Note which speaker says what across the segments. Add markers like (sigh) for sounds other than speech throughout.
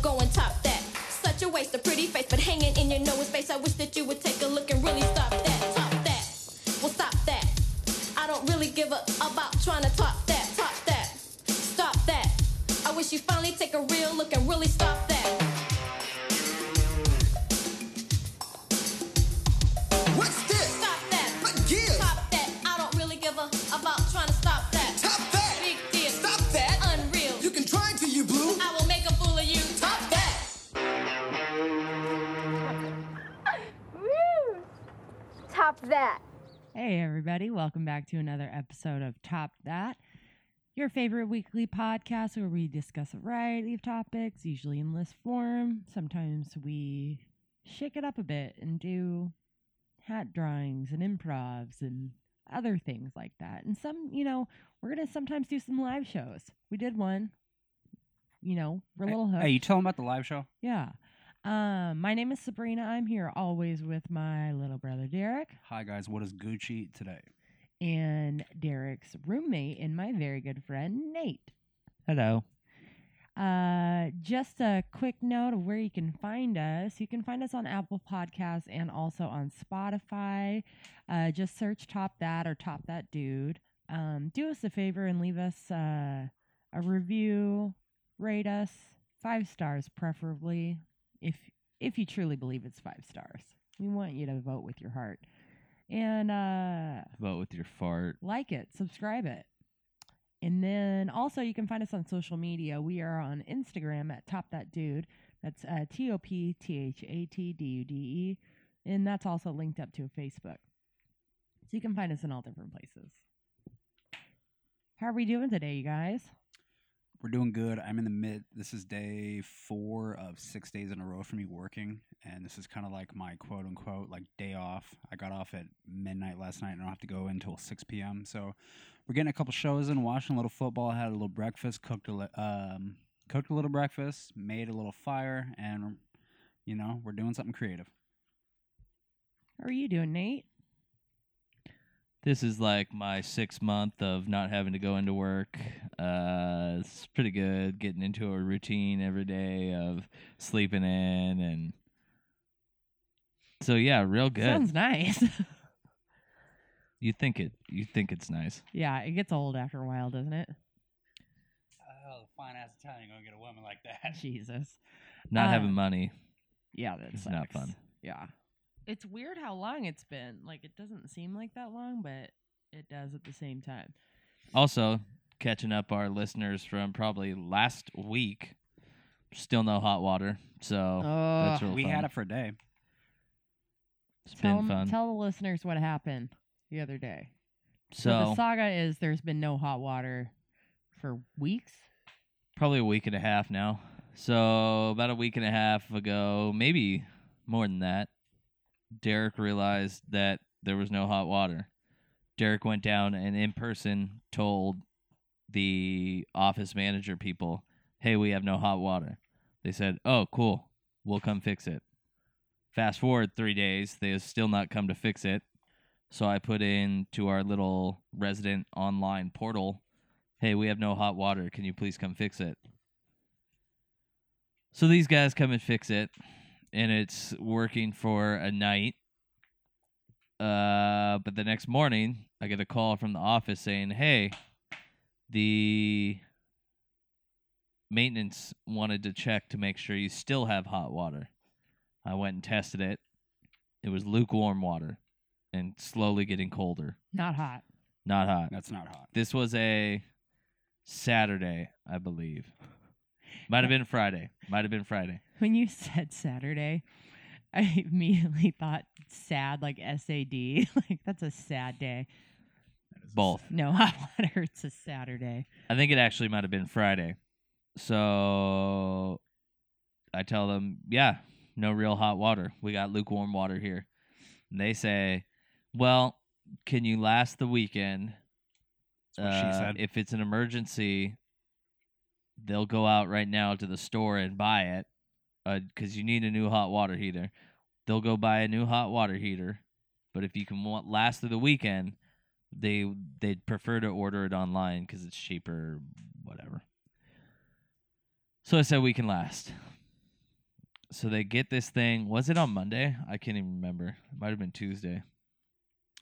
Speaker 1: go and top that. Such a waste of pretty face, but hanging in your nose space. I wish that you would take a look and really stop that. Top that. Well, stop that. I don't really give a about trying to top that. Top that. Stop that. I wish you finally take a real look and really stop that.
Speaker 2: What's this?
Speaker 1: Stop that.
Speaker 2: What gives?
Speaker 1: Top that. I don't really give a about trying to stop that.
Speaker 2: Top that.
Speaker 1: Big deal.
Speaker 2: Stop that.
Speaker 1: Unreal.
Speaker 2: You can try till you blue.
Speaker 1: I will make a fool of you.
Speaker 2: Top that.
Speaker 3: Woo! Top that.
Speaker 4: Hey, everybody. Welcome back to another episode of Top That, your favorite weekly podcast where we discuss a variety of topics, usually in list form. Sometimes we shake it up a bit and do hat drawings and improvs and other things like that. And some, you know, we're going to sometimes do some live shows. We did one. You know, we're a little hooked.
Speaker 5: Hey, you tell them about the live show.
Speaker 4: yeah. Um, my name is Sabrina. I'm here always with my little brother, Derek.
Speaker 5: Hi guys, what is Gucci today?
Speaker 4: and Derek's roommate and my very good friend Nate.
Speaker 5: Hello.
Speaker 4: Uh, just a quick note of where you can find us. You can find us on Apple Podcasts and also on Spotify. Uh, just search Top That or Top That Dude. Um, do us a favor and leave us uh, a review, rate us five stars preferably, if if you truly believe it's five stars. We want you to vote with your heart. And uh,
Speaker 6: Vote with your fart.
Speaker 4: like it, subscribe it. And then also you can find us on social media. We are on Instagram at Top That Dude. That's uh, T O P T H A T D U D E. And that's also linked up to Facebook. So you can find us in all different places. How are we doing today, you guys?
Speaker 5: We're doing good. I'm in the mid. This is day four of six days in a row for me working, and this is kind of like my quote unquote like day off. I got off at midnight last night, and I don't have to go in until six p.m. So we're getting a couple shows in, watching a little football, had a little breakfast, cooked a li- um, cooked a little breakfast, made a little fire, and you know we're doing something creative.
Speaker 4: How are you doing, Nate?
Speaker 6: This is like my sixth month of not having to go into work. Uh, it's pretty good getting into a routine every day of sleeping in and so yeah, real good.
Speaker 4: Sounds nice. (laughs)
Speaker 6: you think it? You think it's nice?
Speaker 4: yeah, it gets old after a while, doesn't it?
Speaker 5: Oh, fine ass Italian gonna get a woman like that.
Speaker 4: Jesus.
Speaker 6: Not
Speaker 4: Uh,
Speaker 6: having money.
Speaker 4: Yeah, that's
Speaker 6: It's not fun.
Speaker 4: Yeah. It's weird how long it's been. Like it doesn't seem like that long, but it does at the same time.
Speaker 6: Also, catching up our listeners from probably last week. Still no hot water, so
Speaker 4: Oh,
Speaker 6: that's real
Speaker 5: We
Speaker 6: fun.
Speaker 5: had it for a day.
Speaker 6: it's
Speaker 4: tell,
Speaker 6: been
Speaker 4: 'em-
Speaker 6: fun.
Speaker 4: tell the listeners what happened the other day. So, the
Speaker 6: so
Speaker 4: saga is there's been no hot water for weeks.
Speaker 6: probably a week and a half now. So about a week and a half ago, maybe more than that, Derek realized that there was no hot water. Derek went down and in person told the office manager people, "Hey, we have no hot water." They said, "Oh, cool. We'll come fix it." Fast forward 3 days, they have still not come to fix it. So I put in to our little resident online portal hey, we have no hot water. Can you please come fix it? So these guys come and fix it, and it's working for a night. Uh, but the next morning, I get a call from the office saying, hey, the maintenance wanted to check to make sure you still have hot water. I went and tested it. It was lukewarm water and slowly getting colder.
Speaker 4: Not hot.
Speaker 6: Not hot.
Speaker 5: That's not hot.
Speaker 6: This was a Saturday, I believe. Might have been Friday. Might have been Friday.
Speaker 4: When you (laughs) said Saturday, I immediately thought sad, like S A D. (laughs) Like that's a sad day.
Speaker 6: Both.
Speaker 4: No (laughs) hot water. It's a Saturday.
Speaker 6: I think it actually might have been Friday. So I tell them, yeah, no real hot water. We got lukewarm water here. And they say, well, can you last the weekend?
Speaker 5: That's what she
Speaker 6: Uh,
Speaker 5: said.
Speaker 6: If it's an emergency, they'll go out right now to the store and buy it because you need a new hot water heater. They'll go buy a new hot water heater, but if you can want, last through the weekend, they they'd prefer to order it online because it's cheaper, whatever. So I said we can last. so they get this thing. Was it on Monday? I can't even remember. It might have been Tuesday.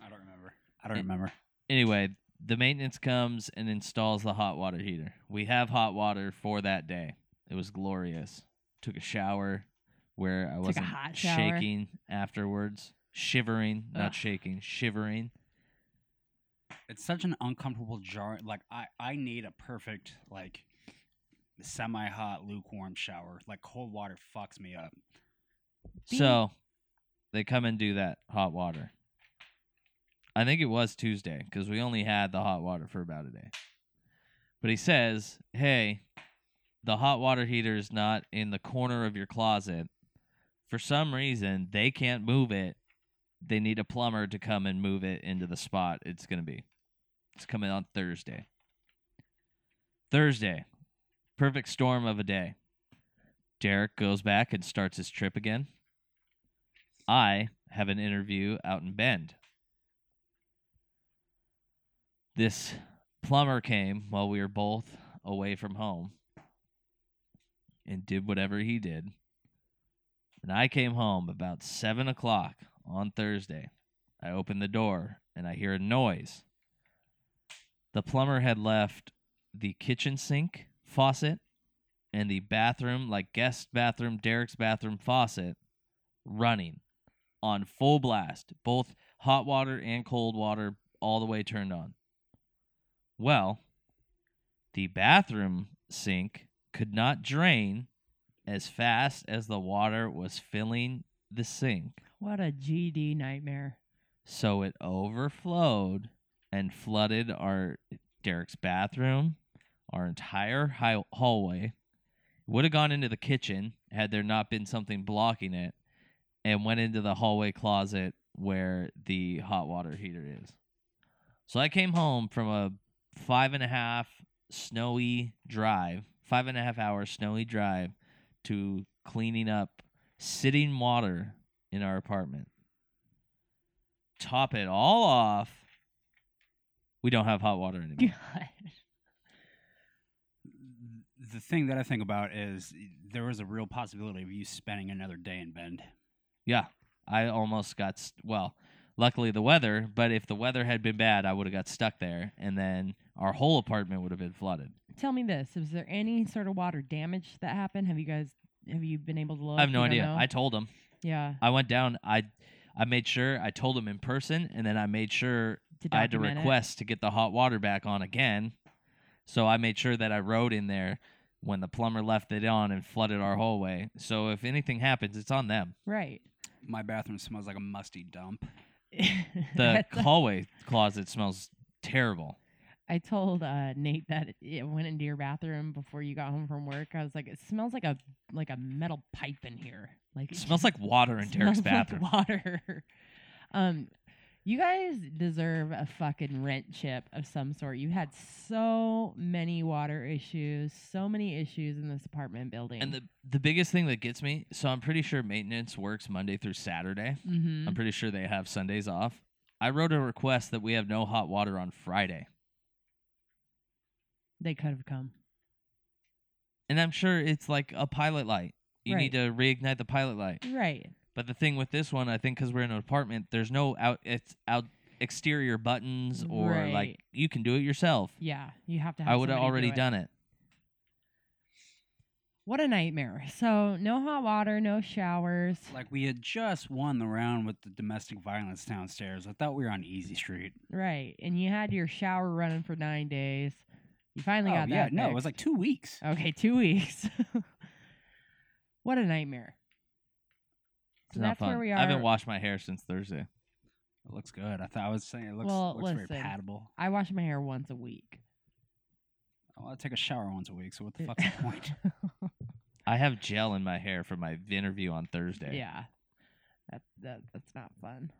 Speaker 5: I don't remember. I don't remember.
Speaker 6: Anyway, the maintenance comes and installs the hot water heater. We have hot water for that day. It was glorious. Took a shower where I
Speaker 4: a
Speaker 6: wasn't
Speaker 4: hot shower.
Speaker 6: shaking afterwards. Shivering, not
Speaker 4: Ugh.
Speaker 6: shaking, shivering.
Speaker 5: It's such an uncomfortable jar. Like I, I need a perfect like semi-hot lukewarm shower. Like cold water fucks me up.
Speaker 4: Bean.
Speaker 6: So they come and do that hot water. I think it was Tuesday because we only had the hot water for about a day. But he says, hey, the hot water heater is not in the corner of your closet. For some reason, they can't move it. They need a plumber to come and move it into the spot it's going to be. It's coming on Thursday. Thursday, perfect storm of a day. Derek goes back and starts his trip again. I have an interview out in Bend. This plumber came while we were both away from home and did whatever he did. And I came home about 7 o'clock on Thursday. I open the door and I hear a noise. The plumber had left the kitchen sink faucet and the bathroom, like guest bathroom, Derek's bathroom faucet running on full blast, both hot water and cold water, all the way turned on. Well, the bathroom sink could not drain as fast as the water was filling the sink,
Speaker 4: What a GD nightmare. (laughs)
Speaker 6: so it overflowed and flooded our Derek's bathroom, our entire hi- hallway. Would have gone into the kitchen had there not been something blocking it, and went into the hallway closet where the hot water heater is. So I came home from a five and a half snowy drive, five and a half hour snowy drive to cleaning up sitting water in our apartment. Top it all off. We don't have hot water anymore.
Speaker 4: God.
Speaker 5: The thing that I think about is there was a real possibility of you spending another day in Bend.
Speaker 6: Yeah, I almost got s well. Luckily, the weather. But if the weather had been bad, I would have got stuck there, and then our whole apartment would have been flooded.
Speaker 4: Tell me this. Is there any sort of water damage that happened? Have you guys have you been able to look?
Speaker 6: I have no
Speaker 4: You don't
Speaker 6: idea.
Speaker 4: know?
Speaker 6: I told him.
Speaker 4: yeah.
Speaker 6: I went down. I I made sure. I told him in person, and then I made sure I had to
Speaker 4: document it.
Speaker 6: request to get the hot water back on again. So I made sure that I wrote in there when the plumber left it on and flooded our hallway. So if anything happens, it's
Speaker 4: (laughs)
Speaker 6: on them.
Speaker 4: Right.
Speaker 5: My bathroom smells like a musty dump.
Speaker 6: The
Speaker 4: That's-
Speaker 6: hallway closet smells terrible.
Speaker 4: I told uh, Nate that it- it went into your bathroom before you got home from work. I was like, it smells like a like a metal pipe in here. Like
Speaker 6: It smells like
Speaker 4: (laughs)
Speaker 6: water in Derek's
Speaker 4: smells like
Speaker 6: bathroom.
Speaker 4: water. (laughs) um, you guys deserve a fucking rent chip of some sort. You had so many water issues, so many issues in this apartment building.
Speaker 6: And the the biggest thing that gets me, so I'm pretty sure maintenance works Monday through Saturday.
Speaker 4: Mhm.
Speaker 6: I'm pretty sure they have Sundays off. I wrote a request that we have no hot water on Friday.
Speaker 4: they could have come.
Speaker 6: And I'm sure it's like a pilot light. You need to reignite the pilot light.
Speaker 4: Right.
Speaker 6: But the thing with this one, I think cuz we're in an apartment, there's no out it's out exterior buttons or
Speaker 4: Right.
Speaker 6: like you can do it yourself.
Speaker 4: Yeah. You have to have
Speaker 6: I would have
Speaker 4: somebody do
Speaker 6: already
Speaker 4: it.
Speaker 6: done it.
Speaker 4: What a nightmare. So no hot water, no showers.
Speaker 5: Like we had just won the round with the domestic violence downstairs. I thought we were on easy street.
Speaker 4: Right. And you had your shower running for nine days. You finally
Speaker 5: Oh,
Speaker 4: got
Speaker 5: yeah,
Speaker 4: that.
Speaker 5: no, it was like
Speaker 4: fixed. Oh.
Speaker 5: two weeks.
Speaker 4: Okay, two weeks. (laughs) what a nightmare.
Speaker 6: It's
Speaker 4: So
Speaker 6: not
Speaker 4: that's
Speaker 6: fun.
Speaker 4: where we are.
Speaker 6: I haven't washed my hair since Thursday.
Speaker 5: It looks good. I thought I was saying it looks,
Speaker 4: Well,
Speaker 5: looks very
Speaker 4: listen.
Speaker 5: patable.
Speaker 4: I wash my hair once a week.
Speaker 5: Well, I take a shower once a week, so what the fuck's
Speaker 4: (laughs)
Speaker 5: the point?
Speaker 6: I have gel in my hair for my interview on Thursday.
Speaker 4: yeah. That, that that's not fun.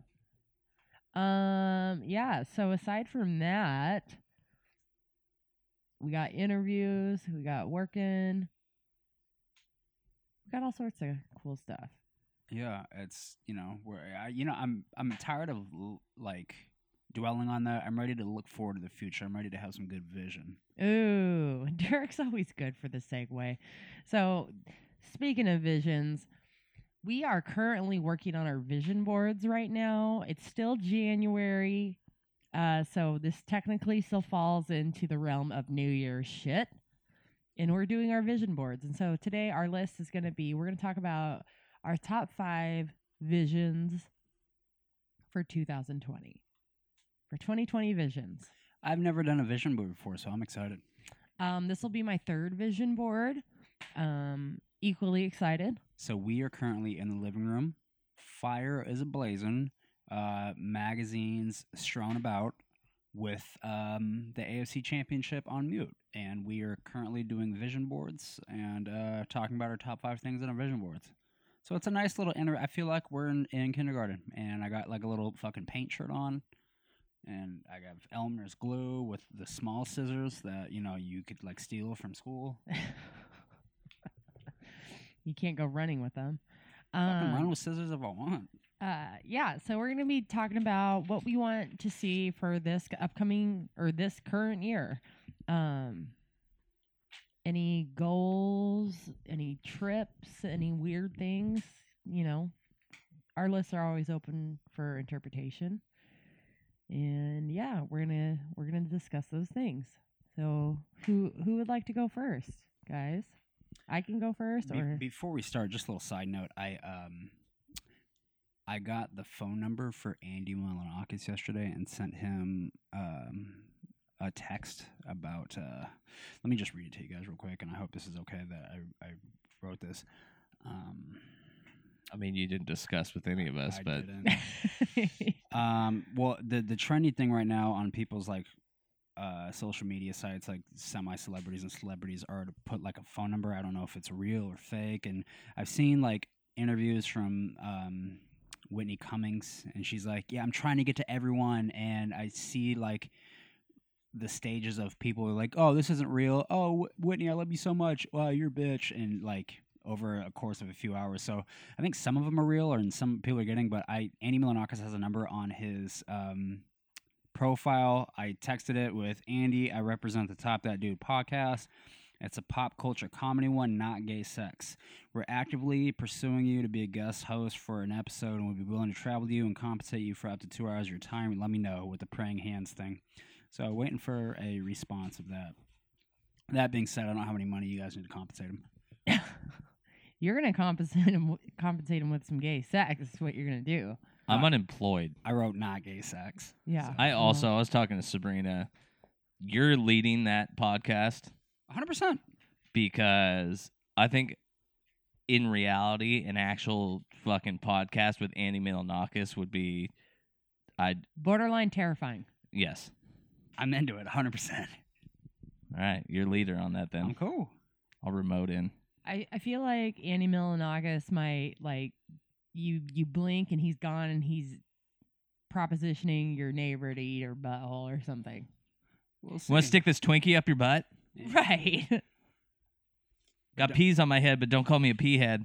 Speaker 4: Um yeah, so aside from that, we got interviews, we got working. We got all sorts of cool stuff.
Speaker 5: Yeah, it's you know where I you know I'm I'm tired of l- like dwelling on that. I'm ready to look forward to the future. I'm ready to have some good vision.
Speaker 4: (laughs) Ooh, Derek's always good for the segue. So, speaking of visions, We are currently working on our vision boards right now. It's still January. Uh, so this technically still falls into the realm of New Year's shit. And we're doing our vision boards. And so today our list is going to be we're going to talk about our top five visions for 2020. For 2020 visions.
Speaker 5: I've never done a vision board before, so I'm excited.
Speaker 4: Um, this will be my third vision board. Um, equally excited.
Speaker 5: So we are currently in the living room. Fire is ablazing. Uh, magazines strewn about with um, the AFC Championship on mute, and we are currently doing vision boards and uh, talking about our top five things on our vision boards. So it's a nice little. Inter- I feel like we're in, in kindergarten, and I got like a little fucking paint shirt on, and I got Elmer's glue with the small scissors that you know you could like steal from school. (laughs)
Speaker 4: you can't go running with them.
Speaker 5: I can
Speaker 4: Um,
Speaker 5: run with scissors if I want.
Speaker 4: uh, yeah, so we're going to be talking about what we want to see for this c- upcoming or this current year. Um, any goals, any trips, any weird things, you know, our lists are always open for interpretation. And yeah, we're going to we're going to discuss those things. So, who who would like to go first, guys? I can go first
Speaker 5: Be-
Speaker 4: or
Speaker 5: before we start, just a little side note. I um, I got the phone number for Andy Milanakis yesterday and sent him um a text about. Uh, let me just read it to you guys real quick, and I hope this is okay that I I wrote this. Um,
Speaker 6: I mean, you didn't discuss with any of us,
Speaker 5: I
Speaker 6: but
Speaker 4: (laughs)
Speaker 5: didn't. Um, well, the the trendy thing right now on people's like uh, social media sites, like semi celebrities and celebrities, are to put like a phone number. I don't know if it's real or fake. And I've seen like interviews from um, Whitney Cummings, and she's like, "Yeah, I'm trying to get to everyone," and I see like the stages of people who are like, "Oh, this isn't real. Oh, Whit- Whitney, I love you so much. Wow, you're a bitch," and like over a course of a few hours. So I think some of them are real, or and some people are getting. But I Andy Milanakis has a number on his um, profile. I texted it with Andy. I represent the Top That Dude podcast. It's a pop culture comedy one, not gay sex. We're actively pursuing you to be a guest host for an episode, and we'll be willing to travel to you and compensate you for up to two hours of your time. Let me know with the praying hands thing. So, waiting for a response of that. That being said, I don't know how many money you guys need to compensate him.
Speaker 4: You're gonna compensate him. w- Compensate him with some gay sex. Is what you're gonna do.
Speaker 6: I'm unemployed.
Speaker 5: I wrote not gay sex.
Speaker 4: Yeah.
Speaker 6: I also I was talking to Sabrina. You're leading that podcast
Speaker 5: 100%.
Speaker 6: because I think in reality, an actual fucking podcast with Andy Milonakis would be, I
Speaker 4: borderline terrifying.
Speaker 6: yes,
Speaker 5: I'm into it 100%.
Speaker 6: all right, you're leader on that.
Speaker 4: Oh,
Speaker 5: I'm
Speaker 6: Then
Speaker 5: cool.
Speaker 6: I'll remote in.
Speaker 4: I, I feel like Andy Milonakis might like you. You blink and he's gone, and he's propositioning your neighbor to eat her butthole or something.
Speaker 5: We'll see.
Speaker 6: Want to stick this Twinkie up your butt?
Speaker 5: Yeah.
Speaker 4: Right. (laughs)
Speaker 6: Got
Speaker 5: Don't-
Speaker 6: peas on my head, but don't call me a pea head.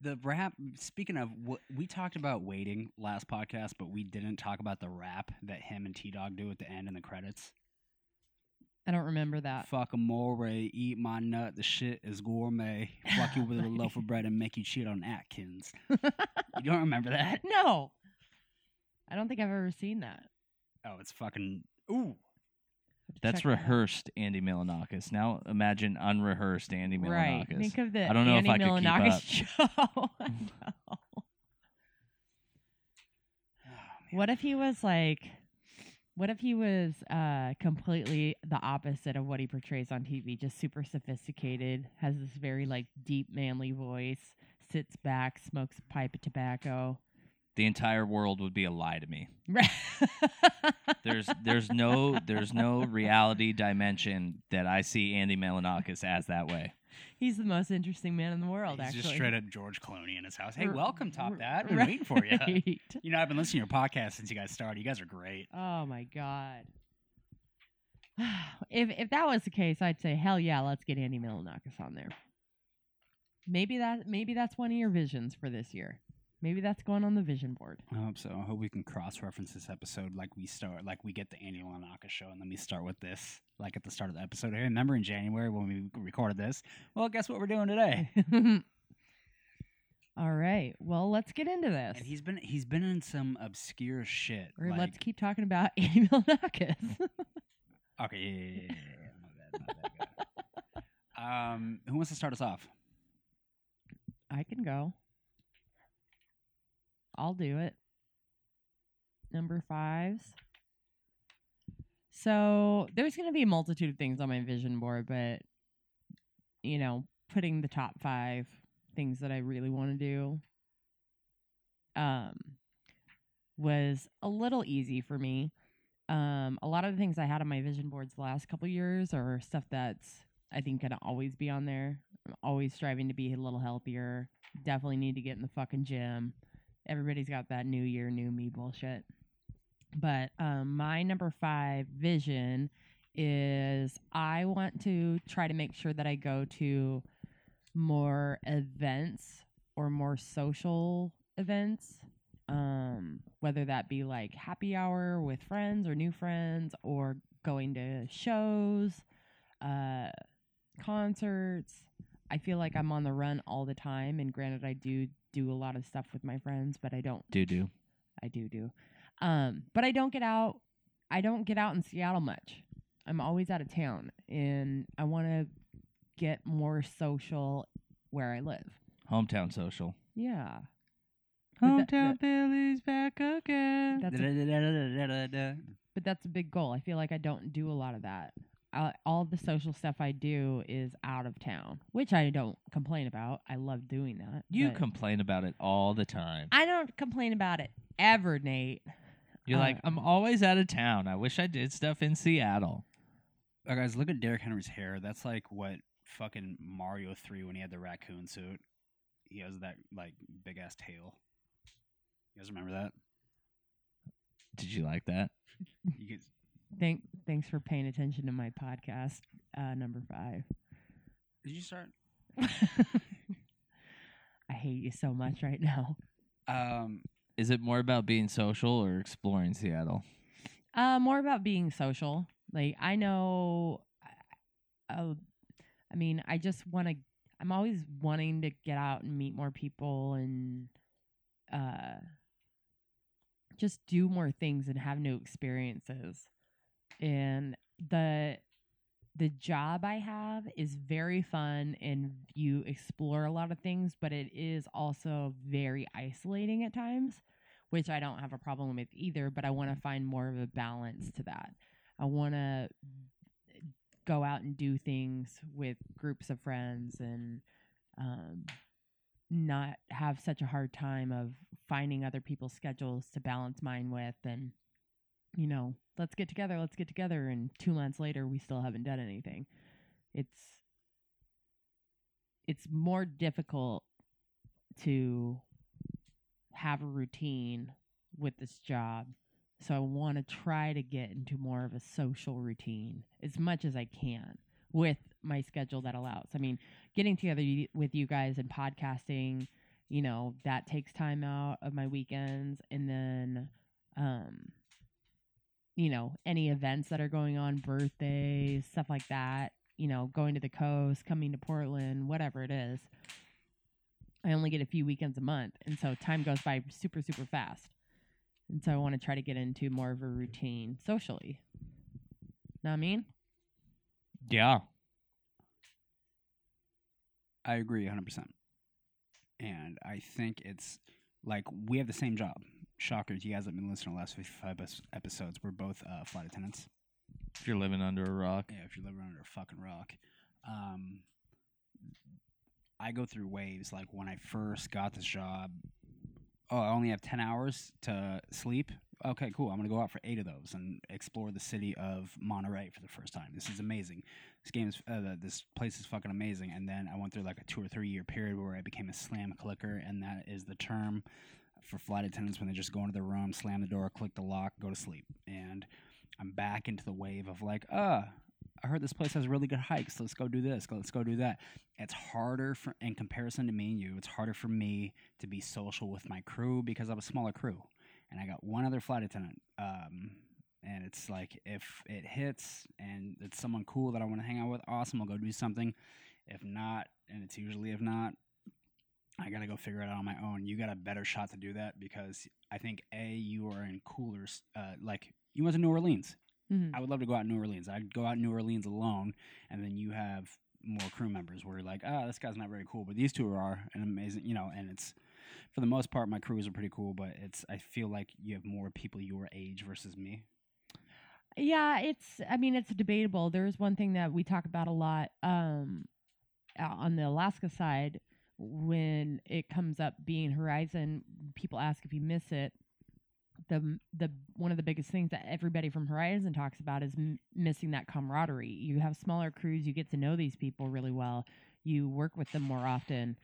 Speaker 5: The rap, speaking of, wh- we talked about waiting last podcast, but we didn't talk about the rap that him and T Dog do at the end in the credits.
Speaker 4: I don't remember that.
Speaker 5: Fuck a more, eat my nut. The shit is gourmet. Fuck you with a
Speaker 4: (laughs)
Speaker 5: loaf of bread and make you cheat on Atkins. you don't remember that?
Speaker 4: No. I don't think I've ever seen that.
Speaker 5: Oh, it's fucking. Ooh.
Speaker 6: That's
Speaker 4: Check that out.
Speaker 6: rehearsed Andy Milonakis. Now imagine unrehearsed Andy
Speaker 4: Right.
Speaker 6: Milonakis.
Speaker 4: Think of the
Speaker 6: I don't know if
Speaker 4: Andy
Speaker 6: I could keep
Speaker 4: Milonakis (laughs) show. I
Speaker 5: (sighs)
Speaker 4: know. What if he was like what if he was uh completely the opposite of what he portrays on TV, just super sophisticated, has this very like deep manly voice, sits back, smokes a pipe of tobacco.
Speaker 6: the entire world would be a lie to me.
Speaker 4: Right.
Speaker 6: There's there's no there's no reality dimension that I see Andy Milonakis as that way.
Speaker 4: (laughs) He's the most interesting man in the world,
Speaker 5: He's
Speaker 4: actually.
Speaker 5: just straight up George Clooney in his house. Hey,
Speaker 4: R-
Speaker 5: welcome, Top
Speaker 4: r-
Speaker 5: Dad. I've been waiting for you.
Speaker 4: (laughs) right.
Speaker 5: You know, I've been listening to your podcast since you guys started. You guys are great.
Speaker 4: Oh my god. (sighs) If if that was the case, I'd say hell yeah, let's get Andy Milonakis on there. Maybe that maybe that's one of your visions for this year. Maybe that's going on the vision board.
Speaker 5: I hope so. I hope we can cross reference this episode like we start like we get the Andy Lanaka show and then we start with this like at the start of the episode here. Eh. Remember in January when we recorded this? Well, guess what we're doing today?
Speaker 4: (laughs) All right. Well, let's get into this.
Speaker 5: And he's been he's been in some obscure shit.
Speaker 4: or
Speaker 5: like,
Speaker 4: let's keep talking about (laughs) Annie Milonakis.
Speaker 5: (laughs) okay, yeah, yeah, yeah, yeah, yeah. My bad, my bad, guy. um, who wants to start us off?
Speaker 4: I can go. I'll do it. Number fives. So there's going to be a multitude of things on my vision board, but, you know, putting the top five things that I really want to do um, was a little easy for me. Um, a lot of the things I had on my vision boards the last couple years are stuff that's, I think, going to always be on there always striving to be a little healthier. Definitely need to get in the fucking gym. Everybody's got that new year, new me bullshit. But um, my number five vision is I want to try to make sure that I go to more events or more social events, um, whether that be like happy hour with friends or new friends or going to shows, uh, concerts, I feel like I'm on the run all the time. And granted, I do do a lot of stuff with my friends, but I don't.
Speaker 6: Do do.
Speaker 4: I do do. Um, but I don't get out. I don't get out in Seattle much. I'm always out of town, and I want to get more social where I live.
Speaker 6: Hometown social.
Speaker 4: Yeah, But that-
Speaker 6: Hometown Billy's back again.
Speaker 4: that's a, but that's a big goal. I feel like I don't do a lot of that. I, all the social stuff I do is out of town, which I don't complain about. I love doing that.
Speaker 6: you
Speaker 4: but-
Speaker 6: complain about it all the time.
Speaker 4: I don't complain about it ever, Nate.
Speaker 6: You're
Speaker 4: Uh,
Speaker 6: like, I'm always out of town. I wish I did stuff in Seattle.
Speaker 5: Uh, guys, look at Derrick Henry's hair. That's like what fucking Mario three when he had the raccoon suit. He has that like big ass tail. You guys remember that?
Speaker 6: Did you like that?
Speaker 5: You guys,
Speaker 4: Thank, thanks for paying attention to my podcast uh, number five. (laughs)
Speaker 5: did you start?
Speaker 4: I hate you so much right now.
Speaker 5: Um,
Speaker 6: Is it more about being social or exploring Seattle?
Speaker 4: Uh, more about being social. Like I know, uh, I mean, I just want to. I'm always wanting to get out and meet more people and uh, just do more things and have new experiences. And the the job I have is very fun and you explore a lot of things, but it is also very isolating at times which I don't have a problem with either, but I want to find more of a balance to that. I want to go out and do things with groups of friends and um, not have such a hard time of finding other people's schedules to balance mine with and you know let's get together let's get together and two months later we still haven't done anything it's it's more difficult to have a routine with this job. So I want to try to get into more of a social routine as much as I can with my schedule that allows. I mean, getting together y- with you guys and podcasting, you know, that takes time out of my weekends and then um you know, any events that are going on, birthdays, stuff like that, you know, going to the coast, coming to Portland, whatever it is. I only get a few weekends a month, and so time goes by super super fast. And so I want to try to get into more of a routine socially. Know what I mean?
Speaker 6: Yeah.
Speaker 5: I agree 100%. And I think it's like we have the same job. Shockers, you guys have been listening to the last 55 es- episodes. We're both uh, flight attendants.
Speaker 6: If you're living under a rock.
Speaker 5: Yeah, if you're living under a fucking rock. Um, I go through waves. Like when I first got this job, oh, I only have 10 hours to sleep. Okay, cool. I'm going to go out for eight of those and explore the city of Monterey for the first time. This is amazing. This game is, uh, the- this place is fucking amazing. And then I went through like a two or three year period where I became a slam clicker, and that is the term for flight attendants when they just go into the room, slam the door, click the lock, go to sleep. And I'm back into the wave of like, uh, I heard this place has really good hikes. Let's go do this. go- Let's go do that. It's harder for, in comparison to me and you, it's harder for me to be social with my crew because I'm a smaller crew. And I got one other flight attendant. Um, and it's like, if it hits and it's someone cool that I want to hang out with, awesome, I'll go do something. If not, and it's usually if not, I gotta go figure it out on my own. You got a better shot to do that because I think a you are in cooler. s- Uh, like you went to New Orleans.
Speaker 4: Mhm.
Speaker 5: I would love to go out in New Orleans. I'd go out in New Orleans alone, and then you have more crew members where you're like, ah, this guy's not very cool, but these two are and amazing, you know. And it's for the most part, my crews are pretty cool, but it's I feel like you have more people your age versus me.
Speaker 4: Yeah, it's I mean it's debatable. There's one thing that we talk about a lot um o- on the Alaska side when it comes up being Horizon, people ask if you miss it. The m- the one of the biggest things that everybody from Horizon talks about is m- missing that camaraderie. You have smaller crews, you get to know these people really well. You work with them more often.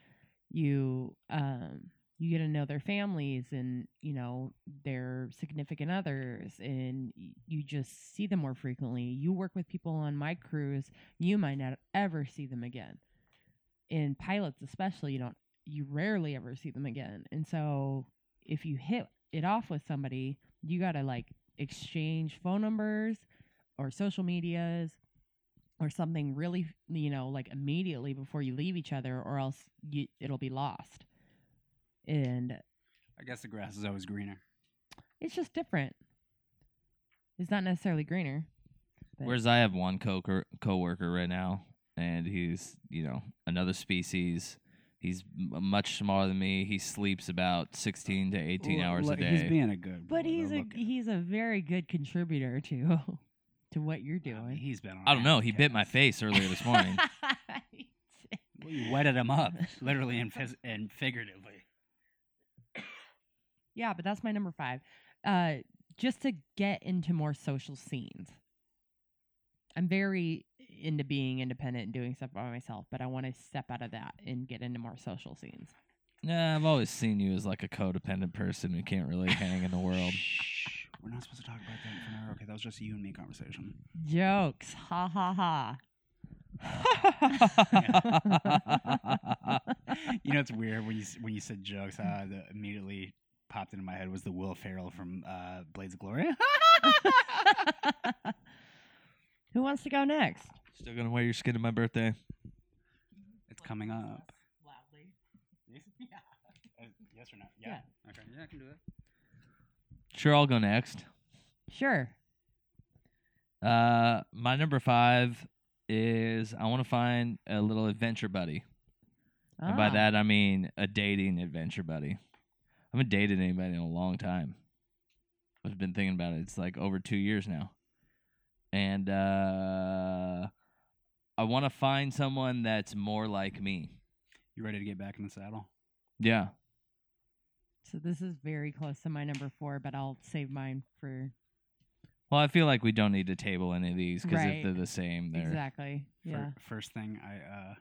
Speaker 4: You um you get to know their families and you know their significant others and y- you just see them more frequently you work with people on my cruise you might not ever see them again in pilots especially you don't you rarely ever see them again and so if you hit it off with somebody you got to like exchange phone numbers or social medias or something really you know like immediately before you leave each other or else you, it'll be lost and
Speaker 5: I guess the grass is always greener.
Speaker 4: it's just different. It's not necessarily greener. but-
Speaker 6: Whereas I have one coworker coworker right now, and he's you know another species. He's m- much smaller than me. He sleeps about sixteen to eighteen
Speaker 5: Look-
Speaker 6: hours a
Speaker 5: look, He's
Speaker 6: day.
Speaker 5: being a good.
Speaker 4: But
Speaker 5: boy, though.
Speaker 4: he's a
Speaker 5: Look at
Speaker 4: he's a very good contributor to (laughs) to what you're
Speaker 5: him. I mean,
Speaker 4: doing.
Speaker 5: He's been. On
Speaker 6: I don't know. He bit my
Speaker 5: Amazon.
Speaker 6: face earlier this (laughs) morning.
Speaker 5: (laughs) Well, you wetted him up, literally and, phys- and figuratively.
Speaker 4: (laughs) yeah, but that's my number five. Uh, just to get into more social scenes. I'm very into being independent and doing stuff by myself, but I want to step out of that and get into more social scenes.
Speaker 6: nah, I've always seen you as like a codependent person who can't really hang in the world.
Speaker 5: Shh, we're not supposed to talk about that in front of her. Okay, that was just a you and me conversation.
Speaker 4: Jokes. Ha ha ha.
Speaker 5: (laughs)
Speaker 4: (laughs)
Speaker 5: you know, it's weird when you s- when you said jokes. Uh, that immediately popped into my head was the Will Ferrell from uh, Blades of Glory.
Speaker 4: (laughs) Who wants to go next?
Speaker 6: Still gonna wear your skin to my birthday.
Speaker 5: it's coming up.
Speaker 4: (laughs) Loudly.
Speaker 5: Uh, yes or no?
Speaker 4: Yeah.
Speaker 5: Okay. Yeah, I can do that.
Speaker 6: Sure, I'll go next.
Speaker 4: Sure.
Speaker 6: Uh, my number five is I want to find a little adventure buddy. And by
Speaker 4: Ah.
Speaker 6: that, I mean a dating adventure buddy. I haven't dated anybody in a long time. I've been thinking about it. It's like over two years now. And uh, I want to find someone that's more like me.
Speaker 5: You ready to get back in the saddle?
Speaker 6: Yeah.
Speaker 4: So this is very close to my number four, but I'll save mine for
Speaker 6: Well, I feel like we don't need to table any of these because
Speaker 4: Right.
Speaker 6: if they're the same, they're.
Speaker 4: exactly.
Speaker 5: Fir-
Speaker 4: Yeah.
Speaker 5: first thing I uh,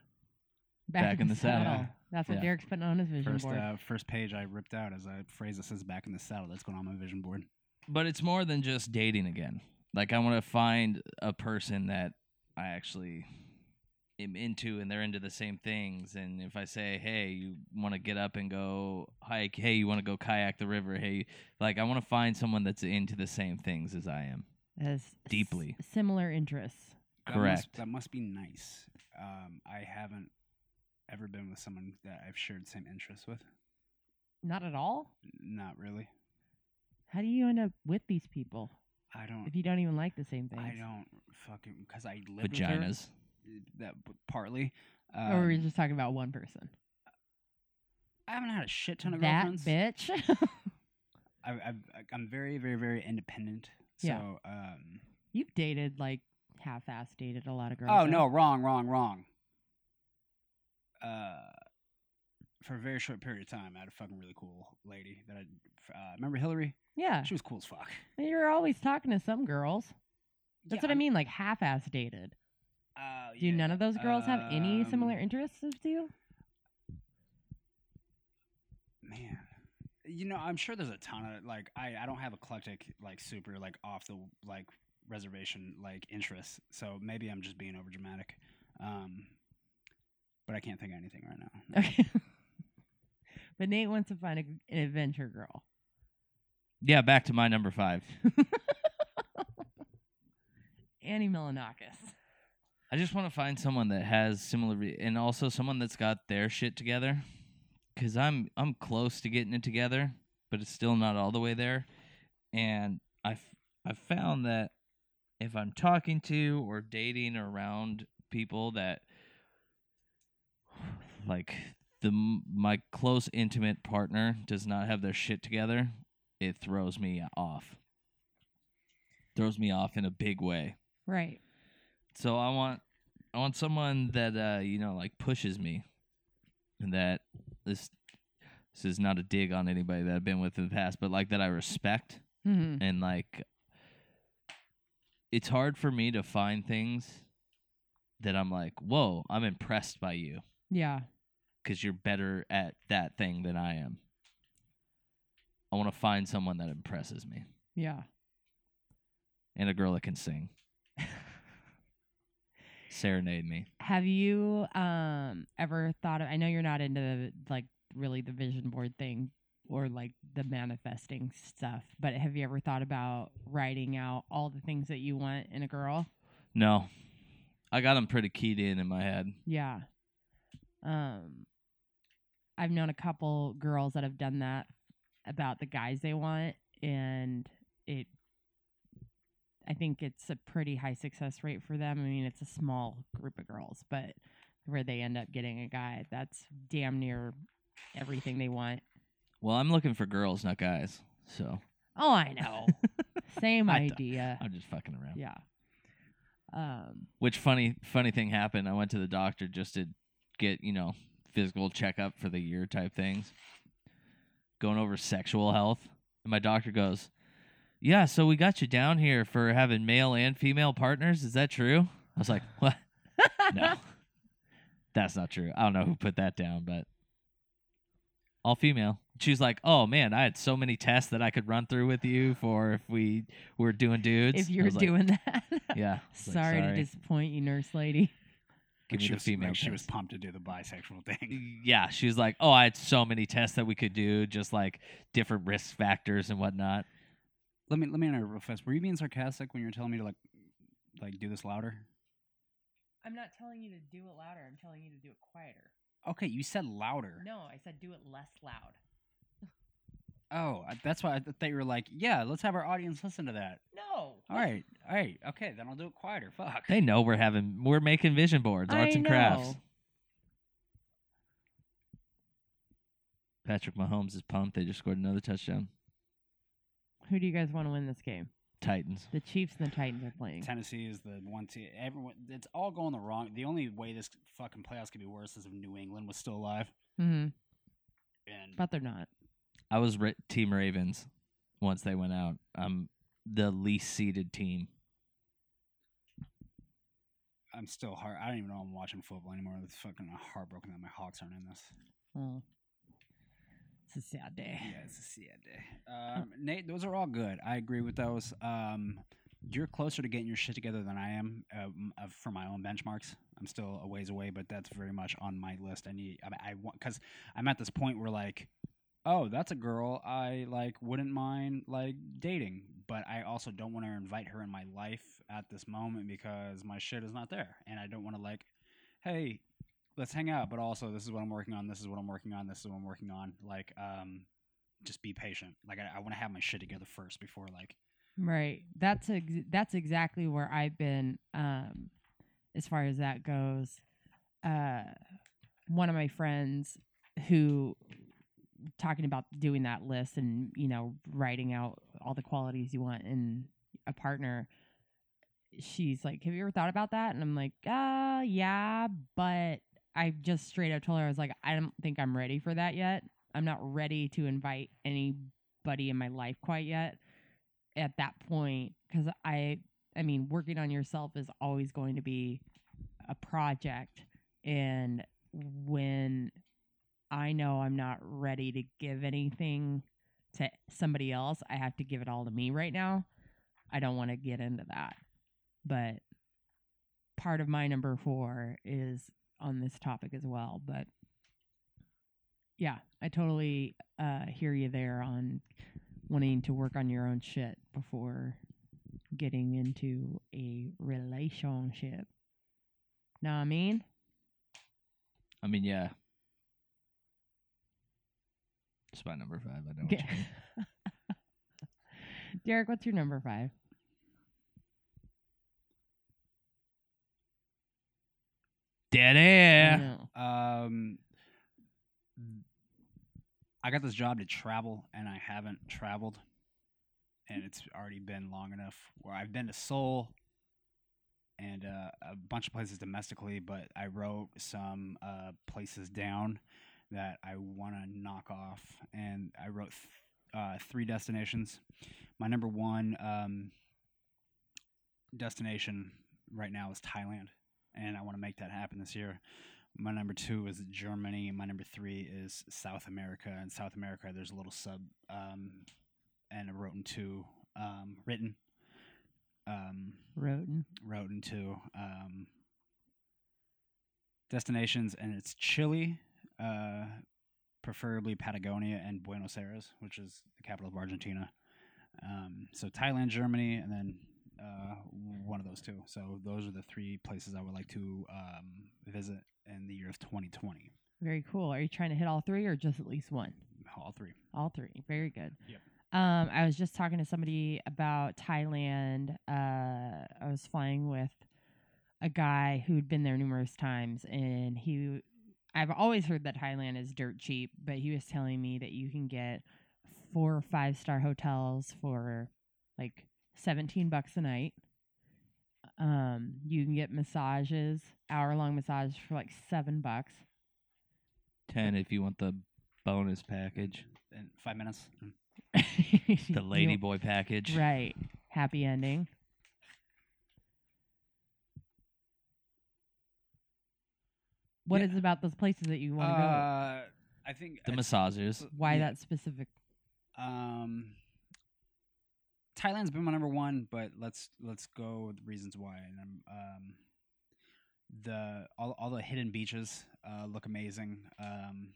Speaker 4: (laughs)
Speaker 6: back in the saddle.
Speaker 4: That's what
Speaker 6: Yeah.
Speaker 4: Derek's putting on his vision
Speaker 5: first
Speaker 4: board.
Speaker 5: uh, first page I ripped out as a phrase that says "back in the saddle." That's going on my vision board.
Speaker 6: But it's more than just dating again. Like, I want to find a person that I actually am into and they're into the same things. And if I say, hey, you want to get up and go hike? Hey, you want to go kayak the river? Hey, like, I want to find someone that's into the same things as I am.
Speaker 4: As s-
Speaker 6: deeply.
Speaker 4: similar interests.
Speaker 5: That must-
Speaker 6: Correct.
Speaker 5: That must, be nice. Um, I haven't ever been with someone that I've shared same interests with.
Speaker 4: Not at all.
Speaker 5: Not really.
Speaker 4: How do you end up with these people
Speaker 5: I don't.
Speaker 4: if you don't even like the same things?
Speaker 5: I don't fucking because I live With
Speaker 6: Vaginas.
Speaker 5: her, that w- partly.
Speaker 4: or we're
Speaker 5: Um,
Speaker 4: we just talking about one person.
Speaker 5: I haven't had a shit ton of
Speaker 4: that
Speaker 5: girlfriends.
Speaker 4: bitch. (laughs)
Speaker 5: I, I've, I- I'm very, very, very independent. So,
Speaker 4: Yeah.
Speaker 5: um,
Speaker 4: You've dated like half-ass dated a lot of girls.
Speaker 5: oh
Speaker 4: right?
Speaker 5: no, wrong, wrong, wrong. Uh, for a very short period of time, I had a fucking really cool lady that I uh, remember Hillary.
Speaker 4: Yeah,
Speaker 5: She was cool as fuck.
Speaker 4: you're always talking to some girls. That's
Speaker 5: Yeah,
Speaker 4: what I
Speaker 5: I'm-
Speaker 4: mean, like half-ass dated.
Speaker 5: Uh,
Speaker 4: Do none of those girls have any similar
Speaker 5: um,
Speaker 4: interests as to you? (laughs)
Speaker 5: man you know i'm sure there's a ton of like i i don't have eclectic like super like off the like reservation like interests so maybe i'm just being over dramatic um but i can't think of anything right now
Speaker 4: Okay. but Nate wants to find a, an adventure girl.
Speaker 6: Yeah, back to my number five.
Speaker 4: Annie Milanakis.
Speaker 6: I just want to find someone that has similar, re- and also someone that's got their shit together. because I'm I'm close to getting it together, but it's still not all the way there. And I I found that if I'm talking to or dating around people that like the m- my close intimate partner does not have their shit together, it throws me off. Throws me off in a big way.
Speaker 4: Right.
Speaker 6: So I want I want someone that uh you know like pushes me and that this this is not a dig on anybody that I've been with in the past, but like that I respect
Speaker 4: hmm
Speaker 6: and like it's hard for me to find things that I'm like, "Whoa, I'm impressed by you
Speaker 4: Yeah.
Speaker 6: cuz you're better at that thing than I am." I want to find someone that impresses me
Speaker 4: Yeah.
Speaker 6: and a girl that can sing. (laughs) Serenade me.
Speaker 4: Have you um ever thought of I know you're not into the, like really the vision board thing or like the manifesting stuff, but have you ever thought about writing out all the things that you want in a girl?
Speaker 6: No. I got them pretty keyed in in my head.
Speaker 4: Yeah. Um I've known a couple girls that have done that about the guys they want and it I think it's a pretty high success rate for them. I mean, it's a small group of girls, but where they end up getting a guy that's damn near everything they want.
Speaker 6: Well, I'm looking for girls, not guys. So
Speaker 4: Oh, I
Speaker 6: (laughs)
Speaker 4: know. Same
Speaker 6: I d-
Speaker 4: idea.
Speaker 6: I'm just fucking around.
Speaker 4: Yeah. Um
Speaker 6: Which funny funny thing happened. I went to the doctor just to get, you know, physical checkup for the year type things. Going over sexual health. And my doctor goes, Yeah, so we got you down here for having male and female partners. Is that true? I was like, What?
Speaker 4: (laughs)
Speaker 6: no. That's not true. I don't know who put that down, but all female. She's like, "Oh man, I had so many tests that I could run through with you for if we were doing dudes."
Speaker 4: if
Speaker 6: I
Speaker 4: you're
Speaker 6: was like,
Speaker 4: doing that.
Speaker 6: yeah. I was
Speaker 4: (laughs)
Speaker 6: like,
Speaker 4: sorry, to disappoint you, nurse lady.
Speaker 5: Like
Speaker 6: Give me
Speaker 5: she
Speaker 6: the
Speaker 5: was,
Speaker 6: female
Speaker 5: like she was
Speaker 6: test.
Speaker 5: pumped to do the bisexual thing.
Speaker 6: Yeah, she was like, "Oh, I had so many tests that we could do, just like different risk factors and whatnot."
Speaker 5: (laughs) Let me let me interrupt real fast. Were you being sarcastic when you were telling me to like like do this louder?
Speaker 4: I'm not telling you to do it louder. I'm telling you to do it quieter.
Speaker 5: Okay, you said louder.
Speaker 4: No, I said do it less loud.
Speaker 5: Oh, I- that's why I th- thought you were like, yeah, let's have our audience listen to that.
Speaker 4: No.
Speaker 5: All right, all right, okay, then I'll do it quieter. Fuck.
Speaker 6: They know we're having we're making vision boards,
Speaker 4: I
Speaker 6: arts and crafts.
Speaker 4: know.
Speaker 6: Patrick Mahomes is pumped. They just scored another touchdown.
Speaker 4: Who do you guys want to win this game?
Speaker 6: Titans.
Speaker 4: The Chiefs and the Titans are playing.
Speaker 5: Tennessee is the one team. Everyone, it's all going the wrong. The only way this fucking playoffs could be worse is if New England was still alive.
Speaker 4: Mm-hmm.
Speaker 5: And
Speaker 4: But they're not.
Speaker 6: I was ra- team Ravens once they went out. I'm the least seeded team.
Speaker 5: I'm still heart. I don't even know I'm watching football anymore. It's fucking heartbroken that my Hawks aren't in this.
Speaker 4: Oh. It's a sad day.
Speaker 5: Yeah, it's a sad day. Um, Nate, those are all good. I agree with those. Um, you're closer to getting your shit together than I am uh, m- uh, for my own benchmarks. I'm still a ways away, but that's very much on my list. I need, I, I want, because I'm at this point where like, oh, that's a girl I like wouldn't mind like dating, but I also don't want to invite her in my life at this moment because my shit is not there, and I don't want to like, hey, let's hang out, but also this is what I'm working on, this is what I'm working on, this is what I'm working on. Like, um, just be patient. Like, I, I want to have my shit together first before like,
Speaker 4: Right. That's ex- that's exactly where I've been um as far as that goes. Uh one of my friends who talking about doing that list and, you know, writing out all the qualities you want in a partner. She's like, "Have you ever thought about that?" And I'm like, "Uh, yeah, but I just straight up told her I was like, "I don't think I'm ready for that yet. I'm not ready to invite anybody in my life quite yet." at that point because i i mean working on yourself is always going to be a project and when i know i'm not ready to give anything to somebody else i have to give it all to me right now i don't want to get into that but part of my number four is on this topic as well but yeah i totally uh hear you there on wanting to work on your own shit before getting into a relationship. Know what I mean?
Speaker 6: I mean, yeah. Spot number five. I know. What
Speaker 4: Okay.
Speaker 6: you
Speaker 4: (laughs)
Speaker 6: mean.
Speaker 4: Derek, what's your number five?
Speaker 6: Dead
Speaker 4: I
Speaker 6: air.
Speaker 4: know.
Speaker 5: Um, I got this job to travel, and I haven't traveled, and it's already been long enough. Where I've been to Seoul and uh, a bunch of places domestically, but I wrote some uh, places down that I want to knock off, and I wrote th- uh, three destinations. My number one um, destination right now is Thailand, and I want to make that happen this year. My number two is Germany. and My number three is South America. In South America, there's a little sub um, and a roten two um, written. Um,
Speaker 4: Roten.
Speaker 5: roten two um, destinations, and it's Chile, uh, preferably Patagonia and Buenos Aires, which is the capital of Argentina. Um, so Thailand, Germany, and then uh, one of those two. So those are the three places I would like to um, visit in the year of 2020.
Speaker 4: Very cool. Are you trying to hit all three or just at least one?
Speaker 5: All three.
Speaker 4: All three. Very good.
Speaker 5: Yep.
Speaker 4: Um, I was just talking to somebody about Thailand. Uh, I was flying with a guy who'd been there numerous times, and he, I've always heard that Thailand is dirt cheap, but he was telling me that you can get four or five star hotels for like 17 bucks a night. Um, you can get massages, hour long massages for like seven bucks. (laughs)
Speaker 6: Ten if you want the bonus package,
Speaker 5: In five minutes.
Speaker 6: the
Speaker 4: You-
Speaker 6: lady boy package.
Speaker 4: Right. Happy ending. What is
Speaker 5: Yeah.
Speaker 4: it about those places that you want to
Speaker 5: Uh, I think
Speaker 6: The
Speaker 5: I-
Speaker 6: massagers.
Speaker 4: go? Why
Speaker 5: Uh, yeah.
Speaker 4: that specific?
Speaker 5: Um, Thailand's been my number one, but let's let's go with the reasons why. And um, um the all, all the hidden beaches uh, look amazing. Um,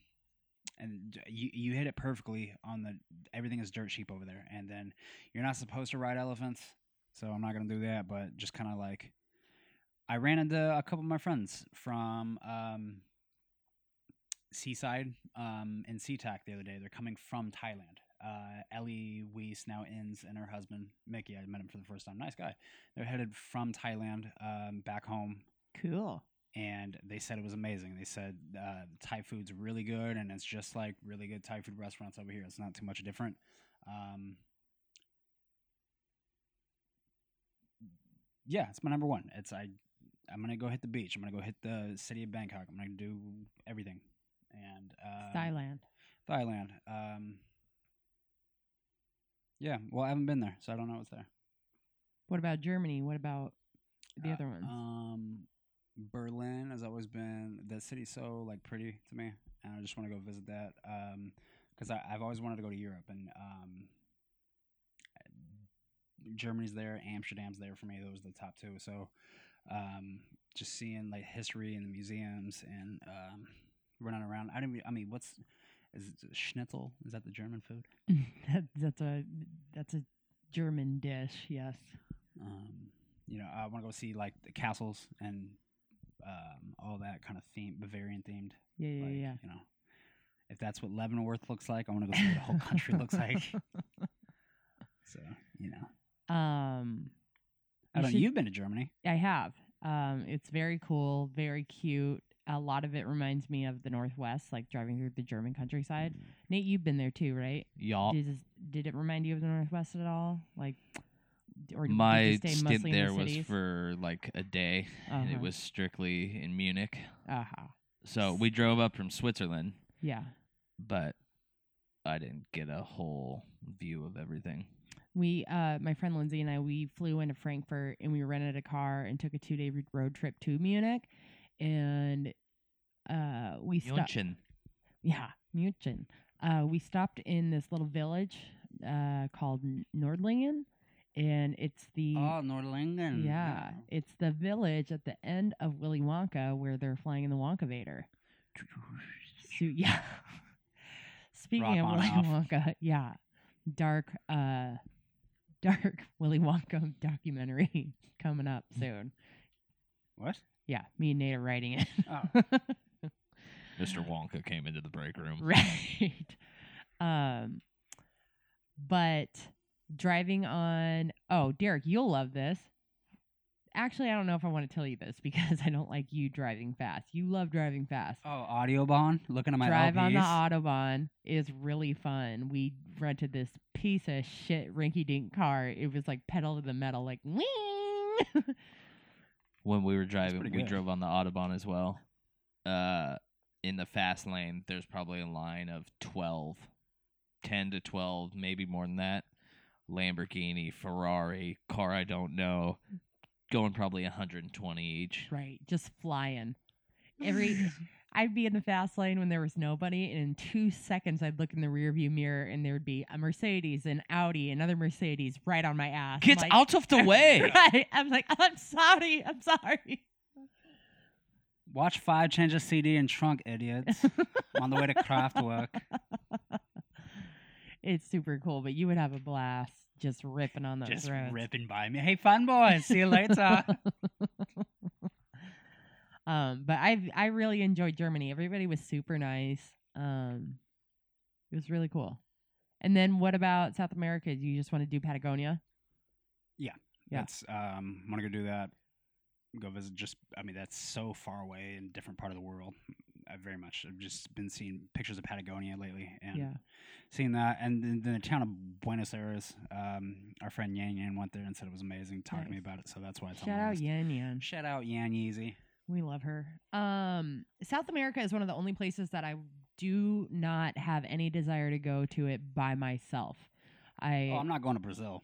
Speaker 5: and d- you you hit it perfectly on the everything is dirt cheap over there. And then you're not supposed to ride elephants, so I'm not gonna do that. But just kind of like, I ran into a couple of my friends from um Seaside um, in SeaTac the other day. They're coming from Thailand. Uh, Ellie Weiss now ends and her husband Mickey. I met him for the first time. Nice guy. They're headed from Thailand um, back home,
Speaker 4: Cool.
Speaker 5: and they said it was amazing. They said uh, Thai food's really good, and it's just like really good Thai food restaurants over here. It's not too much different. Um, yeah, it's my number one. It's I. I'm gonna go hit the beach. I'm gonna go hit the city of Bangkok. I'm gonna do everything. And um,
Speaker 4: Thailand.
Speaker 5: Thailand. Um, yeah, well, I haven't been there, so I don't know what's there.
Speaker 4: What about Germany? What about the
Speaker 5: Uh,
Speaker 4: other ones?
Speaker 5: Um, Berlin has always been that city's so like pretty to me, and I just want to go visit that. Um, because I've always wanted to go to Europe, and um, Germany's there, Amsterdam's there for me. Those are the top two. So, um, just seeing like history and the museums and um, running around. I don't. even- I mean, what's is it schnitzel? Is that the German food?
Speaker 4: (laughs) that, that's a that's a German dish. Yes.
Speaker 5: um, you know, I want to go see like the castles and um, all that kind of theme, Bavarian themed.
Speaker 4: Yeah, yeah,
Speaker 5: Like,
Speaker 4: yeah.
Speaker 5: You know, if that's what Leavenworth looks like, I want to go see what the whole country looks like.
Speaker 4: (laughs)
Speaker 5: So you know,
Speaker 4: Um,
Speaker 5: I
Speaker 4: You
Speaker 5: don't.
Speaker 4: should-
Speaker 5: You've been to Germany?
Speaker 4: I have. Um, it's very cool, very cute. A lot of it reminds me of the Northwest, like driving through the German countryside.
Speaker 5: Mm-hmm.
Speaker 4: Nate, you've been there too, right?
Speaker 6: Y'all.
Speaker 4: Did this, did it remind you of the Northwest at all? Like, d- or did
Speaker 6: My
Speaker 4: you stay
Speaker 6: stint
Speaker 4: mostly
Speaker 6: there
Speaker 4: in the
Speaker 6: was
Speaker 4: cities?
Speaker 6: for like a day, and it
Speaker 4: Uh-huh.
Speaker 6: was strictly in Munich.
Speaker 4: uh-huh.
Speaker 6: So we drove up from Switzerland,
Speaker 4: yeah.
Speaker 6: but I didn't get a whole view of everything.
Speaker 4: We, uh, my friend Lindsay and I, we flew into Frankfurt and we rented a car and took a two day road trip to Munich, and uh, we stopped.
Speaker 6: München.
Speaker 4: Yeah, München. Uh, we stopped in this little village uh, called N- Nordlingen, and it's the
Speaker 6: Ah,
Speaker 5: Oh, Nordlingen.
Speaker 4: yeah, it's the village at the end of Willy Wonka where they're flying in the Wonkavator.
Speaker 5: (laughs)
Speaker 4: So yeah. Speaking
Speaker 5: Rock
Speaker 4: of
Speaker 5: on
Speaker 4: Willy
Speaker 5: off.
Speaker 4: Wonka, yeah, dark, uh, (laughs) dark Willy Wonka documentary (laughs) coming up
Speaker 5: Mm.
Speaker 4: soon.
Speaker 5: What?
Speaker 4: Yeah, me and Nate are writing it. (laughs)
Speaker 5: Oh.
Speaker 6: Mr. Wonka came into the break room.
Speaker 4: Right. Um, but driving on. Oh, Derek, you'll love this. Actually, I don't know if I want to tell you this (laughs) because I don't like you driving fast. You love driving fast.
Speaker 5: Oh, Audioban, looking at my
Speaker 4: Drive
Speaker 5: LPs.
Speaker 4: on the Autobahn is really fun. We rented this piece of shit rinky dink car. It was like pedal to the metal, like wing. (laughs)
Speaker 6: when we were driving,
Speaker 5: pretty
Speaker 6: we
Speaker 5: good.
Speaker 6: drove on the Autobahn as well. Uh, in the fast lane, there's probably a line of 12, 10 to 12, maybe more than that. Lamborghini, Ferrari, car I don't know, going probably 120 each.
Speaker 4: right, just flying.
Speaker 6: (laughs)
Speaker 4: Every I'd be in the fast lane when there was nobody, and in two seconds I'd look in the rearview mirror and there'd be a Mercedes, an Audi, another Mercedes right on my ass. I'm
Speaker 6: Get
Speaker 4: like-
Speaker 6: out of the way!
Speaker 4: (laughs) Right. I'm like, "Oh, I'm sorry, I'm sorry.
Speaker 5: Watch five change a CD in trunk,
Speaker 4: (laughs)
Speaker 5: idiots. I'm on the way to Kraftwerk.
Speaker 4: It's super cool, but you would have a blast just ripping on those
Speaker 5: Just
Speaker 4: roads.
Speaker 5: ripping by me. Hey, fun boy. See you (laughs) later.
Speaker 4: (laughs) Um, but I I really enjoyed Germany. Everybody was super nice. Um, it was really cool. And then what about South America? Do you just want to do Patagonia? Yeah.
Speaker 5: That's um I'm gonna go do that. Go visit just I mean, that's so far away in a different part of the world. I very much I've just been seeing pictures of Patagonia lately and
Speaker 4: Yeah.
Speaker 5: seeing that and then then the town of Buenos Aires, um, our friend Yan Yan went there and said it was amazing, talked to me
Speaker 4: Nice.
Speaker 5: about it, so that's why it's
Speaker 4: Shout
Speaker 5: on the
Speaker 4: out
Speaker 5: list.
Speaker 4: Yan Yan.
Speaker 5: Shout out Yan Yeezy.
Speaker 4: We love her. Um, South America is one of the only places that I do not have any desire to go to it by myself. I
Speaker 5: Oh, I'm not going to Brazil.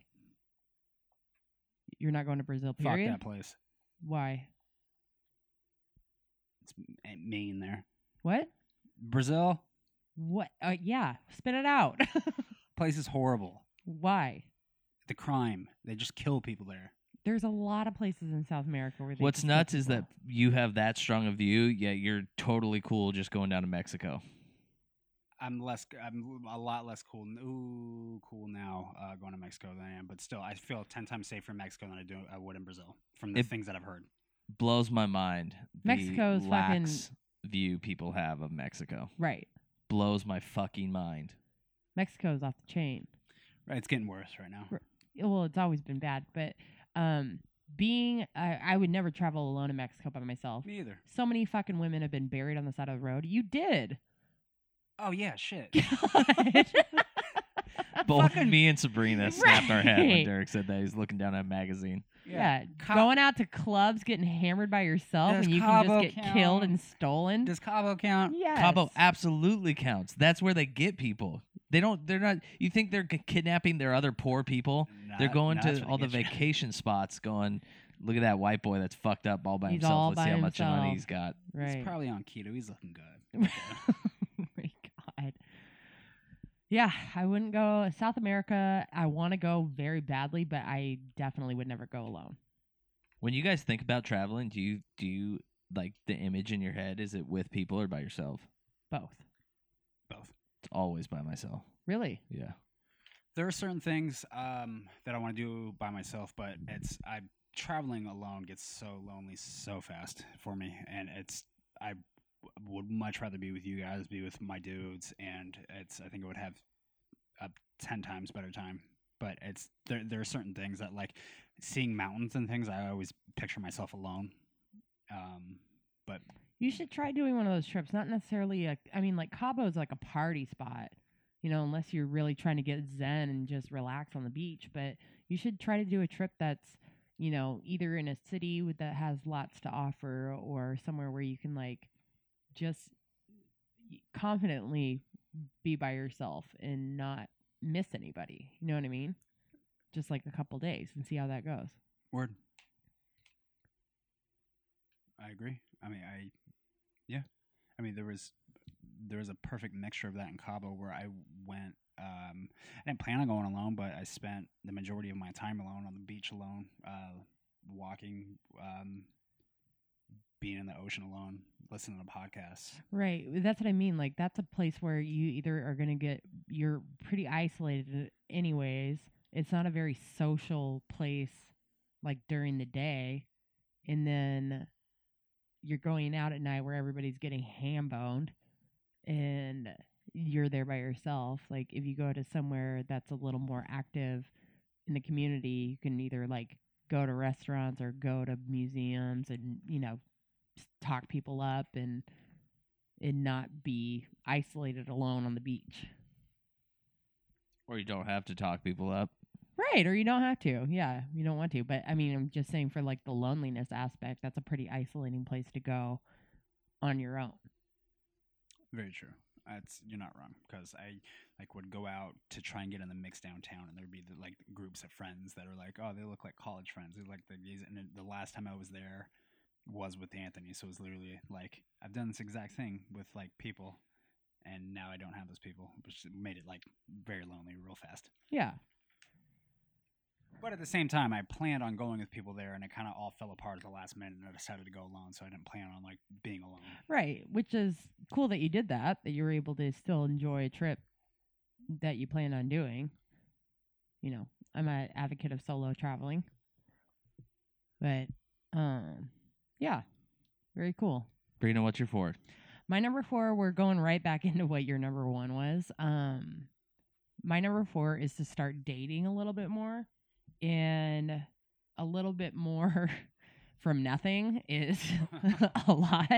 Speaker 4: you're not going to Brazil. Period.
Speaker 5: Fuck that place.
Speaker 4: Why?
Speaker 5: It's m- mean there.
Speaker 4: What?
Speaker 5: Brazil,
Speaker 4: What? Uh, yeah. Spit it out. (laughs)
Speaker 5: place is horrible.
Speaker 4: Why?
Speaker 5: The crime. They just kill people there.
Speaker 4: There's a lot of places in South America where they
Speaker 6: What's
Speaker 4: just kill
Speaker 6: nuts is
Speaker 4: people.
Speaker 6: that you have that strong of view, yet you're totally cool just going down to Mexico.
Speaker 5: I'm less. I'm a lot less cool. n- Ooh, cool now uh, going to Mexico than I am, but still, I feel ten times safer in Mexico than I do I would in Brazil from the
Speaker 6: It-
Speaker 5: things that I've heard.
Speaker 6: Blows my mind. the
Speaker 4: Mexico's fucking-
Speaker 6: lax view people have of Mexico.
Speaker 4: Right.
Speaker 6: Blows my fucking mind.
Speaker 4: Mexico's off the chain.
Speaker 5: Right, it's getting worse right now.
Speaker 4: Right. Well, it's always been bad, but um, being I I would never travel alone in Mexico by myself.
Speaker 5: Me either.
Speaker 4: So many fucking women have been buried on the side of the road. You
Speaker 6: (laughs)
Speaker 4: did. (laughs)
Speaker 5: Oh yeah, shit.
Speaker 4: God.
Speaker 6: Both
Speaker 5: Fucking-
Speaker 6: me and
Speaker 4: (laughs)
Speaker 6: Sabrina snapped our head when
Speaker 4: Right.
Speaker 6: Derek said that. He's looking down at a magazine.
Speaker 4: yeah.
Speaker 5: Ca-
Speaker 4: Going out to clubs, getting hammered by yourself,
Speaker 5: Does
Speaker 4: and you can
Speaker 5: Cabo
Speaker 4: just get killed
Speaker 5: count?
Speaker 4: and stolen.
Speaker 5: Does Cabo count?
Speaker 4: yes.
Speaker 6: Cabo absolutely counts. That's where they get people. They don't. They're not. You think they're k- kidnapping their other poor people?
Speaker 5: Nah,
Speaker 6: they're going
Speaker 5: nah, that's
Speaker 6: to
Speaker 5: where they
Speaker 6: all the
Speaker 5: get (laughs) you.
Speaker 6: vacation spots. Going, look at that white boy that's fucked up all by
Speaker 4: He's
Speaker 6: himself.
Speaker 4: all
Speaker 6: Let's
Speaker 4: by
Speaker 6: see how much money
Speaker 4: himself."
Speaker 6: he's got.
Speaker 4: Right.
Speaker 5: He's probably on keto. He's looking
Speaker 4: (laughs)
Speaker 5: good.
Speaker 4: oh my god. Yeah, I wouldn't go South America. I want to go very badly, but I definitely would never go alone.
Speaker 6: When you guys think about traveling, do you do you like the image in your head? Is it with people or by yourself?
Speaker 4: Both.
Speaker 5: Both.
Speaker 6: It's always by myself.
Speaker 4: Really?
Speaker 6: Yeah.
Speaker 5: There are certain things um, that I want to do by myself, but it's I traveling alone gets so lonely so fast for me, and it's I would much rather be with you guys, be with my dudes, and it's I think I would have a ten times better time. But it's there. There are certain things that like seeing mountains and things. I always picture myself alone. Um, but
Speaker 4: You should try doing one of those trips. Not necessarily a. I mean, like Cabo's like a party spot, you know, unless you're really trying to get zen and just relax on the beach. But you should try to do a trip that's, you know, either in a city with, that has lots to offer or somewhere where you can like just y- confidently be by yourself and not miss anybody. You know what I mean? Just like a couple days and see how that goes.
Speaker 5: word, I agree. I mean, I yeah. I mean, there was there was a perfect mixture of that in Cabo where I went. Um, I didn't plan on going alone, but I spent the majority of my time alone on the beach alone, uh, walking, um, being in the ocean alone, listening to podcasts.
Speaker 4: Right. That's what I mean. Like that's a place where you either are going to get you're pretty isolated anyways. It's not a very social place like during the day and then you're going out at night where everybody's getting ham boned and you're there by yourself. Like if you go to somewhere that's a little more active in the community, you can either like go to restaurants or go to museums and you know s- talk people up and and not be isolated alone on the beach.
Speaker 6: Or you don't have to talk people up.
Speaker 4: Right, or you don't have to. Yeah, you don't want to. But I mean, I'm just saying for like the loneliness aspect, that's a pretty isolating place to go on your own.
Speaker 5: Very true. That's you're not wrong because I like would go out to try and get in the mix downtown, and there'd be the, like groups of friends that are like, oh, they look like college friends. They look like these. And then the last time I was there was with Anthony, so it was literally like I've done this exact thing with like people, and now I don't have those people, which made it like very lonely real fast.
Speaker 4: Yeah.
Speaker 5: But at the same time, I planned on going with people there, and it kind of all fell apart at the last minute, and I decided to go alone, so I didn't plan on like being alone.
Speaker 4: Right, which is cool that you did that, that you were able to still enjoy a trip that you plan on doing. You know, I'm an advocate of solo traveling. But um yeah, very cool.
Speaker 6: Brina, what's your four?
Speaker 4: My number 4, we're going right back (laughs) into what your number 1 was. Um my number 4 is to start dating a little bit more and a little bit more (laughs) from nothing is (laughs) a lot.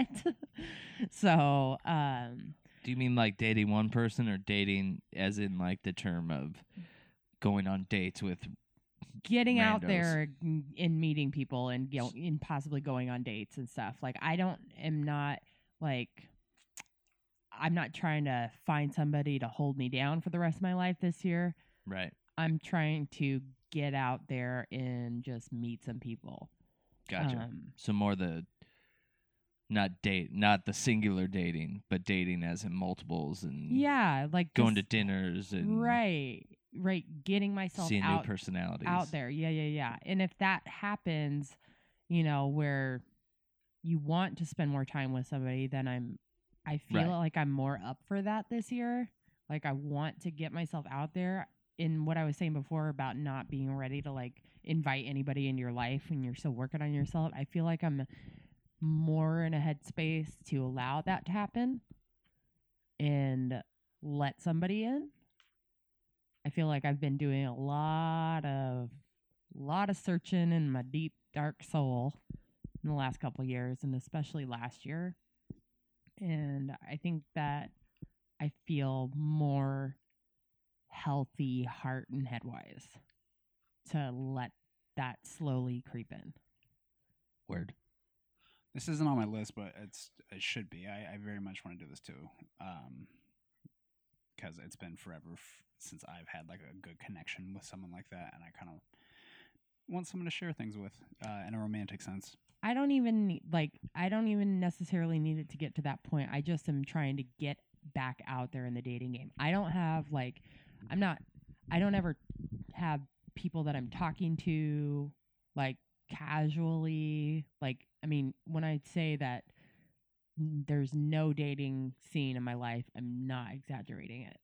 Speaker 4: (laughs) so, um
Speaker 6: Do you mean like dating one person or dating as in like the term of going on dates with
Speaker 4: getting out
Speaker 6: randos.
Speaker 4: there and and meeting people and you know, and possibly going on dates and stuff. Like I don't am not like I'm not trying to find somebody to hold me down for the rest of my life this year.
Speaker 6: right?
Speaker 4: I'm trying to get out there and just meet some people.
Speaker 6: Gotcha.
Speaker 4: Um,
Speaker 6: so more the not date, not the singular dating, but dating as in multiples and
Speaker 4: yeah, like
Speaker 6: Mm. going to
Speaker 4: just-
Speaker 6: dinners and
Speaker 4: right, right, getting myself
Speaker 6: seeing
Speaker 4: out
Speaker 6: new personalities
Speaker 4: out there. Yeah, yeah, yeah. And if that happens, you know, where you want to spend more time with somebody, then I'm I feel
Speaker 6: Right.
Speaker 4: like I'm more up for that this year. Like I want to get myself out there in what I was saying before about not being ready to like invite anybody in your life when you're still working on yourself. I feel like I'm more in a headspace to allow that to happen and let somebody in. I feel like I've been doing a lot of lot of searching in my deep dark soul in the last couple years and especially last year. And I think that I feel more healthy heart and head wise to let that slowly creep in.
Speaker 6: Word.
Speaker 5: This isn't on my list, but it's it should be. I, I very much want to do this too, because it's been forever f- since I've had like a good connection with someone like that, and I kind of want someone to share things with uh, in a romantic sense.
Speaker 4: I don't even need, like I don't even necessarily need it to get to that point. I just am trying to get back out there in the dating game. I don't have like I'm not I don't ever have people that I'm talking to like casually. Like I mean, when I say that n- there's no dating scene in my life, I'm not exaggerating it.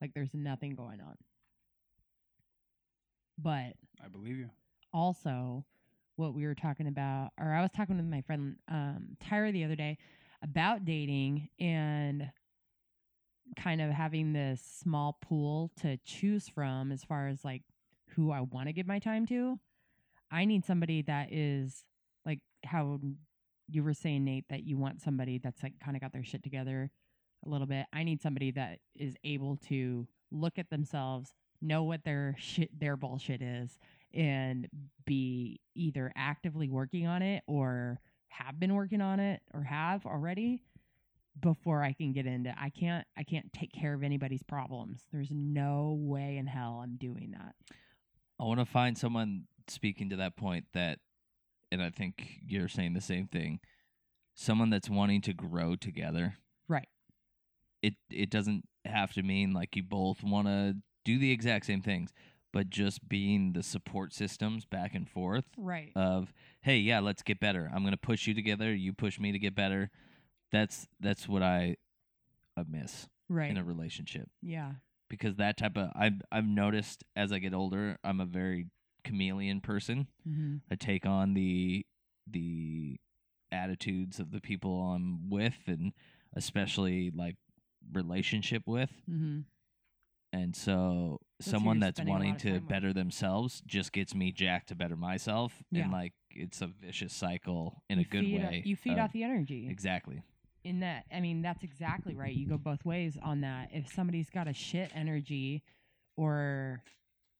Speaker 4: Like there's nothing going on. But
Speaker 5: I believe you.
Speaker 4: also what we were talking about, or I was talking with my friend um, Tyra the other day about dating and kind of having this small pool to choose from as far as like who I want to give my time to. I need somebody that is like how you were saying, Nate, that you want somebody that's like kind of got their shit together a little bit. I need somebody that is able to look at themselves, know what their shit, their bullshit is, and be either actively working on it or have been working on it or have already before I can get into I can't I can't take care of anybody's problems. There's no way in hell I'm doing that.
Speaker 6: I want to find someone speaking to that point that, and I think you're saying the same thing. Someone that's wanting to grow together.
Speaker 4: Right.
Speaker 6: It it doesn't have to mean like you both want to do the exact same things, but just being the support systems back and forth
Speaker 4: Right.
Speaker 6: of hey yeah let's get better. I'm gonna push you together. You push me to get better. That's that's what I, I miss
Speaker 4: right.
Speaker 6: in a relationship
Speaker 4: yeah.
Speaker 6: because that type of I've I've noticed as I get older, I'm a very chameleon person.
Speaker 4: Mm-hmm.
Speaker 6: I take on the the attitudes of the people I'm with and especially like relationship with.
Speaker 4: Mm-hmm.
Speaker 6: And so
Speaker 4: So you're
Speaker 6: someone that's
Speaker 4: spending a lot
Speaker 6: wanting
Speaker 4: of time
Speaker 6: to
Speaker 4: with-
Speaker 6: better themselves just gets me jacked to better myself.
Speaker 4: Yeah.
Speaker 6: And like it's a vicious cycle in a good
Speaker 4: feed,
Speaker 6: way.
Speaker 4: You feed
Speaker 6: of-
Speaker 4: off the energy.
Speaker 6: Exactly.
Speaker 4: in that i mean that's exactly right you go both ways on that if somebody's got a shit energy or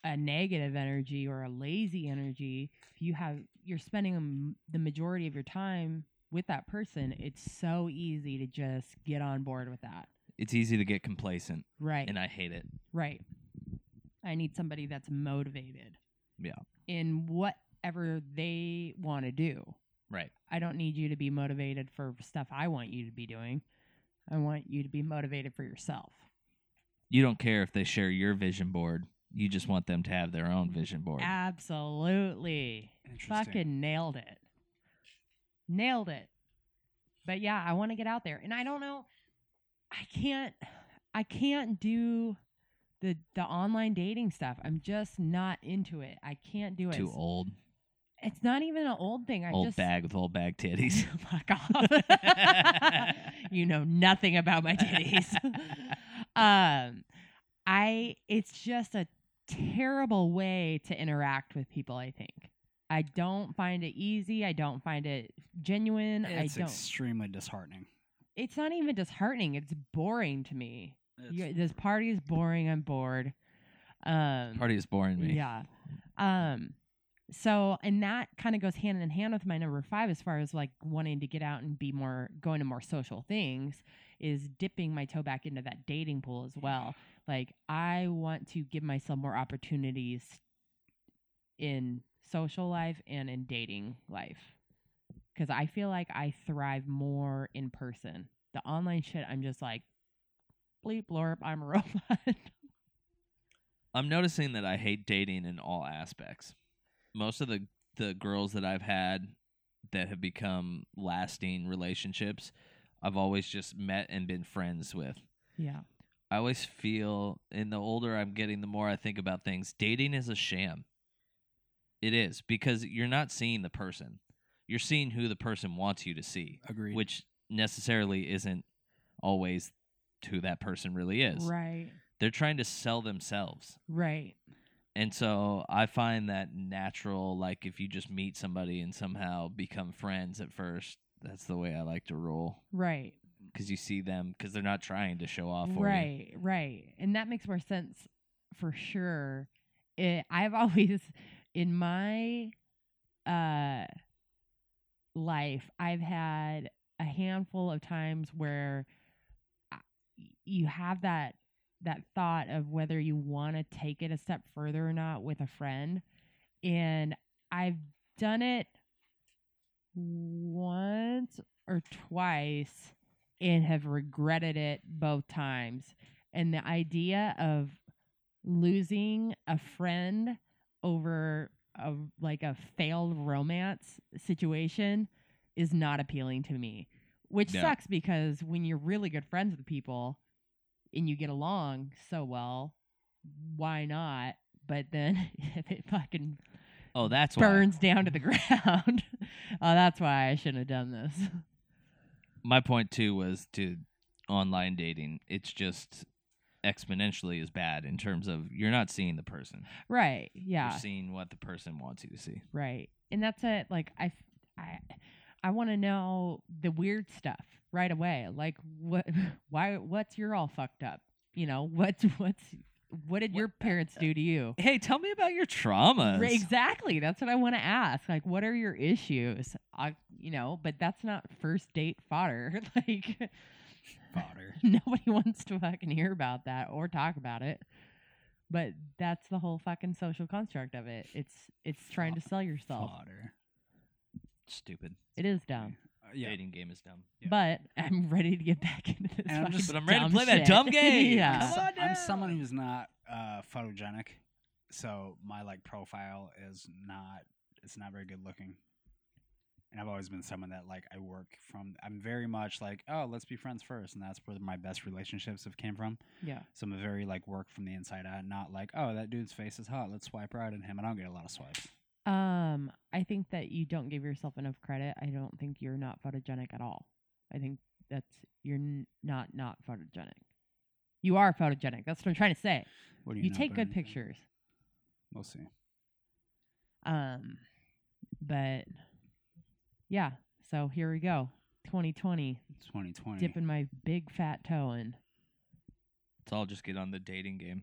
Speaker 4: a negative energy or a lazy energy if you have you're spending a m- the majority of your time with that person it's so easy to just get on board with that
Speaker 6: It's easy to get complacent
Speaker 4: right
Speaker 6: and I hate it.
Speaker 4: right i need somebody that's motivated
Speaker 6: Yeah.
Speaker 4: in whatever they want to do
Speaker 6: Right.
Speaker 4: I don't need you to be motivated for stuff I want you to be doing. I want you to be motivated for yourself.
Speaker 6: You don't care if they share your vision board. You just want them to have their own vision board.
Speaker 4: Absolutely.
Speaker 5: Interesting.
Speaker 4: Fucking nailed it. Nailed it. But yeah, I want to get out there. And I don't know I can't I can't do the the online dating stuff. I'm just not into it. I can't do it.
Speaker 6: Too
Speaker 4: It's-
Speaker 6: old.
Speaker 4: It's not even an old thing. I
Speaker 6: old
Speaker 4: just
Speaker 6: bag with old
Speaker 4: (laughs)
Speaker 6: bag titties.
Speaker 4: Fuck off. (laughs) you know nothing about my titties. (laughs) um, I it's just a terrible way to interact with people, I think. I don't find it easy. I don't find it genuine.
Speaker 5: It's
Speaker 4: I don't
Speaker 5: extremely disheartening.
Speaker 4: it's not even disheartening. It's boring to me.
Speaker 5: It's-
Speaker 4: You, this party is boring. I'm bored. Um
Speaker 6: Party is boring me.
Speaker 4: yeah. Um so and that kind of goes hand in hand with my number 5 as far as like wanting to get out and be more going to more social things is dipping my toe back into that dating pool as well. Like I want to give myself more opportunities in social life and in dating life. Cuz I feel like I thrive more in person. The online shit I'm just like bleep blorp I'm a (laughs) robot.
Speaker 6: I'm noticing that I hate dating in all aspects. Most of the the girls that I've had that have become lasting relationships, I've always just met and been friends with.
Speaker 4: yeah.
Speaker 6: I always feel, and the older I'm getting, the more I think about things. Dating is a sham. It is because you're not seeing the person; you're seeing who the person wants you to see,
Speaker 5: Agreed.
Speaker 6: which necessarily isn't always who that person really is.
Speaker 4: Right.
Speaker 6: They're trying to sell themselves.
Speaker 4: Right.
Speaker 6: And so I find that natural, like if you just meet somebody and somehow become friends at first, that's the way I like to roll
Speaker 4: Right.
Speaker 6: because you see them because they're not trying to show off. Uh, for you.
Speaker 4: right. Right. And that makes more sense for sure. It, I've (laughs) always, in my uh, life, I've had a handful of times where I- you have that that thought of whether you want to take it a step further or not with a friend and i've done it once or twice and have regretted it both times. And the idea of losing a friend over a like a failed romance situation is not appealing to me. Which
Speaker 6: Yeah.
Speaker 4: sucks because when you're really good friends with people and you get along so well, why not? But then (laughs) if it fucking
Speaker 6: Oh, that's why.
Speaker 4: burns down to the (laughs) ground, oh, that's why I shouldn't have done this.
Speaker 6: My point too was to online dating. It's just exponentially as bad in terms of you're not seeing the person.
Speaker 4: Right. Yeah.
Speaker 6: You're seeing what the person wants you to see.
Speaker 4: Right. And that's it. Like I, f- I, I want to know the weird stuff right away. Like what? (laughs) Why? What's your all fucked up? You know what's what's what did your parents do to you?
Speaker 6: Hey, tell me about your traumas.
Speaker 4: Right, exactly. That's what I want to ask. Like, what are your issues? I, you know, but that's not first date fodder. (laughs) Like,
Speaker 5: Fodder.
Speaker 4: (laughs) nobody wants to fucking hear about that or talk about it. But that's the whole fucking social construct of it. It's it's trying to sell yourself.
Speaker 5: Fodder.
Speaker 6: Stupid.
Speaker 4: It is dumb.
Speaker 5: Uh, yeah.
Speaker 6: Dating game is dumb.
Speaker 5: Yeah.
Speaker 4: But I'm ready to get (laughs) back into this.
Speaker 5: And I'm
Speaker 4: fucking
Speaker 5: just-
Speaker 6: But I'm ready to
Speaker 4: dumb
Speaker 6: play that
Speaker 4: shit.
Speaker 6: dumb game.
Speaker 4: (laughs) yeah.
Speaker 6: Come
Speaker 5: So-
Speaker 6: on
Speaker 5: I'm
Speaker 6: down.
Speaker 5: someone who's not uh, photogenic, so my like profile is not it's not very good looking. And I've always been someone that like I work from. I'm very much like oh let's be friends first, and that's where my best relationships have came from.
Speaker 4: Yeah.
Speaker 5: So I'm a very like work from the inside out, not like oh that dude's face is hot, let's swipe right at him. And I don't get a lot of swipes.
Speaker 4: Um, I think that you don't give yourself enough credit. I don't think you're not photogenic at all. I think that's you're n- not not photogenic. You are photogenic. That's what I'm trying to say.
Speaker 5: What do
Speaker 4: You,
Speaker 5: you, know,
Speaker 4: take good
Speaker 5: Bern?
Speaker 4: pictures.
Speaker 5: We'll see.
Speaker 4: Um, but yeah, so here we go. 2020,
Speaker 5: 2020.
Speaker 4: dipping my big fat toe in. (laughs)
Speaker 6: Let's all just get on the dating game.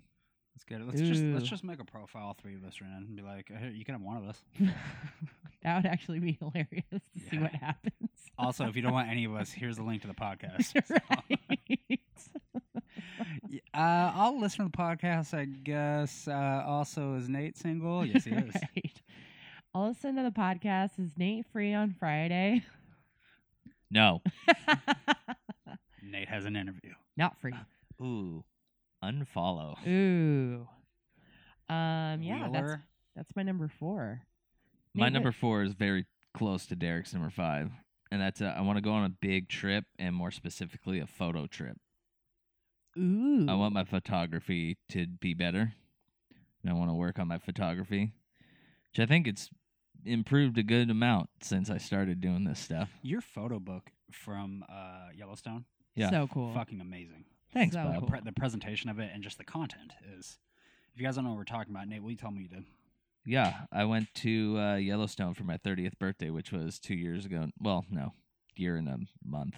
Speaker 5: Let's get it. Let's just let's
Speaker 4: Ooh.
Speaker 5: just make a profile, all three of us, Renan, and be like, hey, you can have one of us.
Speaker 4: that would actually be hilarious to see
Speaker 5: Yeah.
Speaker 4: what happens.
Speaker 5: Also, if
Speaker 4: (laughs)
Speaker 5: you don't want any of us, here's the link to the podcast. (laughs)
Speaker 4: right.
Speaker 5: Y- uh, I'll listen to the podcast, I guess. Uh, also, is Nate single? Oh, Yes,
Speaker 4: (laughs)
Speaker 5: he is.
Speaker 4: Right. I'll listen to the podcast. Is Nate free on Friday? (laughs)
Speaker 6: No.
Speaker 5: Nate has an interview.
Speaker 4: Not
Speaker 5: (laughs)
Speaker 4: free.
Speaker 6: Ooh. Unfollow.
Speaker 4: Ooh. Um. Yeah. That's
Speaker 5: Wheeler.
Speaker 4: that's my number four.
Speaker 6: My
Speaker 4: Nate, what-
Speaker 6: number four is very close to Derek's number five, and that's uh, I want to go on a big trip, and more specifically, a photo trip.
Speaker 4: Ooh.
Speaker 6: I want my photography to be better, and I want to work on my photography, which I think it's improved a good amount since I started doing this stuff.
Speaker 5: Your photo book from uh, Yellowstone,
Speaker 6: Yeah.
Speaker 4: So cool.
Speaker 5: fucking amazing.
Speaker 6: Thanks,
Speaker 4: So
Speaker 5: The,
Speaker 6: Bob.
Speaker 4: cool.
Speaker 5: pre- the presentation of it and just the content is. If you guys don't know what we're talking about, Nate, will you tell me you did?
Speaker 6: Yeah, I went to uh, Yellowstone for my 30th birthday, which was two years ago. Well, no, year and a month.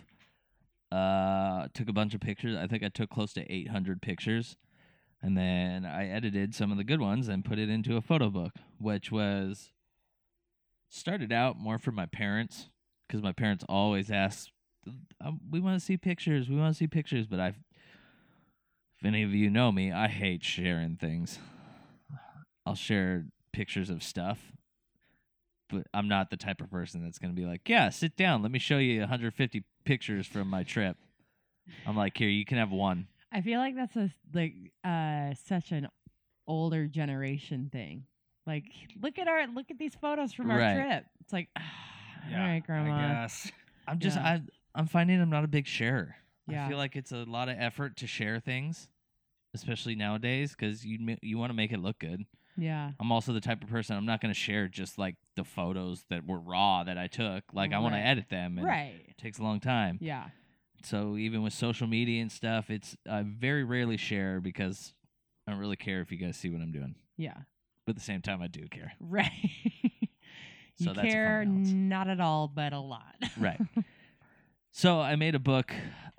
Speaker 6: Uh, took a bunch of pictures. I think I took close to 800 pictures. And then I edited some of the good ones and put it into a photo book, which was started out more for my parents because my parents always ask, "Um, "We want to see pictures. We want to see pictures." But I, if any of you know me, I hate sharing things. I'll share pictures of stuff, but I'm not the type of person that's going to be like, "Yeah, sit down. Let me show you 150 pictures from my trip." I'm like, "Here, you can have one."
Speaker 4: I feel like that's a like uh such an older generation thing. Like, look at our look at these photos from our
Speaker 6: Right.
Speaker 4: trip. It's like, "Ah, all right,
Speaker 5: I
Speaker 4: grandma.
Speaker 5: guess.
Speaker 6: I'm just
Speaker 4: Yeah.
Speaker 6: I I'm finding I'm not a big sharer.
Speaker 4: Yeah.
Speaker 6: I feel like it's a lot of effort to share things, especially nowadays, because you ma- you want to make it look good.
Speaker 4: Yeah,
Speaker 6: I'm also the type of person I'm not going to share just like the photos that were raw that I took. Like I want to
Speaker 4: Right.
Speaker 6: edit them. And
Speaker 4: right.
Speaker 6: It takes a long time.
Speaker 4: Yeah,
Speaker 6: So even with social media and stuff, it's I very rarely share because I don't really care if you guys see what I'm doing.
Speaker 4: yeah, (laughs)
Speaker 6: But at the same time, I do care.
Speaker 4: right. you
Speaker 6: So that's a fun
Speaker 4: care
Speaker 6: balance.
Speaker 4: not at all, but a lot. (laughs)
Speaker 6: Right. So I made a book.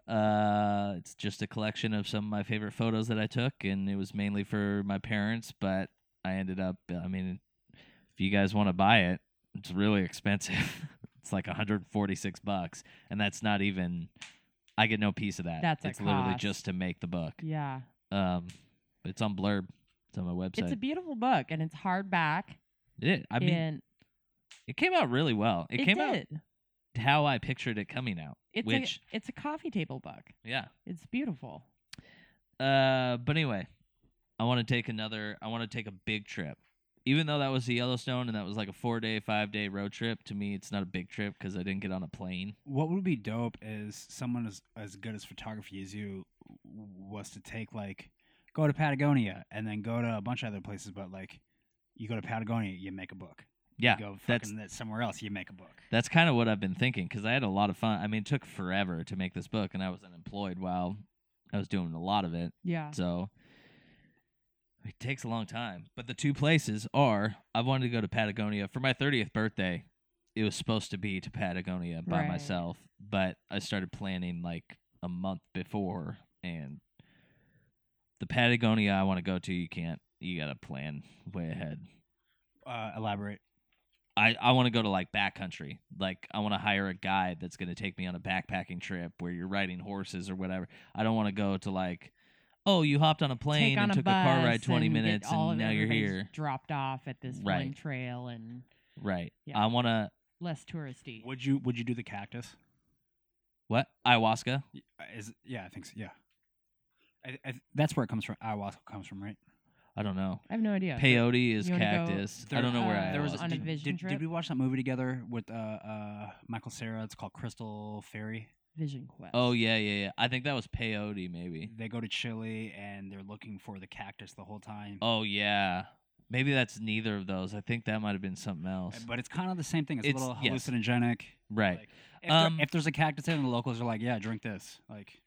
Speaker 6: Uh, it's just a collection of some of my favorite photos that I took, and it was mainly for my parents. But I ended up. uh, I mean, if you guys want to buy it, it's really expensive. (laughs) it's like 146 bucks, and that's not even. I get no piece of that.
Speaker 4: That's a
Speaker 6: it's literally
Speaker 4: cost.
Speaker 6: just to make the book.
Speaker 4: yeah,
Speaker 6: Um, but it's on Blurb. It's on my website.
Speaker 4: it's a beautiful book, and it's hardback.
Speaker 6: It, I mean,
Speaker 4: and
Speaker 6: it came out really well. It,
Speaker 4: it,
Speaker 6: came out
Speaker 4: did.
Speaker 6: how I pictured it coming out.
Speaker 4: It's
Speaker 6: which,
Speaker 4: a it's a coffee table book.
Speaker 6: yeah.
Speaker 4: It's beautiful.
Speaker 6: Uh, but anyway, I want to take another. I want to take a big trip. Even though that was the Yellowstone and that was like a four day, five day road trip, to me it's not a big trip because I didn't get on a plane.
Speaker 5: What would be dope is someone as as good as photography as you was to take like go to Patagonia and then go to a bunch of other places, but like you go to Patagonia, you make a book.
Speaker 6: Yeah,
Speaker 5: you go
Speaker 6: that's
Speaker 5: fucking that somewhere else, you make a book.
Speaker 6: that's kind of what I've been thinking because I had a lot of fun. I mean, it took forever to make this book, and I was unemployed while I was doing a lot of it.
Speaker 4: Yeah.
Speaker 6: So it takes a long time. But the two places are I wanted to go to Patagonia for my 30th birthday. It was supposed to be to Patagonia by
Speaker 4: Right.
Speaker 6: myself, but I started planning like a month before and the Patagonia I want to go to, you can't you got to plan way ahead.
Speaker 5: Uh, elaborate.
Speaker 6: I, I want to go to like backcountry. Like I want to hire a guide that's going to take me on a backpacking trip where you're riding horses or whatever. I don't want to go to like, oh, you hopped on a plane
Speaker 4: Take on
Speaker 6: and took a,
Speaker 4: bus
Speaker 6: car ride 20
Speaker 4: and get
Speaker 6: minutes
Speaker 4: all
Speaker 6: and
Speaker 4: of
Speaker 6: now you're
Speaker 4: everybody's
Speaker 6: here.
Speaker 4: Dropped off at this one
Speaker 6: Right.
Speaker 4: trail and
Speaker 6: Right.
Speaker 4: Yeah.
Speaker 6: I want to
Speaker 4: less touristy.
Speaker 5: Would you would you do the cactus?
Speaker 6: what? Ayahuasca?
Speaker 5: Y- Is yeah, I think so. Yeah, I, I, that's where it comes from. Ayahuasca comes from, right?
Speaker 6: I don't know.
Speaker 4: I have no idea.
Speaker 6: Peyote is
Speaker 4: you wanna go-
Speaker 6: cactus. I don't know where
Speaker 4: uh,
Speaker 6: I
Speaker 4: there was
Speaker 6: was.
Speaker 4: on a
Speaker 5: did,
Speaker 4: vision
Speaker 5: did-
Speaker 4: trip?
Speaker 5: Did we watch that movie together with uh, uh, Michael Sarah? It's called Crystal Fairy.
Speaker 4: Vision Quest.
Speaker 6: Oh yeah, yeah, yeah. I think that was peyote maybe.
Speaker 5: They go to Chile and they're looking for the cactus the whole time.
Speaker 6: Oh yeah. Maybe that's neither of those. I think that might have been something
Speaker 5: Uh,
Speaker 6: else.
Speaker 5: But it's kind of the same thing. It's,
Speaker 6: It's-
Speaker 5: a little
Speaker 6: yes.
Speaker 5: hallucinogenic.
Speaker 6: right.
Speaker 5: Like, if, there-
Speaker 6: Um,
Speaker 5: if there's a cactus in, it, the locals are like, "Yeah, drink this." Like,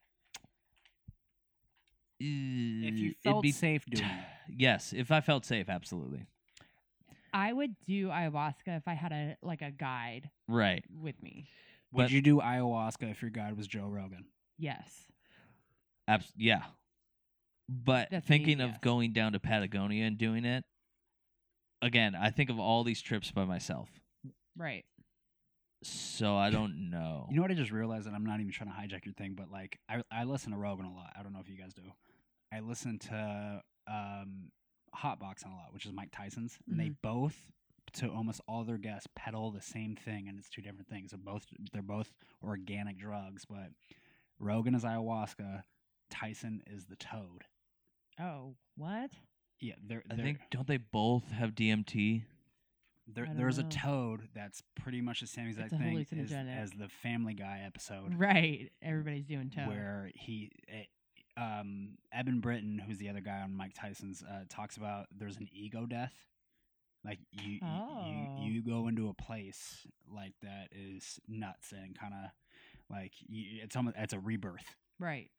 Speaker 6: If
Speaker 5: If you felt
Speaker 6: it'd be,
Speaker 5: safe doing it.
Speaker 6: (sighs) yes, if I felt safe, absolutely.
Speaker 4: I would do ayahuasca if I had a like a guide
Speaker 6: Right.
Speaker 4: with me.
Speaker 5: Would
Speaker 6: But-
Speaker 5: you do ayahuasca if your guide was Joe Rogan?
Speaker 4: Yes.
Speaker 6: Abs- yeah. But
Speaker 4: That's an easy
Speaker 6: thinking of
Speaker 4: yes.
Speaker 6: going down to Patagonia and doing it, again, I think of all these trips by myself.
Speaker 4: Right.
Speaker 6: So I
Speaker 4: (laughs)
Speaker 6: don't know.
Speaker 5: You know what I just realized that I'm not even trying to hijack your thing, but like I, I listen to Rogan a lot. I don't know if you guys do. I listen to um Hotboxing a lot, which is Mike Tyson's, and
Speaker 4: Mm-hmm.
Speaker 5: they both to almost all their guests peddle the same thing and it's two different things. They're both they're both organic drugs, but Rogan is ayahuasca, Tyson is the toad.
Speaker 4: Oh, what?
Speaker 5: Yeah, they're,
Speaker 6: I
Speaker 5: they're-
Speaker 6: think don't they both have DMT?
Speaker 5: there,
Speaker 4: I don't
Speaker 5: there's
Speaker 4: know.
Speaker 5: a toad that's pretty much the same exact
Speaker 4: a
Speaker 5: thing as,
Speaker 4: hallucinogenic.
Speaker 5: as the Family Guy episode.
Speaker 4: Right. Everybody's doing toad.
Speaker 5: where he eh, um Eben Britton, who's the other guy on Mike Tyson's, uh, talks about there's an ego death. Like you, you-
Speaker 4: Oh.
Speaker 5: you you go into a place like that is nuts and kind of like you, it's almost it's a rebirth
Speaker 4: Right.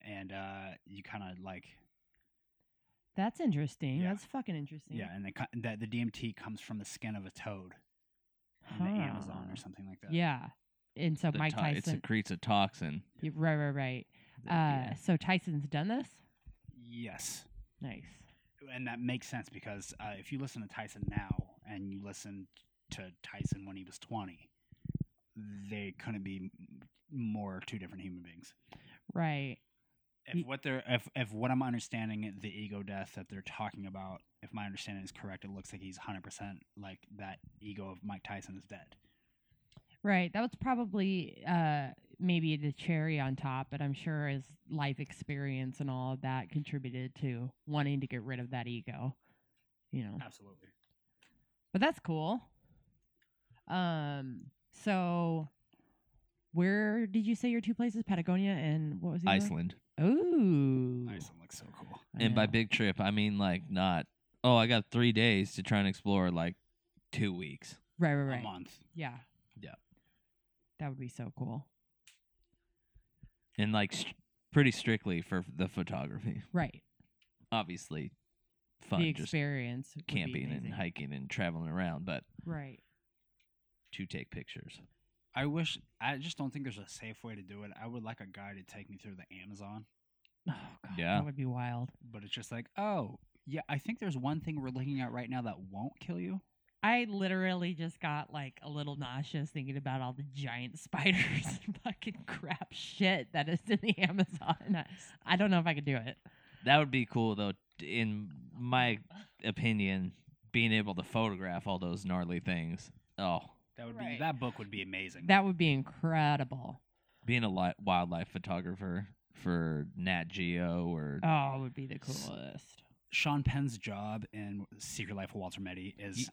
Speaker 5: and uh you kind of like
Speaker 4: That's interesting.
Speaker 5: Yeah.
Speaker 4: That's fucking interesting.
Speaker 5: yeah and the ki- that the DMT comes from the skin of a toad in the Amazon
Speaker 4: Huh.
Speaker 5: or something like that.
Speaker 4: Yeah. And so
Speaker 6: The
Speaker 4: Mike
Speaker 6: to- It
Speaker 4: Tyson.
Speaker 6: secretes a toxin.
Speaker 4: y- right, right, right.
Speaker 6: that-
Speaker 4: Uh,
Speaker 6: yeah.
Speaker 4: so Tyson's done this.
Speaker 5: Yes.
Speaker 4: Nice.
Speaker 5: and that makes sense because uh, if you listen to Tyson now and you listen to Tyson when he was 20, they couldn't be m- more two different human beings.
Speaker 4: Right. Ye-
Speaker 5: If what they're if, if what I'm understanding the ego death that they're talking about, if my understanding is correct, it looks like he's 100% like that ego of Mike Tyson is dead.
Speaker 4: Right. That was probably uh maybe the cherry on top, but I'm sure his life experience and all of that contributed to wanting to get rid of that ego. You
Speaker 6: Uh
Speaker 4: know.
Speaker 5: Absolutely.
Speaker 4: But that's cool. Um so where did you say your two places? Patagonia and what was the other one?
Speaker 6: Iceland.
Speaker 4: Ooh.
Speaker 5: Tyson looks so cool.
Speaker 4: I
Speaker 6: And by
Speaker 4: know.
Speaker 6: big trip, I mean like not, oh, I got three days to try and explore like two weeks.
Speaker 4: Right, right,
Speaker 5: A
Speaker 4: right.
Speaker 5: month.
Speaker 4: Yeah.
Speaker 6: Yeah.
Speaker 4: That would be so cool.
Speaker 6: And like st- pretty strictly for the photography.
Speaker 4: Right.
Speaker 6: Obviously, fun
Speaker 4: the
Speaker 6: just
Speaker 4: experience. would be
Speaker 6: camping and
Speaker 4: amazing.
Speaker 6: hiking and traveling around, but
Speaker 4: Right.
Speaker 6: (sighs) to take pictures.
Speaker 5: I wish I just don't think there's a safe way to do it. I would like a guy to take me through the Amazon.
Speaker 4: Oh god.
Speaker 6: Yeah.
Speaker 4: That would be wild.
Speaker 5: but it's just like, oh, yeah, I think there's one thing we're looking at right now that won't kill you.
Speaker 4: I literally just got like a little nauseous thinking about all the giant (laughs) spiders and fucking crap shit that is in the Amazon. I, I don't know if I could do it.
Speaker 6: That would be cool though, t- in my opinion, being able to photograph all those gnarly things. Oh,
Speaker 5: That would be
Speaker 4: Right.
Speaker 5: that book would be amazing.
Speaker 4: That would be incredible.
Speaker 6: being a li- wildlife photographer for Nat Geo or
Speaker 4: Oh, it would be the coolest.
Speaker 5: Sean Penn's job in Secret Life of Walter Mitty is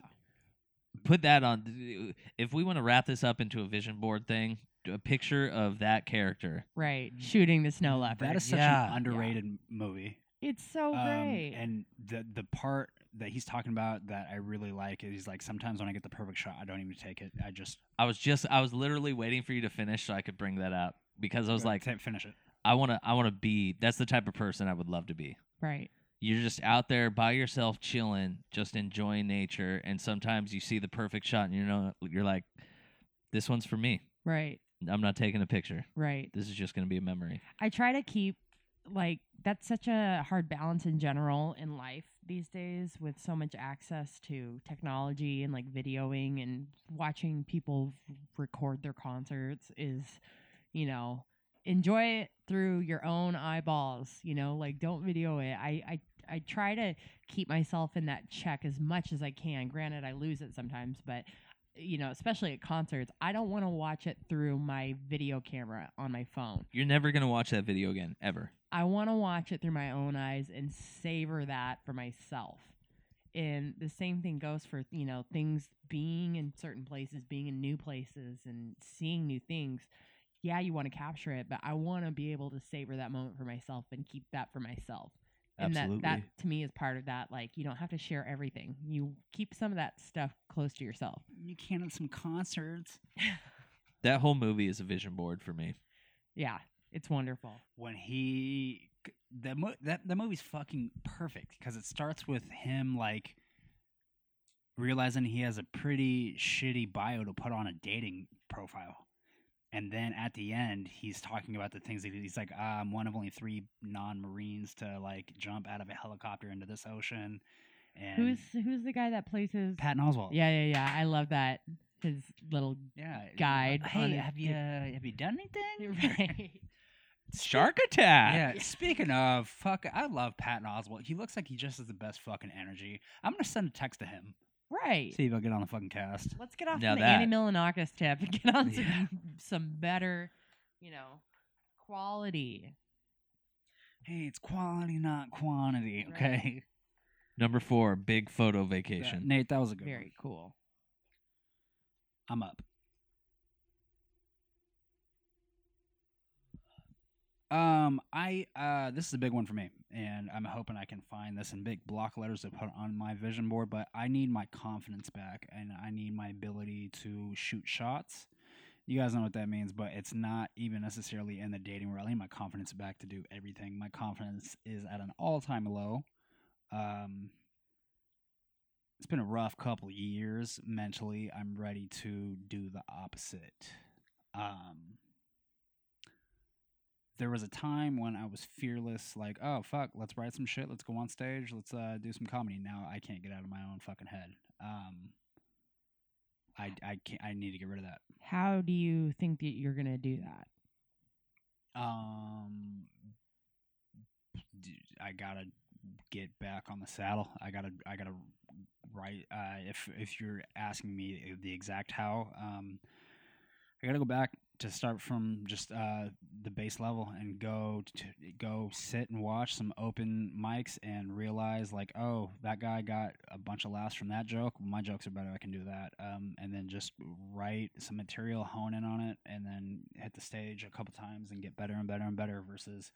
Speaker 6: put that on. If we want to wrap this up into a vision board thing, a picture of that character.
Speaker 4: Right. Shooting the snow leopard.
Speaker 5: Mm. that is such
Speaker 6: Yeah.
Speaker 5: an underrated movie.
Speaker 4: It's so
Speaker 5: Um,
Speaker 4: Oh, great.
Speaker 5: and the the part that he's talking about that I really like is he's like sometimes when I get the perfect shot, I don't even take it. I just
Speaker 6: I was just, I was literally waiting for you to finish so I could bring that up because I was
Speaker 5: go
Speaker 6: like,
Speaker 5: "Ta- finish it.
Speaker 6: I want to, I want to be. That's the type of person I would love to be.
Speaker 4: right.
Speaker 6: you're just out there by yourself chilling just enjoying nature and sometimes you see the perfect shot and you know you're like this one's for me
Speaker 4: Right.
Speaker 6: i'm not taking a picture
Speaker 4: Right.
Speaker 6: this is just going to be a memory
Speaker 4: I try to keep like that's such a hard balance in general in life these days with so much access to technology and like videoing and watching people record their concerts is you know enjoy it through your own eyeballs you know like don't video it i i I try to keep myself in that check as much as I can. Granted, I lose it sometimes, but you know, especially at concerts, I don't want to watch it through my video camera on my phone.
Speaker 6: you're never going to watch that video again ever
Speaker 4: I want to watch it through my own eyes and savor that for myself. And the same thing goes for, you know, things being in certain places, being in new places and seeing new things. Yeah, you want to capture it, but I want to be able to savor that moment for myself and keep that for myself. And
Speaker 6: absolutely
Speaker 4: that that to me is part of that like you don't have to share everything. You keep some of that stuff close to yourself.
Speaker 5: You can at some concerts
Speaker 6: that whole movie is a vision board for me
Speaker 4: Yeah, it's wonderful.
Speaker 5: when he c- that mo- that the movie's fucking perfect because it starts with him like realizing he has a pretty shitty bio to put on a dating profile. And then at the end, he's talking about the things that he's like, ah, I'm one of only three non Marines to like jump out of a helicopter into this ocean. And
Speaker 4: Who's who's the guy that plays his?
Speaker 5: Patton Oswald.
Speaker 4: Yeah, yeah, yeah. I love that. His little (laughs)
Speaker 5: Yeah. you know,
Speaker 4: Guide on
Speaker 5: Hey,
Speaker 4: his
Speaker 5: have you uh, have you done anything?
Speaker 4: (laughs) right.
Speaker 6: Shark attack.
Speaker 5: Yeah. Speaking of, fuck, I love Patton Oswald. He looks like he just has the best fucking energy. I'm gonna send a text to him.
Speaker 4: right.
Speaker 5: See if I'll get on the fucking cast.
Speaker 4: Let's get off
Speaker 6: Now
Speaker 4: from the Annie Milanakis tip and get on to
Speaker 5: Yeah.
Speaker 4: some better, you know, quality.
Speaker 5: Hey, it's quality, not quantity.
Speaker 4: Right.
Speaker 5: Okay.
Speaker 6: Number four, big photo
Speaker 5: Yeah,
Speaker 6: vacation.
Speaker 5: Nate, that was a good one.
Speaker 4: Very cool.
Speaker 5: I'm up. Um, I uh, this is a big one for me, and I'm hoping I can find this in big block letters to put on my vision board. But I need my confidence back, and I need my ability to shoot shots. You guys know what that means, but it's not even necessarily in the dating world. I need my confidence back to do everything. My confidence is at an all-time low. Um, it's been a rough couple years mentally. I'm ready to do the opposite. Um, there was a time when I was fearless, like, oh fuck, let's write some shit, let's go on stage, let's uh, do some comedy. Now I can't get out of my own fucking head. Um, I I can't. I need to get rid of that.
Speaker 4: How do you think that you're gonna do that?
Speaker 5: Um, d- I gotta get back on the saddle. I gotta, I gotta write. Uh, if if you're asking me the exact how, um, I gotta go back to start from just uh the base level and go to go sit and watch some open mics and realize like, oh, that guy got a bunch of laughs from that joke. My jokes are better. I can do that. Um, and then just write some material, hone in on it, and then hit the stage a couple times and get better and better and better. Versus,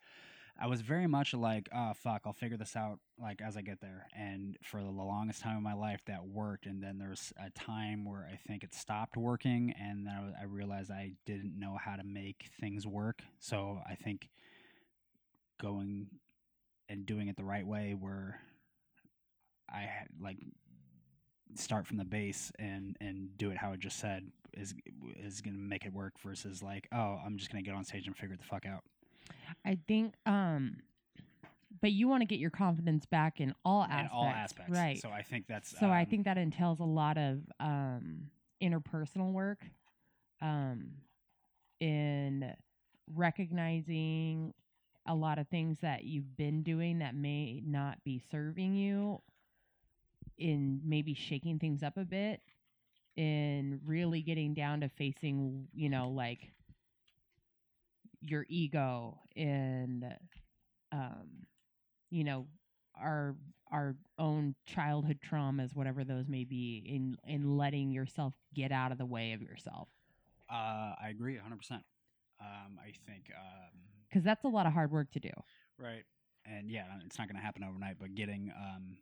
Speaker 5: I was very much like, ah, fuck, I'll figure this out like as I get there. And for the longest time in my life, that worked. And then there's a time where I think it stopped working, and then I, w- I realized I didn't know how to make things work. So I think going and doing it the right way, where I had, like start from the base and and do it how I just said is is gonna make it work. Versus like, oh, I'm just gonna get on stage and figure it the fuck out.
Speaker 4: I think um but you want to get your confidence back in all aspects.
Speaker 5: in all aspects.
Speaker 4: Right.
Speaker 5: So I think that's.
Speaker 4: So I
Speaker 5: um,
Speaker 4: think that entails a lot of um, interpersonal work um, in recognizing a lot of things that you've been doing that may not be serving you, in maybe shaking things up a bit, in really getting down to facing, you know, like your ego and, um, you know, our our own childhood traumas, whatever those may be, in in letting yourself get out of the way of yourself,
Speaker 5: Uh, I agree, hundred percent. Um, I think. Um,
Speaker 4: because that's a lot of hard work to do.
Speaker 5: right. And yeah, it's not going to happen overnight, but getting um,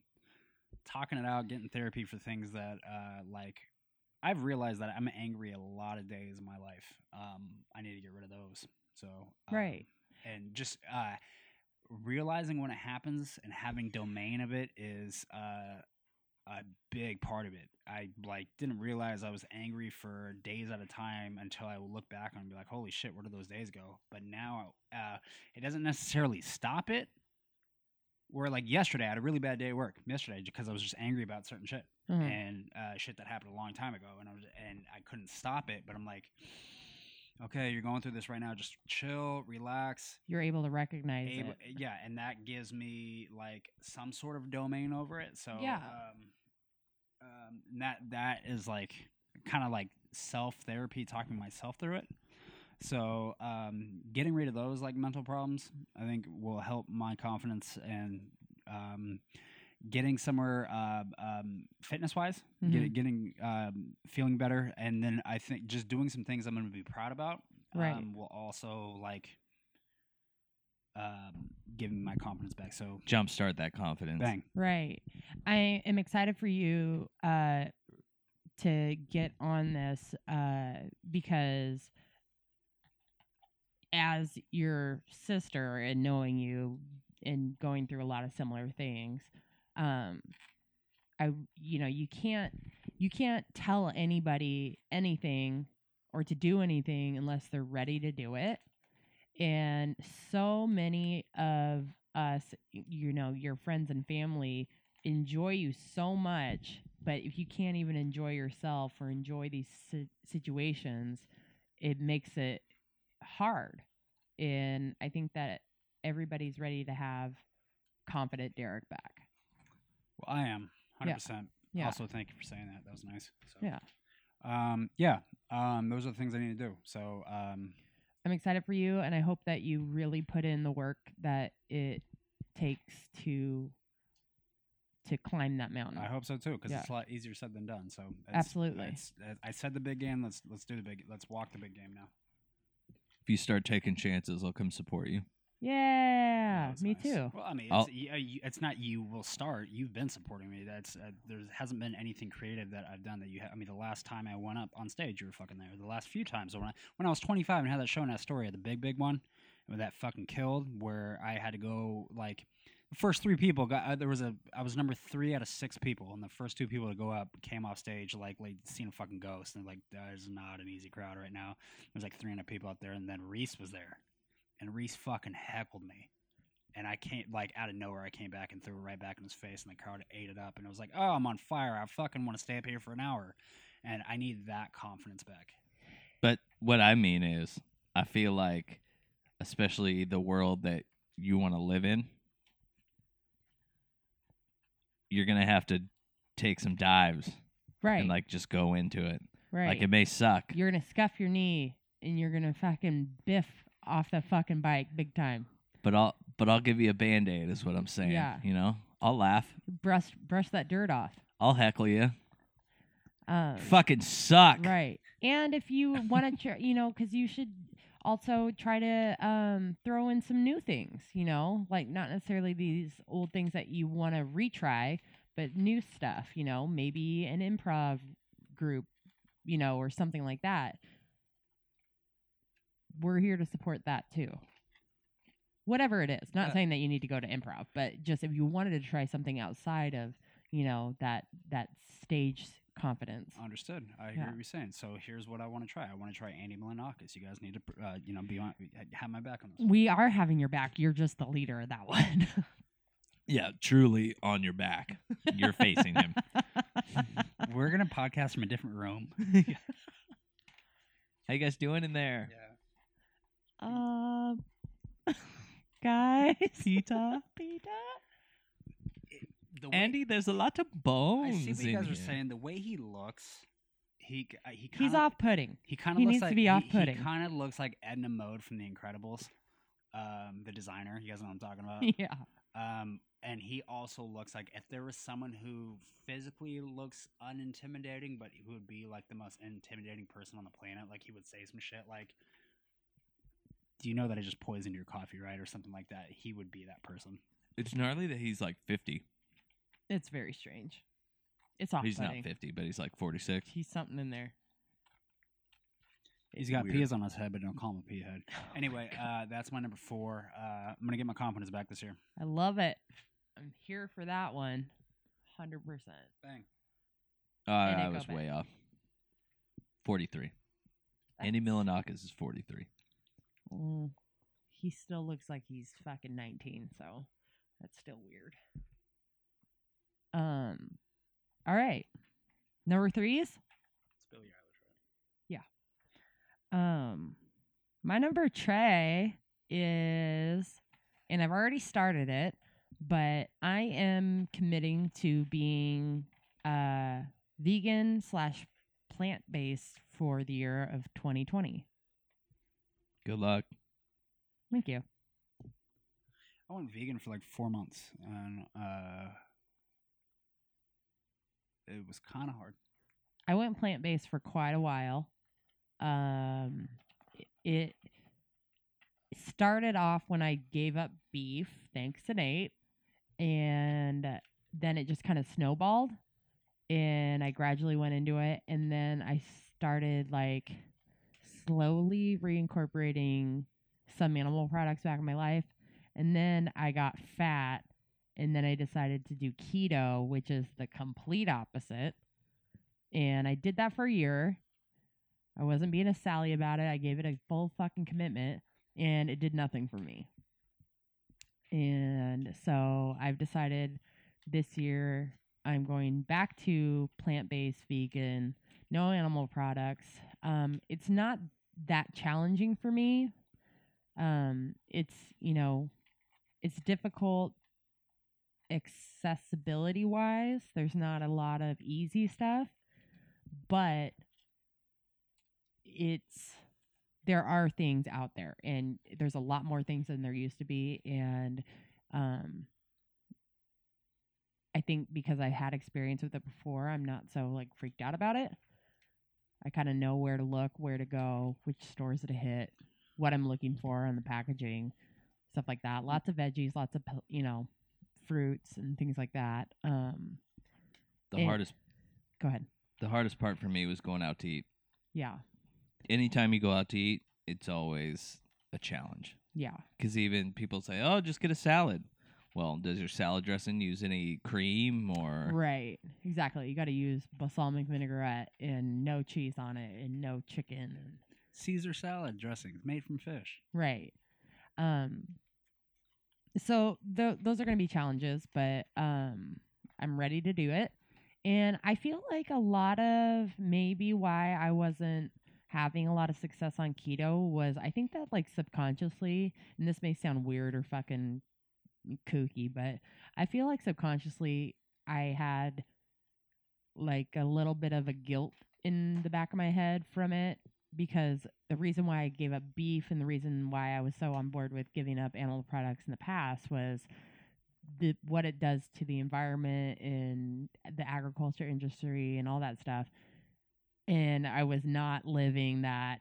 Speaker 5: talking it out, getting therapy for things that uh, like. I've realized that I'm angry a lot of days in my life. Um, I need to get rid of those. So um,
Speaker 4: Right.
Speaker 5: and just uh, realizing when it happens and having domain of it is uh, a big part of it. I like didn't realize I was angry for days at a time until I would look back and be like, "Holy shit, where did those days go?" But now uh, it doesn't necessarily stop it. Where like yesterday, I had a really bad day at work yesterday because I was just angry about certain shit
Speaker 4: Mhm.
Speaker 5: and uh, shit that happened a long time ago, and I was, and I couldn't stop it. But I'm like, okay, you're going through this right now. Just chill, relax.
Speaker 4: You're able to recognize
Speaker 5: Able- eh,
Speaker 4: it.
Speaker 5: yeah, and that gives me like some sort of domain over it. So
Speaker 4: Yeah.
Speaker 5: um, um, and that that is like kind of like self therapy, talking myself through it. So um, getting rid of those like mental problems, I think, will help my confidence and um, getting somewhere uh, um, fitness wise,
Speaker 4: Mhm.
Speaker 5: get, getting um, feeling better, and then I think just doing some things I'm going to be proud about
Speaker 4: Right.
Speaker 5: um, will also like um, give me my confidence back. So
Speaker 6: Jumpstart that confidence.
Speaker 5: bang,
Speaker 4: Right. I am excited for you uh, to get on this uh, because as your sister and knowing you and going through a lot of similar things. Um, I you know you can't you can't tell anybody anything or to do anything unless they're ready to do it. And so many of us, y- you know, your friends and family enjoy you so much, but if you can't even enjoy yourself or enjoy these si- situations, it makes it hard. And I think that everybody's ready to have confident Derek back.
Speaker 5: Well, I am 100%.
Speaker 4: Yeah. Yeah.
Speaker 5: Also, thank you for saying that. That was nice. So,
Speaker 4: Yeah.
Speaker 5: Um, yeah. Um, those are the things I need to do. So, um,
Speaker 4: I'm excited for you, and I hope that you really put in the work that it takes to to climb that mountain.
Speaker 5: I hope so too, because
Speaker 4: Hmm. Yeah.
Speaker 5: it's a lot easier said than done. So it's,
Speaker 4: Absolutely.
Speaker 5: it's- uh, I said the big game. Let's let's do the big. Let's walk the big game now.
Speaker 6: If you start taking chances, I'll come support you.
Speaker 5: That
Speaker 4: Yeah,
Speaker 5: was
Speaker 4: me
Speaker 5: nice.
Speaker 4: too.
Speaker 5: Well, I mean,
Speaker 6: I'll-
Speaker 5: it's, y- uh, you, it's not you will start. You've been supporting me. That's uh, there hasn't been anything creative that I've done that you. Ha- I mean, the last time I went up on stage, you were fucking there. The last few times when I when I was 25 and had that show in Astoria, the big big one, when that fucking killed, where I had to go like. The first three people got uh, there was a I was number three out of six people, and the first two people to go up came off stage like like seeing a fucking ghost, and like there's not an easy crowd right now. There's like 300 people out there, and then Reese was there, and Reese fucking heckled me and I came like out of nowhere. I came back and threw it right back in his face, and the crowd ate it up. And it was like, "Oh, I'm on fire! I fucking want to stay up here for an hour." And I need that confidence back.
Speaker 6: But what I mean is, I feel like, especially the world that you want to live in, you're gonna have to take some dives
Speaker 4: Right,
Speaker 6: and like just go into it.
Speaker 4: right.
Speaker 6: Like it may suck.
Speaker 4: you're gonna scuff your knee and you're gonna fucking biff off the fucking bike big time.
Speaker 6: But I'll but I'll give you a band aid is what I'm saying.
Speaker 4: Yeah.
Speaker 6: You know? I'll laugh.
Speaker 4: Brush brush that dirt off.
Speaker 6: I'll heckle you.
Speaker 4: Um,
Speaker 6: Fucking suck.
Speaker 4: Right. And if you want to, tr- you know, because you should also try to um, throw in some new things, you know, like not necessarily these old things that you want to retry, but new stuff, you know, maybe an improv group, you know, or something like that. We're here to support that too. Whatever it is, not
Speaker 5: Yeah.
Speaker 4: saying that you need to go to improv, but just if you wanted to try something outside of, you know, that that stage confidence.
Speaker 5: Understood. I hear
Speaker 4: Yeah.
Speaker 5: what you're saying. So here's what I want to try. I want to try Andy Malinakis. You guys need to, pr- uh, you know, be on, have my back on this.
Speaker 4: (laughs) We are having your back. You're just the leader of that (laughs) one.
Speaker 6: Yeah, truly on your back. You're facing him.
Speaker 5: We're gonna podcast from a different room. (laughs)
Speaker 6: How you guys doing in there?
Speaker 4: (laughs) um, (laughs) guys, Pita, (laughs) Pita,
Speaker 5: The way-
Speaker 6: Andy, there's a lot of
Speaker 5: I
Speaker 6: bones.
Speaker 5: see what you
Speaker 6: in
Speaker 5: guys are
Speaker 6: here.
Speaker 5: saying. The way he looks, he g- uh, he kind
Speaker 4: he's off-putting.
Speaker 5: He kind of
Speaker 4: He
Speaker 5: looks
Speaker 4: needs to
Speaker 5: like
Speaker 4: be
Speaker 5: he-
Speaker 4: off-putting.
Speaker 5: He, kind of looks like Edna Mode from The Incredibles, um, the designer. You guys know what I'm talking
Speaker 6: Uh.
Speaker 5: about.
Speaker 4: (laughs) yeah,
Speaker 5: Um, and he also looks like if there was someone who physically looks unintimidating, but who would be like the most intimidating person on the planet, like he would say some shit like, "Do you know that I just poisoned your coffee, right?" or something like that. He would be that person.
Speaker 6: It's gnarly that he's like 50.
Speaker 4: it's very strange. It's off-putting.
Speaker 6: He's not 50, but he's like 46.
Speaker 4: He's something in (laughs) there.
Speaker 5: He's got
Speaker 6: Weird.
Speaker 5: peas on his head, but don't call him a pea head. (laughs) Anyway, uh, that's my number four. Uh, I'm gonna get my confidence back this year.
Speaker 4: I love it. I'm here for that one. Hundred percent.
Speaker 5: Bang.
Speaker 6: Uh,
Speaker 4: And
Speaker 6: I
Speaker 4: Echo
Speaker 6: was
Speaker 4: Bay.
Speaker 6: way off. 43. Andy Milanakis is 43.
Speaker 4: Mm. He still looks like he's fucking 19, so that's still weird. Um all right. Number 3s?
Speaker 5: Spill your Eilish.
Speaker 4: Um my number tray is and I've already started it, but I am committing to being uh vegan slash plant based for the year of 2020.
Speaker 6: Good luck.
Speaker 4: Thank you.
Speaker 5: I went vegan for like four months, and uh, it was kind of hard.
Speaker 4: I went plant based for quite a while. Um, i- it started off when I gave up beef, thanks to Nate, and then it just kind of snowballed, and I gradually went into it, and then I started like slowly reincorporating some animal products back in my life, And then I got fat. And then I decided to do keto, which is the complete opposite. And I did that for a year. I wasn't being a Sally about it. I gave it a full fucking commitment and it did nothing for me. And so I've decided this year I'm going back to plant based, vegan, no animal products. Um, it's not that challenging for me. Um, it's, you know, it's difficult accessibility wise. There's not a lot of easy stuff, but it's there are things out there and there's a lot more things than there used to be and um i think because i had experience with it before i'm not so like freaked out about it i kind of know where to look where to go which stores to hit what i'm looking for on the packaging stuff like that lots of veggies lots of pel- you know fruits and things like that um
Speaker 6: The
Speaker 4: And-
Speaker 6: hardest
Speaker 4: go ahead
Speaker 6: the hardest part for me was going out to eat.
Speaker 4: yeah
Speaker 6: Anytime you go out to eat, it's always a challenge.
Speaker 4: yeah
Speaker 6: Because even people say, "Oh, just get a salad." Well, does your salad dressing use any cream (laughs) or?
Speaker 4: Right. Exactly. You got to use balsamic vinaigrette and no cheese on it and no chicken. And,
Speaker 5: Caesar salad dressings made from fish.
Speaker 4: right. Um so tho- those are going to be challenges, but um I'm ready to do it. And I feel like a lot of maybe why I wasn't having a lot of success on keto was I think that like subconsciously, and this may sound weird or fucking kooky, but I feel like subconsciously I had like a little bit of a guilt in the back of my head from it because the reason why I gave up beef and the reason why I was so on board with giving up animal products in the past was the what it does to the environment and the agriculture industry and all that stuff. And I was not living that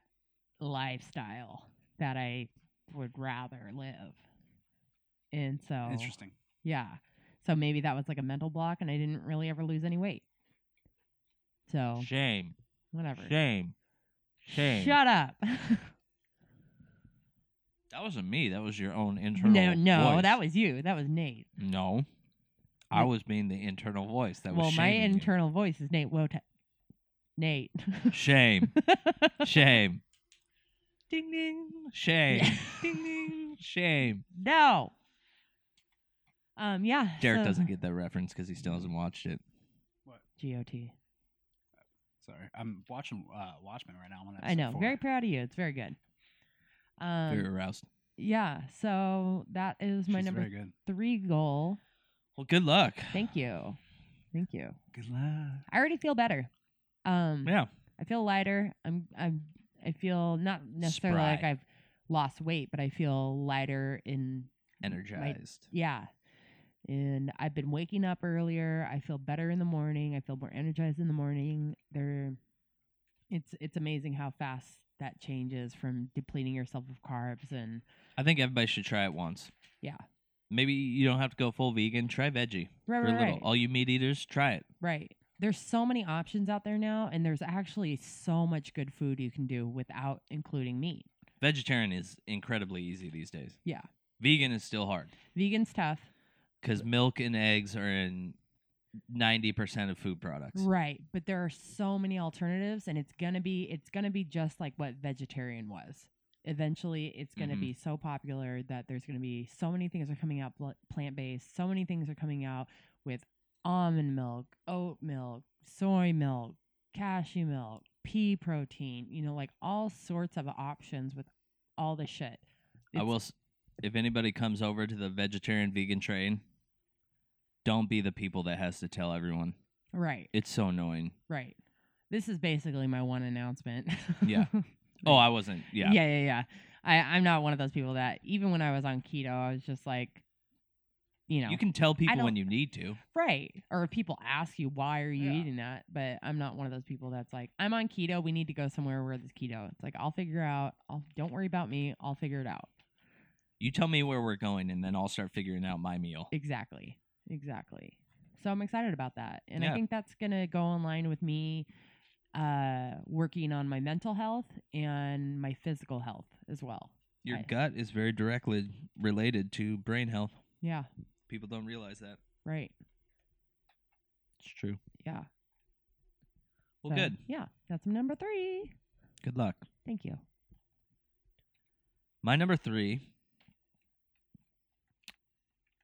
Speaker 4: lifestyle that I would rather live. And so
Speaker 5: Interesting.
Speaker 4: yeah. So maybe that was like a mental block and I didn't really ever lose any weight. So
Speaker 6: Shame,
Speaker 4: whatever.
Speaker 6: shame, shame.
Speaker 4: Shut up. (laughs)
Speaker 6: That wasn't me. That was your own internal.
Speaker 4: no, no,
Speaker 6: voice.
Speaker 4: that was you. That was Nate.
Speaker 6: no. I
Speaker 4: Well-
Speaker 6: was being the internal voice that
Speaker 4: well,
Speaker 6: was
Speaker 4: my
Speaker 6: shaming you.
Speaker 4: internal voice is Nate Wota. Nate. (laughs)
Speaker 6: shame, shame, ding ding, shame, ding ding, shame.
Speaker 4: no. Um yeah.
Speaker 6: Derek
Speaker 4: so- (laughs)
Speaker 6: doesn't get that reference because he still hasn't watched it.
Speaker 4: GOT.
Speaker 5: Sorry, I'm watching uh, Watchmen right now. I'm on
Speaker 4: I
Speaker 5: episode
Speaker 4: know.
Speaker 5: four.
Speaker 4: Very proud of you. It's very good. Um
Speaker 6: Very aroused.
Speaker 4: yeah, so that is my
Speaker 5: She's
Speaker 4: number
Speaker 5: Very good.
Speaker 4: 3 goal.
Speaker 6: Well, good luck.
Speaker 4: Thank you. Thank you.
Speaker 5: Good luck.
Speaker 4: I already feel better. Um,
Speaker 6: Yeah.
Speaker 4: I feel lighter. I'm, I'm, I feel not necessarily like
Speaker 6: Spry.
Speaker 4: I've lost weight, but I feel lighter in,
Speaker 6: Energized.
Speaker 4: yeah. And I've been waking up earlier. I feel better in the morning. I feel more energized in the morning. There, it's, it's amazing how fast that changes from depleting yourself of carbs and
Speaker 6: I think everybody should try it once.
Speaker 4: Yeah.
Speaker 6: Maybe you don't have to go full vegan. Try veggie
Speaker 4: right,
Speaker 6: for a
Speaker 4: right,
Speaker 6: little.
Speaker 4: right.
Speaker 6: All you meat eaters, try it.
Speaker 4: Right. There's so many options out there now, and there's actually so much good food you can do without including meat.
Speaker 6: Vegetarian is incredibly easy these days.
Speaker 4: Yeah.
Speaker 6: Vegan is still hard
Speaker 4: Vegan's tough.
Speaker 6: because milk and eggs are in 90% of food products.
Speaker 4: Right, but there are so many alternatives and it's going to be it's going to be just like what vegetarian was. Eventually it's going to
Speaker 6: Mhm.
Speaker 4: be so popular that there's going to be so many things are coming out bl- plant-based, so many things are coming out with almond milk, oat milk, soy milk, cashew milk, pea protein, you know, like all sorts of options with all the shit.
Speaker 6: I
Speaker 4: It's-
Speaker 6: will, s- if anybody comes over to the vegetarian vegan train, don't be the people that has to tell everyone.
Speaker 4: Right,
Speaker 6: It's so annoying.
Speaker 4: right. This is basically my one announcement. (laughs)
Speaker 6: Yeah. Oh, I wasn't. Yeah.
Speaker 4: yeah, yeah, yeah. I, I'm not one of those people that even when I was on keto, I was just like, you know,
Speaker 6: You can tell people when
Speaker 4: don't-
Speaker 6: you need to.
Speaker 4: right. Or if people ask you why are you
Speaker 5: Yeah.
Speaker 4: eating that, but I'm not one of those people that's like, I'm on keto. We need to go somewhere where there's keto. It's like I'll figure out. I'll don't worry about me. I'll figure it out.
Speaker 6: You tell me where we're going, and then I'll start figuring out my meal.
Speaker 4: Exactly. Exactly. So I'm excited about that. And I
Speaker 6: Yeah.
Speaker 4: think that's going to go in line with me uh, working on my mental health and my physical health as well.
Speaker 6: Your
Speaker 4: I-
Speaker 6: gut is very directly related to brain health.
Speaker 4: Yeah.
Speaker 6: People don't realize that.
Speaker 4: Right.
Speaker 6: It's true.
Speaker 4: Yeah.
Speaker 6: Well,
Speaker 4: So,
Speaker 6: good.
Speaker 4: Yeah. That's my number three.
Speaker 6: Good luck.
Speaker 4: Thank you.
Speaker 6: My number three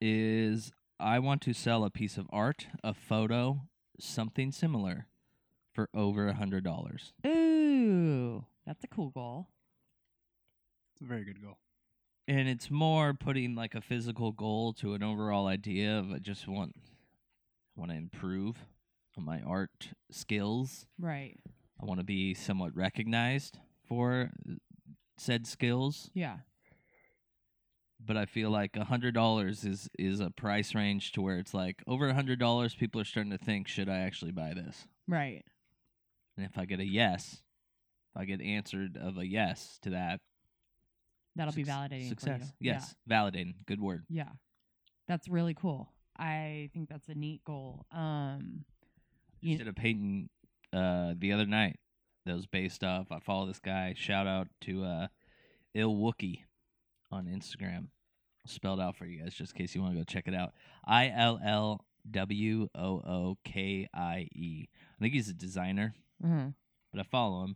Speaker 6: is I want to sell a piece of art, a photo, something similar for over a hundred dollars.
Speaker 4: Ooh, that's a cool goal.
Speaker 5: It's a very good goal.
Speaker 6: And it's more putting like a physical goal to an overall idea of I just want want to improve on my art skills.
Speaker 4: Right.
Speaker 6: I want to be somewhat recognized for said skills,
Speaker 4: Yeah.
Speaker 6: but I feel like a hundred dollars is is a price range to where it's like over a hundred dollars. People are starting to think, should I actually buy this?
Speaker 4: Right.
Speaker 6: And if I get a yes, if I get answered of a yes to that,
Speaker 4: That'll be
Speaker 6: suc-
Speaker 4: validating. for
Speaker 6: Success,
Speaker 4: you.
Speaker 6: yes, validating. Good word.
Speaker 4: Yeah. yeah. That's really cool. I think that's a neat goal. Um.
Speaker 6: Just
Speaker 4: you-
Speaker 6: did a painting uh, the other night that was based off. I follow this guy. Shout out to uh, Il Wookie on Instagram. Spelled out for you guys, just in case you want to go check it out. I L L W O O K I E. I think he's a designer,
Speaker 4: mhm.
Speaker 6: but I follow him.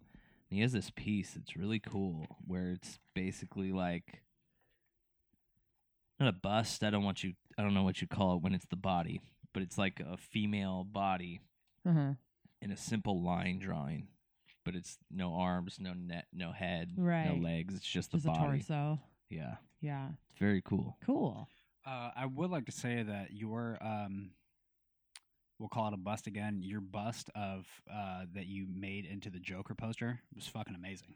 Speaker 6: And he has this piece that's really cool where it's basically like not a bust. I don't want you. I don't know what you call it when it's the body, but it's like a female body
Speaker 4: Mhm.
Speaker 6: in a simple line drawing, but it's no arms, no net, no head,
Speaker 4: Right.
Speaker 6: no legs. It's just the
Speaker 4: Just a
Speaker 6: body.
Speaker 4: torso.
Speaker 6: Yeah,
Speaker 4: Yeah.
Speaker 6: it's very cool.
Speaker 4: Cool.
Speaker 5: Uh, I would like to say that your um, we'll call it a bust again. Your bust of uh, that you made into the Joker poster was fucking amazing.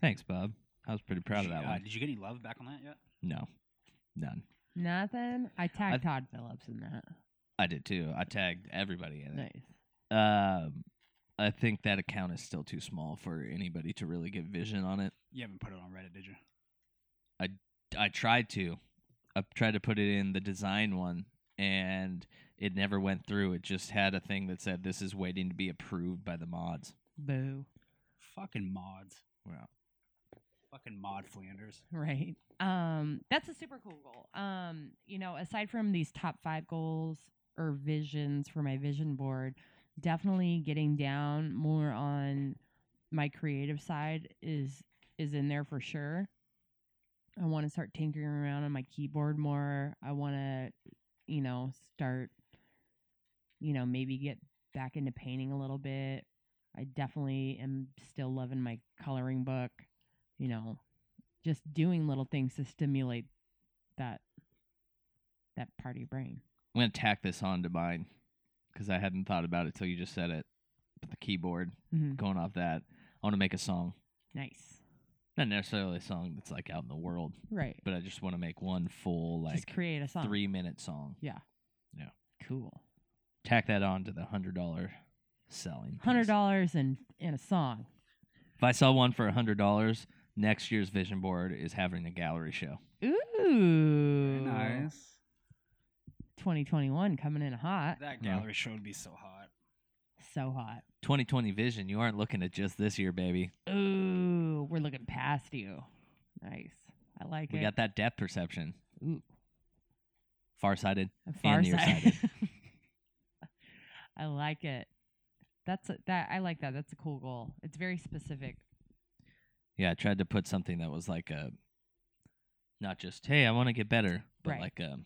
Speaker 6: Thanks, Bob. I was pretty proud
Speaker 5: Did
Speaker 6: of
Speaker 5: you-
Speaker 6: that
Speaker 5: uh,
Speaker 6: one.
Speaker 5: Did you get any love back on that yet?
Speaker 6: No, none.
Speaker 4: Nothing. I
Speaker 6: I've-
Speaker 4: tagged Todd Phillips in that.
Speaker 6: I did too. I tagged everybody in it.
Speaker 4: Nice.
Speaker 6: Um, I think that account is still too small for anybody to really get vision on it.
Speaker 5: You haven't put it on Reddit, did you?
Speaker 6: I tried to. I tried to put it in the design one, and it never went through. It just had a thing that said, "This is waiting to be approved by the mods."
Speaker 4: Boo.
Speaker 5: Fucking mods.
Speaker 6: Wow.
Speaker 5: Fucking mod Flanders.
Speaker 4: (laughs) Right. Um, that's a super cool goal. Um, you know, aside from these top five goals or visions for my vision board, definitely getting down more on my creative side is is in there for sure. I want to start tinkering around on my keyboard more. I want to, you know, start, you know, maybe get back into painting a little bit. I definitely am still loving my coloring book. You know, just doing little things to stimulate that that part of your brain.
Speaker 6: I'm gonna tack this on to mine because I hadn't thought about it till you just said it. But the keyboard,
Speaker 4: Mhm.
Speaker 6: going off that, I want to make a song.
Speaker 4: Nice,
Speaker 6: Not necessarily a song that's like out in the world,
Speaker 4: right?
Speaker 6: but I just want to make one full
Speaker 4: just
Speaker 6: like
Speaker 4: create a song.
Speaker 6: three minute song.
Speaker 4: Yeah.
Speaker 6: Yeah.
Speaker 4: Cool.
Speaker 6: Tack that on to the hundred dollar selling. piece.
Speaker 4: Hundred dollars and and a song.
Speaker 6: If I sell one for hundred dollars, next year's vision board is having a gallery show.
Speaker 4: Ooh.
Speaker 5: Very nice.
Speaker 4: 2021 coming in hot.
Speaker 5: That
Speaker 6: Yeah.
Speaker 5: gallery show would be so hot.
Speaker 4: So hot.
Speaker 6: 2020 vision. You aren't looking at just this year, baby.
Speaker 4: Ooh, we're looking past you. Nice. I like
Speaker 6: We
Speaker 4: it.
Speaker 6: got that depth perception.
Speaker 4: Ooh.
Speaker 6: Farsighted.
Speaker 4: I'm far
Speaker 6: nearsighted.
Speaker 4: sighted. (laughs) I like it. That's a, that. I like that. That's a cool goal. It's very specific.
Speaker 6: Yeah, I tried to put something that was like a not just hey, I want to get better, but
Speaker 4: Right.
Speaker 6: like a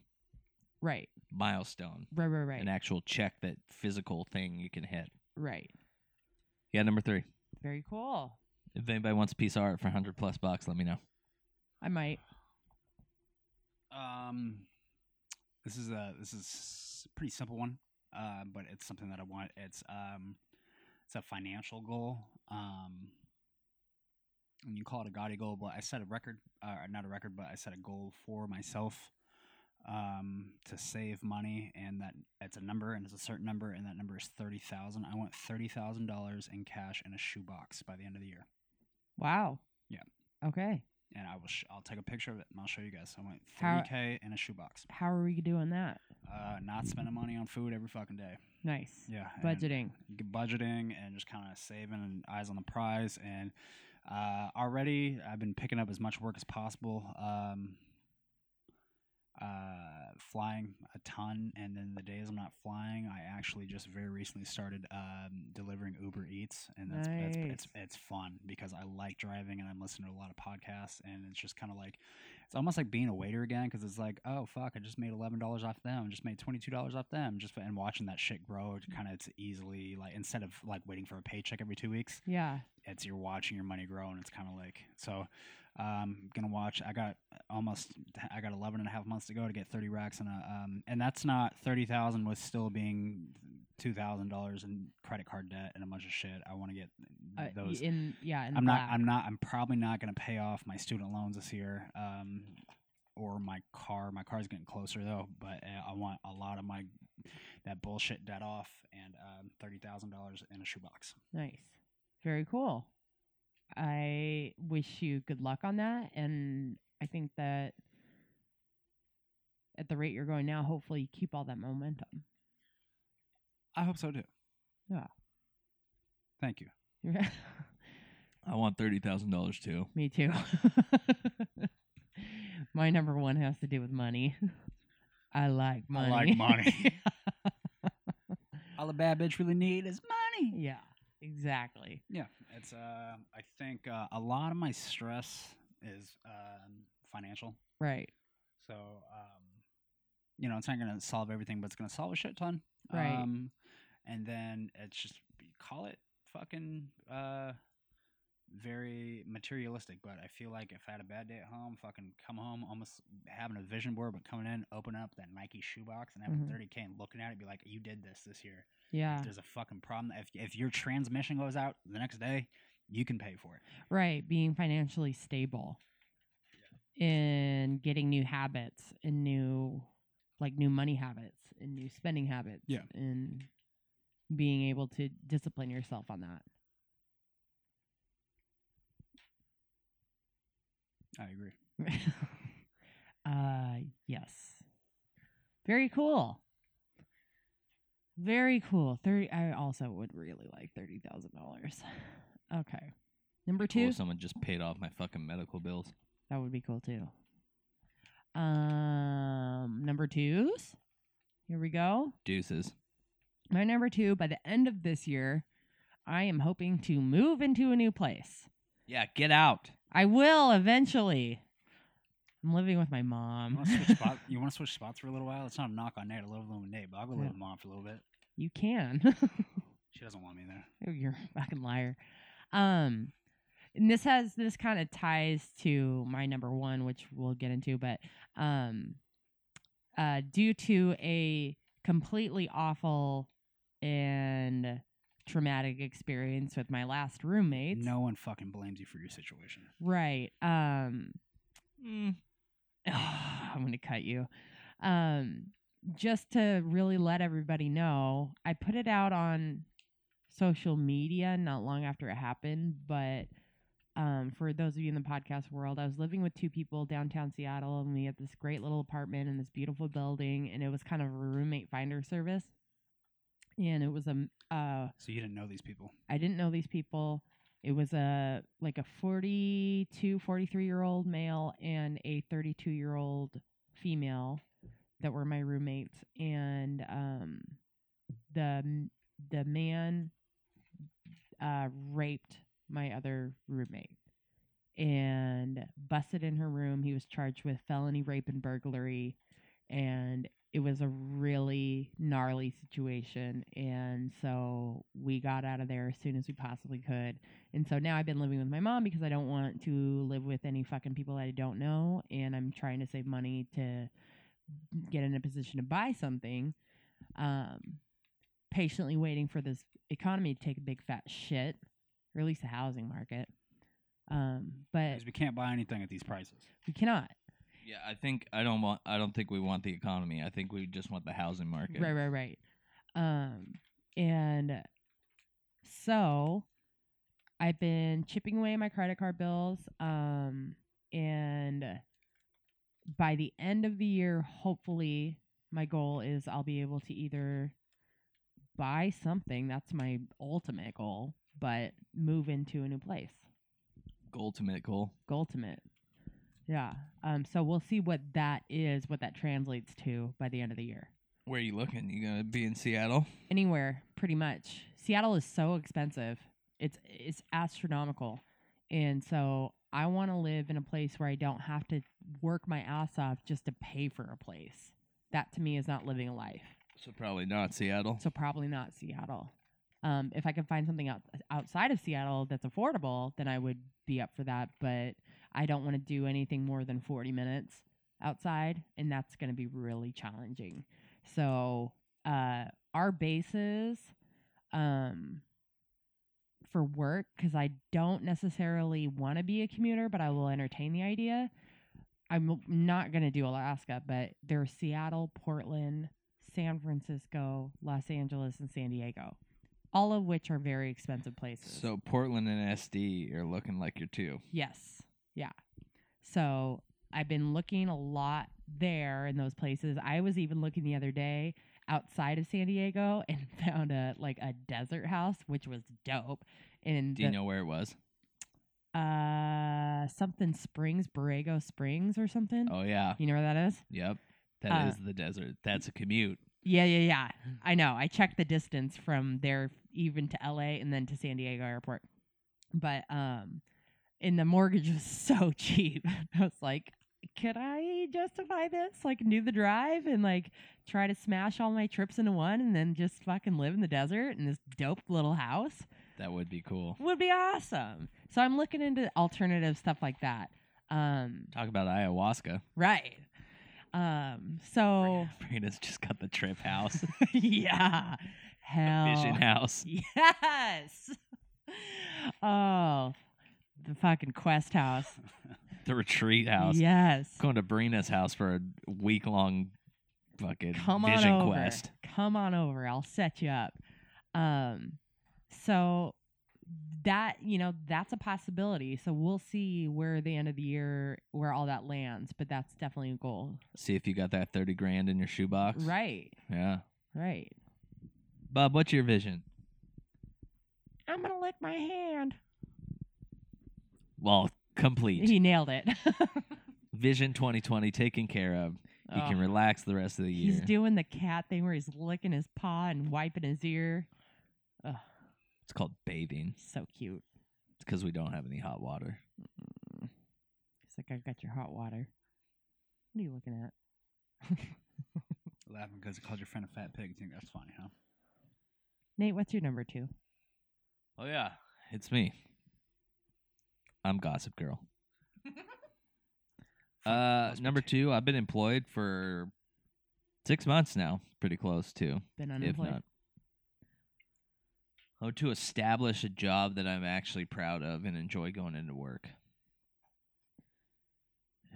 Speaker 4: Right.
Speaker 6: milestone,
Speaker 4: Right. Right. Right.
Speaker 6: an actual check that physical thing you can hit.
Speaker 4: Right.
Speaker 6: Yeah, number 3.
Speaker 4: Very cool.
Speaker 6: If anybody wants a piece of art for 100 plus bucks, let me know.
Speaker 4: I might.
Speaker 5: Um, this is a this is a pretty simple one, uh, but it's something that I want. It's um, it's a financial goal. Um, and you call it a gaudy goal, but I set a record, uh, not a record, but I set a goal for myself um to save money and that it's a number and it's a certain number and that number is 30,000. I want $30,000 in cash in a shoebox by the end of the year.
Speaker 4: Wow.
Speaker 5: Yeah.
Speaker 4: Okay.
Speaker 5: And I will sh- I'll take a picture of it and I'll show you guys. I want
Speaker 4: How-
Speaker 5: 30k in a shoebox.
Speaker 4: How are we doing that?
Speaker 5: uh, not spending money on food every fucking day.
Speaker 4: Nice.
Speaker 5: Yeah, and
Speaker 4: Budgeting.
Speaker 5: g- budgeting, and just kind of saving and eyes on the prize. And Uh, already, I've been picking up as much work as possible. Um, uh, flying a ton, and then the days I'm not flying, I actually just very recently started um, delivering Uber Eats, and that's, that's it's,
Speaker 4: Nice.
Speaker 5: it's fun because I like driving and I'm listening to a lot of podcasts, and it's just kind of like it's almost like being a waiter again because it's like oh fuck, I just made eleven dollars off them, just made twenty two dollars off them, just and watching that shit grow, kind of it's easily like instead of like waiting for a paycheck every two weeks,
Speaker 4: Yeah.
Speaker 5: it's you're watching your money grow and it's kind of like so um gonna watch i got almost i got 11 and a half months to go to get 30 racks and a um and that's not 30000 with still being $2000 in credit card debt and a bunch of shit i want to get
Speaker 4: Uh, y-
Speaker 5: those
Speaker 4: in yeah. In the
Speaker 5: i'm not
Speaker 4: black.
Speaker 5: i'm not i'm probably not gonna pay off my student loans this year um or my car my car's getting closer though but uh, i want a lot of my that bullshit debt off and um, $30000 in a shoebox
Speaker 4: Nice. Very cool. I wish you good luck on that. And I think that at the rate you're going now, hopefully you keep all that momentum. (laughs)
Speaker 5: i hope so too
Speaker 4: Yeah.
Speaker 5: thank you
Speaker 6: I want thirty thousand dollars too.
Speaker 4: Me too. (laughs) My number one has to do with money. (laughs) I like
Speaker 5: I
Speaker 4: money.
Speaker 5: like money. All a bad bitch really need is money.
Speaker 4: (laughs) yeah, exactly.
Speaker 5: Yeah, it's. Uh, I think uh, a lot of my stress is um, financial.
Speaker 4: Right.
Speaker 5: So, um, you know, it's not gonna solve everything, but it's gonna solve a shit ton.
Speaker 4: Right.
Speaker 5: Um, and then it's just call it fucking uh, very materialistic. But I feel like if I had a bad day at home, fucking come home, almost having a vision board, but coming in, open up that Nike shoebox and having
Speaker 4: Mhm.
Speaker 5: 30k and looking at it, be like, you did this this year.
Speaker 4: Yeah.
Speaker 5: If there's a fucking problem, if if your transmission goes out the next day, you can pay for it.
Speaker 4: Right. Being financially stable and getting new habits and new, like new money habits and new spending habits.
Speaker 5: Yeah.
Speaker 4: And being able to discipline yourself on that.
Speaker 5: I agree.
Speaker 4: (laughs) uh yes. Very cool. Very cool. Thirty I also would really like thirty thousand dollars. (laughs) Okay. Number
Speaker 6: Cool
Speaker 4: two.
Speaker 6: if someone just paid off my fucking medical bills.
Speaker 4: That would be cool too. Um number twos. Here we go.
Speaker 6: Deuces.
Speaker 4: My number two, by the end of this year, I am hoping to move into a new place.
Speaker 6: Yeah, get out.
Speaker 4: I will eventually. I'm living with my
Speaker 5: You
Speaker 4: mom.
Speaker 5: want to switch spots? You want to switch spots for a little while? It's not a knock on Nate. I love living with Nate, but I'll go live
Speaker 4: Yeah.
Speaker 5: with mom for a little bit.
Speaker 4: you can. (laughs)
Speaker 5: She doesn't want me there.
Speaker 4: You're a fucking liar. Um, and this has this kind of ties to my number one, which we'll get into, but um, uh, due to a completely awful and traumatic experience with my last roommate.
Speaker 5: No one fucking blames you for your situation.
Speaker 4: Right. Um,
Speaker 6: Mm.
Speaker 4: (sighs) I'm gonna cut you. Um, just to really let everybody know, I put it out on social media not long after it happened, but um, for those of you in the podcast world, I was living with two people downtown Seattle, and we had this great little apartment in this beautiful building, and it was kind of a roommate finder service. And it was a m- uh,
Speaker 5: So you didn't know these people.
Speaker 4: I didn't know these people. It was a like a 42, 43 year old male and a 32 year old female that were my roommates and um the m- the man uh raped my other roommate and busted in her room. He was charged with felony rape and burglary and it was a really gnarly situation and so we got out of there as soon as we possibly could and so now i've been living with my mom because i don't want to live with any fucking people that i don't know and i'm trying to save money to get in a position to buy something um patiently waiting for this economy to take a big fat shit or at least the housing market um
Speaker 6: Eh.
Speaker 4: but
Speaker 5: Because we can't buy anything at these prices.
Speaker 4: we cannot
Speaker 6: Yeah, I think I don't want. I don't think we want the economy. I think we just want the housing market.
Speaker 4: Right, right, right. Um, and so I've been chipping away my credit card bills. Um, and by the end of the year, hopefully, my goal is I'll be able to either buy something that's my ultimate goal, but move into a new place.
Speaker 6: Ultimate goal.
Speaker 4: Ultimate. Yeah. Um. So we'll see what that is, what that translates to by the end of the year.
Speaker 6: Where are you looking? You gonna be in Seattle?
Speaker 4: Anywhere, pretty much. Seattle is so expensive. It's it's astronomical, and so I want to live in a place where I don't have to work my ass off just to pay for a place. That to me is not living a life.
Speaker 6: So probably not Seattle.
Speaker 4: So probably not Seattle. Um, if I can find something out, outside of Seattle that's affordable, then I would be up for that. But I don't want to do anything more than 40 minutes outside, and that's going to be really challenging. So uh, our bases um, for work, because I don't necessarily want to be a commuter, but I will entertain the idea. I'm not going to do Alaska, but there's Seattle, Portland, San Francisco, Los Angeles, and San Diego, all of which are very expensive places.
Speaker 6: So Portland and SD are looking like your two.
Speaker 4: yes, yeah. So I've been looking a lot there in those places. I was even looking the other day outside of San Diego (laughs) and found a like a desert house, which was dope. And
Speaker 6: Do you
Speaker 4: the-
Speaker 6: know where it was?
Speaker 4: uh something Springs, Borrego Springs, or something.
Speaker 6: Oh yeah.
Speaker 4: You know where that is?
Speaker 6: Yep. That
Speaker 4: Uh,
Speaker 6: is the desert. That's a commute.
Speaker 4: Yeah, yeah, yeah. I know. I checked the distance from there even to LA and then to San Diego airport. But um and the mortgage was (laughs) so cheap. (laughs) I was like, could I justify this? Like do the drive and like try to smash all my trips into one and then just fucking live in the desert in this dope little house?
Speaker 6: That would be cool.
Speaker 4: Would be awesome. So I'm looking into alternative stuff like that. Um
Speaker 6: Talk about ayahuasca.
Speaker 4: right. Um
Speaker 6: (laughs)
Speaker 4: so (laughs)
Speaker 6: Brandon's just got the trip house,
Speaker 4: yeah. Hell.
Speaker 6: vision house.
Speaker 4: (laughs) Yes. Oh, the fucking quest house.
Speaker 6: the retreat house.
Speaker 4: Yes.
Speaker 6: Going to Brina's house for a week long fucking
Speaker 4: Come on
Speaker 6: vision
Speaker 4: over.
Speaker 6: quest.
Speaker 4: Come on over. I'll set you up. Um, so that you know that's a possibility. So we'll see where the end of the year where all that lands. But that's definitely a goal.
Speaker 6: See if you got that 30 grand in your shoebox.
Speaker 4: Right.
Speaker 6: Yeah.
Speaker 4: Right.
Speaker 6: Bob, what's your vision?
Speaker 4: I'm gonna lick my hand.
Speaker 6: Well, complete.
Speaker 4: He nailed it. (laughs)
Speaker 6: vision 2020 taken care of. You
Speaker 4: Oh.
Speaker 6: can relax the rest of the year.
Speaker 4: He's doing the cat thing where he's licking his paw and wiping his ear. Ugh,
Speaker 6: it's called bathing.
Speaker 4: so cute.
Speaker 6: It's because we don't have any hot water.
Speaker 4: He's like, I got your hot water. What are you looking at?
Speaker 5: Laughing because I called your friend a fat pig. You think that's funny, huh?
Speaker 4: Nate, what's your number two?
Speaker 6: Oh, yeah. It's me. I'm Gossip Girl. uh,
Speaker 5: must be
Speaker 6: number
Speaker 5: two.
Speaker 6: two, I've been employed for six months now. Pretty close, too.
Speaker 4: Been unemployed.
Speaker 6: If not, oh, to establish a job that I'm actually proud of and enjoy going into work.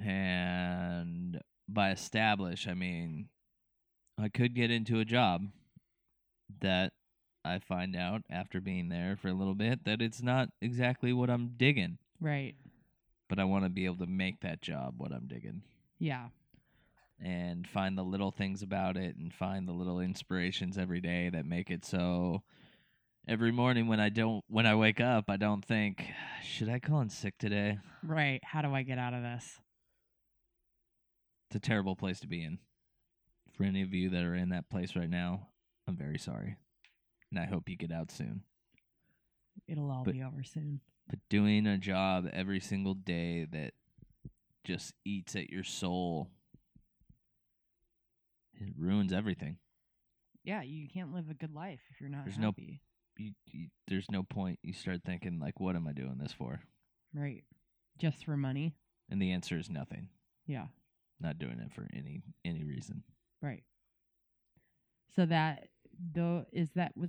Speaker 6: And by establish, I mean I could get into a job that I find out after being there for a little bit that it's not exactly what I'm digging,
Speaker 4: Right.
Speaker 6: but I want to be able to make that job what I'm digging
Speaker 4: Yeah.
Speaker 6: and find the little things about it and find the little inspirations every day that make it so every morning when I don't when I wake up I don't think should I call in sick today?
Speaker 4: Right. How do I get out of this?
Speaker 6: It's a terrible place to be in. For any of you that are in that place right now, I'm very sorry. And I hope you get out soon.
Speaker 4: It'll all
Speaker 6: But-
Speaker 4: be over soon.
Speaker 6: But doing a job every single day that just eats at your soul it ruins everything.
Speaker 4: Yeah, you can't live a good life if you're not
Speaker 6: There's no-
Speaker 4: happy.
Speaker 6: You, you, there's no point. You start thinking like what am I doing this for?
Speaker 4: Right. Just for money.
Speaker 6: And the answer is nothing.
Speaker 4: Yeah.
Speaker 6: Not doing it for any any reason.
Speaker 4: Right. So that though is that was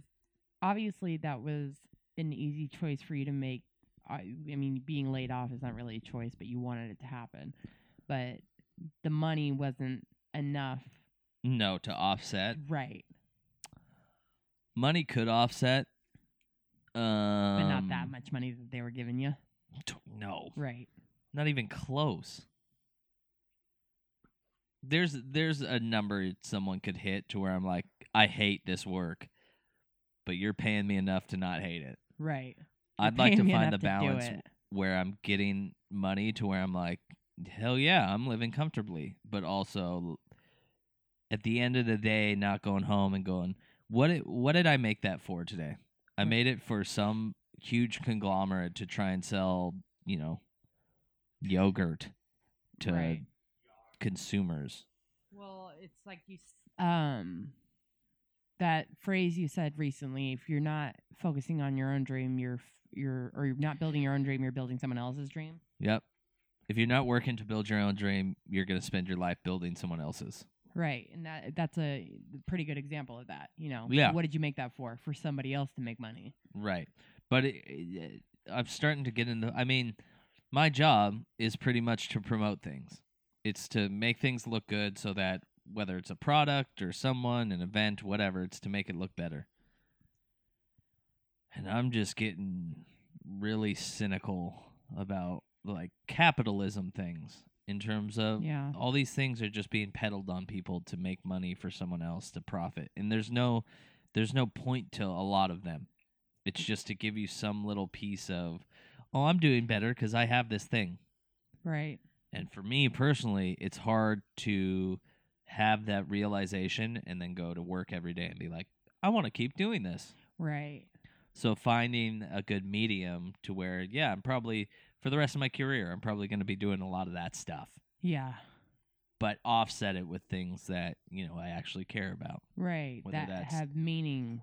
Speaker 4: obviously that was an easy choice for you to make. I, I mean, being laid off is not really a choice, but you wanted it to happen. But the money wasn't enough.
Speaker 6: No, to offset.
Speaker 4: Right.
Speaker 6: Money could offset. Um
Speaker 4: but not that much money that they were giving you.
Speaker 6: t- no.
Speaker 4: Right.
Speaker 6: Not even close. There's there's a number someone could hit to where I'm like, I hate this work, but you're paying me enough to not hate it.
Speaker 4: Right.
Speaker 6: I'd like to
Speaker 4: paying me
Speaker 6: find the
Speaker 4: enough to do
Speaker 6: balance
Speaker 4: it.
Speaker 6: where I'm getting money to where I'm like, hell yeah, I'm living comfortably, but also at the end of the day, not going home and going, what it, what did I make that for today? I
Speaker 4: Right.
Speaker 6: made it for some huge conglomerate to try and sell, you know, yogurt to
Speaker 4: Right.
Speaker 6: consumers.
Speaker 4: Well, it's like you s- um that phrase you said recently, if you're not focusing on your own dream, you're f- you're or you're not building your own dream, you're building someone else's dream.
Speaker 6: Yep. If you're not working to build your own dream, you're going to spend your life building someone else's.
Speaker 4: Right. And that that's a pretty good example of that, you know.
Speaker 6: Yeah.
Speaker 4: What did you make that for? For somebody else to make money.
Speaker 6: Right. But it, it- I'm starting to get into. I mean, my job is pretty much to promote things. It's to make things look good so that whether it's a product or someone, an event, whatever, it's to make it look better. And I'm just getting really cynical about like capitalism things in terms of
Speaker 4: Yeah.
Speaker 6: all these things are just being peddled on people to make money for someone else to profit and there's no there's no point to a lot of them it's just to give you some little piece of oh i'm doing better because i have this thing
Speaker 4: Right.
Speaker 6: and for me personally it's hard to have that realization and then go to work every day and be like i want to keep doing this
Speaker 4: Right.
Speaker 6: so finding a good medium to where yeah i'm probably for the rest of my career i'm probably going to be doing a lot of that stuff
Speaker 4: Yeah.
Speaker 6: but offset it with things that you know I actually care about.
Speaker 4: Oh, Right.
Speaker 6: Whether
Speaker 4: That
Speaker 6: that's-
Speaker 4: have meaning.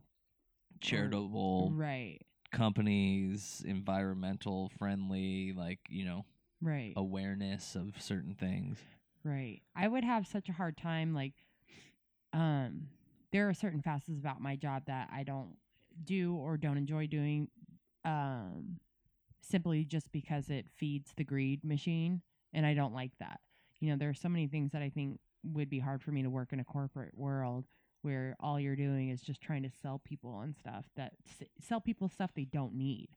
Speaker 6: Charitable
Speaker 4: Right.
Speaker 6: companies, environmental friendly, like you know
Speaker 4: Right.
Speaker 6: awareness of certain things.
Speaker 4: Right. I would have such a hard time like um there are certain facets about my job that I don't do or don't enjoy doing um simply just because it feeds the greed machine and I don't like that. You know, there are so many things that I think would be hard for me to work in a corporate world where all you're doing is just trying to sell people and stuff that s- sell people stuff they don't need.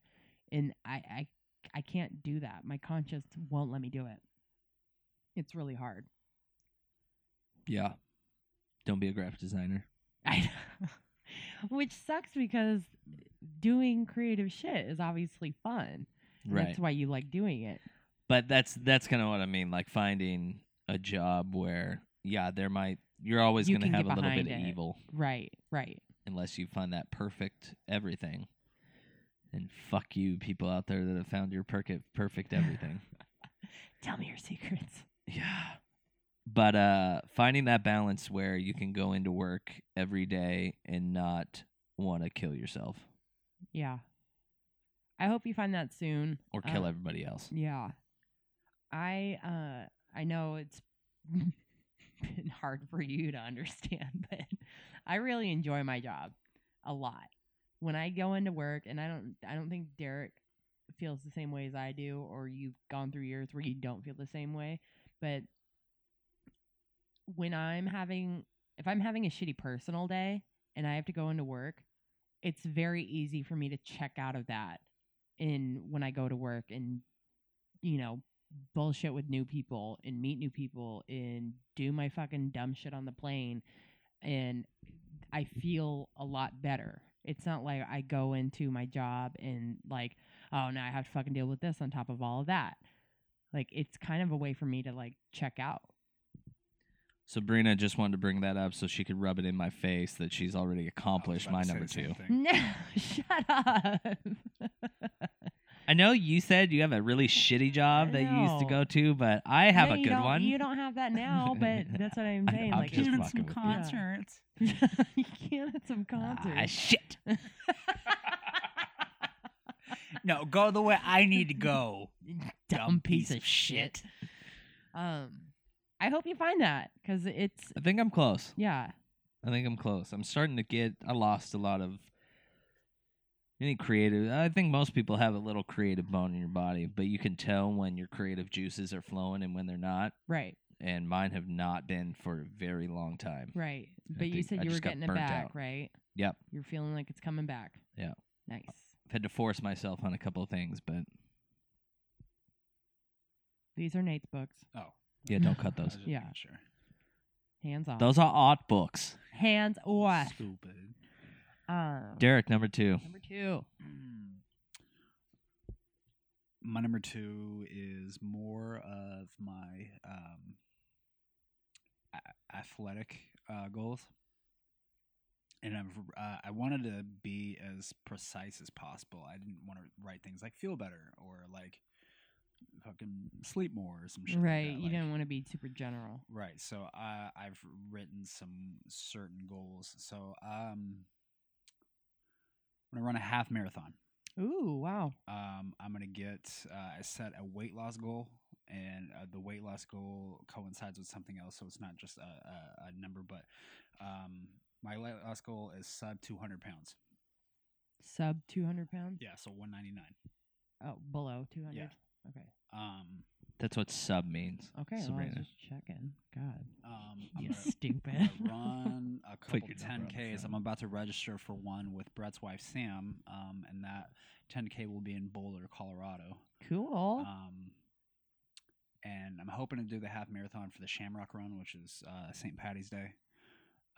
Speaker 4: And I I I can't do that. My conscience won't let me do it. It's really hard.
Speaker 6: Yeah, don't be a graphic designer.
Speaker 4: I know. (laughs) Which sucks because doing creative shit is obviously fun. and That's why you like doing it.
Speaker 6: but that's that's kind of what I mean. Like finding a job where yeah, there might you're always
Speaker 4: You can
Speaker 6: going to have a
Speaker 4: get
Speaker 6: little bit
Speaker 4: behind
Speaker 6: of
Speaker 4: it.
Speaker 6: evil
Speaker 4: Right, right.
Speaker 6: unless you find that perfect everything. And fuck you, people out there that have found your perfect perfect everything.
Speaker 4: Tell me your secrets. (laughs)
Speaker 6: Yeah. But uh finding that balance where you can go into work every day and not want to kill yourself
Speaker 4: Yeah. I hope you find that soon.
Speaker 6: or kill
Speaker 4: Uh,
Speaker 6: everybody else.
Speaker 4: Yeah. I uh I know it's (laughs) been hard for you to understand, but I really enjoy my job a lot. When I go into work and I don't I don't think Derek feels the same way as I do or you've gone through years where you don't feel the same way, but when I'm having if I'm having a shitty personal day and I have to go into work, it's very easy for me to check out of that in when I go to work and you know bullshit with new people and meet new people and do my fucking dumb shit on the plane and I feel a lot better. It's not like I go into my job and like oh now I have to fucking deal with this on top of all of that. Like it's kind of a way for me to like check out.
Speaker 6: Sabrina just wanted to bring that up so she could rub it in my face that she's already accomplished my number 2.
Speaker 4: No, (laughs) shut up.
Speaker 6: I know you said you have a really shitty job that you used to
Speaker 4: No.
Speaker 6: go to, but I have
Speaker 4: No,
Speaker 6: a
Speaker 4: you
Speaker 6: good
Speaker 4: don't-
Speaker 6: one.
Speaker 4: You don't have that now, but
Speaker 6: (laughs)
Speaker 4: that's what I'm
Speaker 6: I-
Speaker 4: saying.
Speaker 6: I'm
Speaker 4: like
Speaker 6: just
Speaker 4: it's-
Speaker 7: Even
Speaker 6: fucking
Speaker 7: some
Speaker 6: with you.
Speaker 7: concerts.
Speaker 4: (laughs) you can't at some concerts.
Speaker 6: Ah, shit.
Speaker 4: (laughs)
Speaker 6: (laughs)
Speaker 7: No, go the way I need to go.
Speaker 6: (laughs)
Speaker 4: Dumb (laughs) piece of shit. Um, I hope you find that because it's
Speaker 6: I think I'm close.
Speaker 4: yeah,
Speaker 6: I think I'm close. I'm starting to get. I lost a lot of any creative. I think most people have a little creative bone in your body, but you can tell when your creative juices are flowing and when they're not.
Speaker 4: right,
Speaker 6: And mine have not been for a very long time.
Speaker 4: right.
Speaker 6: I
Speaker 4: But you
Speaker 6: think I
Speaker 4: said you were
Speaker 6: just got
Speaker 4: getting it
Speaker 6: burnt
Speaker 4: back,
Speaker 6: out.
Speaker 4: right?
Speaker 6: Yep.
Speaker 4: You're feeling like it's coming back.
Speaker 6: Yeah.
Speaker 4: Nice.
Speaker 6: I've had to force myself on a couple of things, but
Speaker 4: These are Nate's books.
Speaker 5: Oh,
Speaker 6: yeah, don't cut
Speaker 5: I
Speaker 4: (laughs)
Speaker 5: was
Speaker 6: those.
Speaker 5: just
Speaker 4: Yeah.
Speaker 5: making Sure.
Speaker 4: Hands off.
Speaker 6: Those are art books.
Speaker 4: hands off.
Speaker 5: Stupid.
Speaker 4: Um,
Speaker 6: Derek, number two.
Speaker 4: number two.
Speaker 5: Mm. Hmm. my number two is more of my um, a- athletic uh, goals, and I've, uh, I wanted to be as precise as possible. I didn't want to write things like feel better or like fucking sleep more or some shit. like that,
Speaker 4: Right. You
Speaker 5: like-
Speaker 4: don't want to be super general.
Speaker 5: Right. So uh, I've written some certain goals. So um, I'm gonna run a half marathon.
Speaker 4: Ooh, wow.
Speaker 5: Um, I'm gonna get. Uh, I set a weight loss goal, and uh, the weight loss goal coincides with something else, so it's not just a, a, a number. But um, my weight loss goal is sub 200 pounds.
Speaker 4: Sub 200 pounds?
Speaker 5: Yeah, so 199.
Speaker 4: Oh, below 200?
Speaker 5: Yeah.
Speaker 4: Okay.
Speaker 5: Um,
Speaker 6: That's what sub means.
Speaker 4: Okay. Well, I was
Speaker 6: Sabrina.
Speaker 4: just checking. God.
Speaker 5: um,
Speaker 4: (laughs)
Speaker 5: I'm
Speaker 4: You
Speaker 5: gonna-
Speaker 4: stupid.
Speaker 5: I
Speaker 4: (laughs)
Speaker 5: run a couple
Speaker 6: your number on the
Speaker 5: 10Ks. I'm
Speaker 6: phone.
Speaker 5: about to register for one with Brett's wife, Sam, um, and that 10K will be in Boulder, Colorado.
Speaker 4: cool.
Speaker 6: Uh,
Speaker 5: Um, and I'm hoping to do the half marathon for the Shamrock Run, which is uh, St. Patty's Day.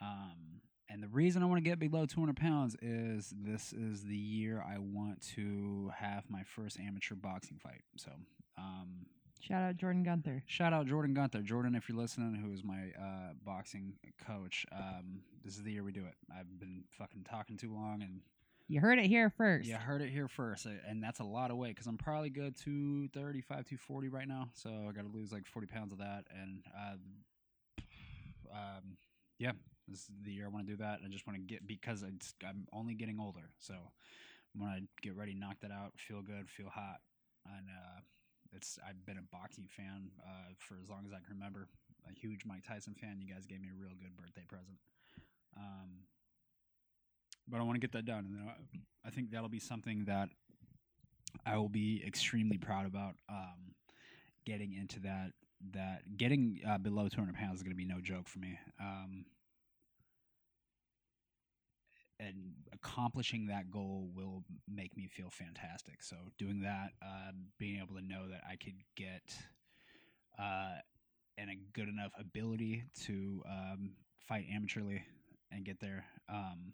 Speaker 5: Um, and the reason I want to get below 200 pounds is this is the year I want to have my first amateur boxing fight. So, um,
Speaker 4: Shout out Jordan Gunther.
Speaker 5: Shout out Jordan Gunther. Jordan, if you're listening, who is my uh, boxing coach, um, this is the year we do it. I've been fucking talking too long, and
Speaker 4: You heard it here first.
Speaker 5: you heard it here first. uh, And that's a lot of weight because I'm probably good 235, 240 right now. So I got to lose like 40 pounds of that. And uh, (sighs) um, yeah, this is the year I want to do that. I just want to get because it's, I'm only getting older. So I'm going to get ready, knock that out, feel good, feel hot. And uh, it's I've been a boxing fan uh, for as long as I can remember. A huge Mike Tyson fan. You guys gave me a real good birthday present. Um, but I want to get that done. And then I, I think that'll be something that I will be extremely proud about. Um, getting into that, that getting uh, below 200 pounds is going to be no joke for me. Um, and accomplishing that goal will make me feel fantastic. So doing that, uh, being able to know that I could get uh, and a good enough ability to um, fight amateurly and get there. Um,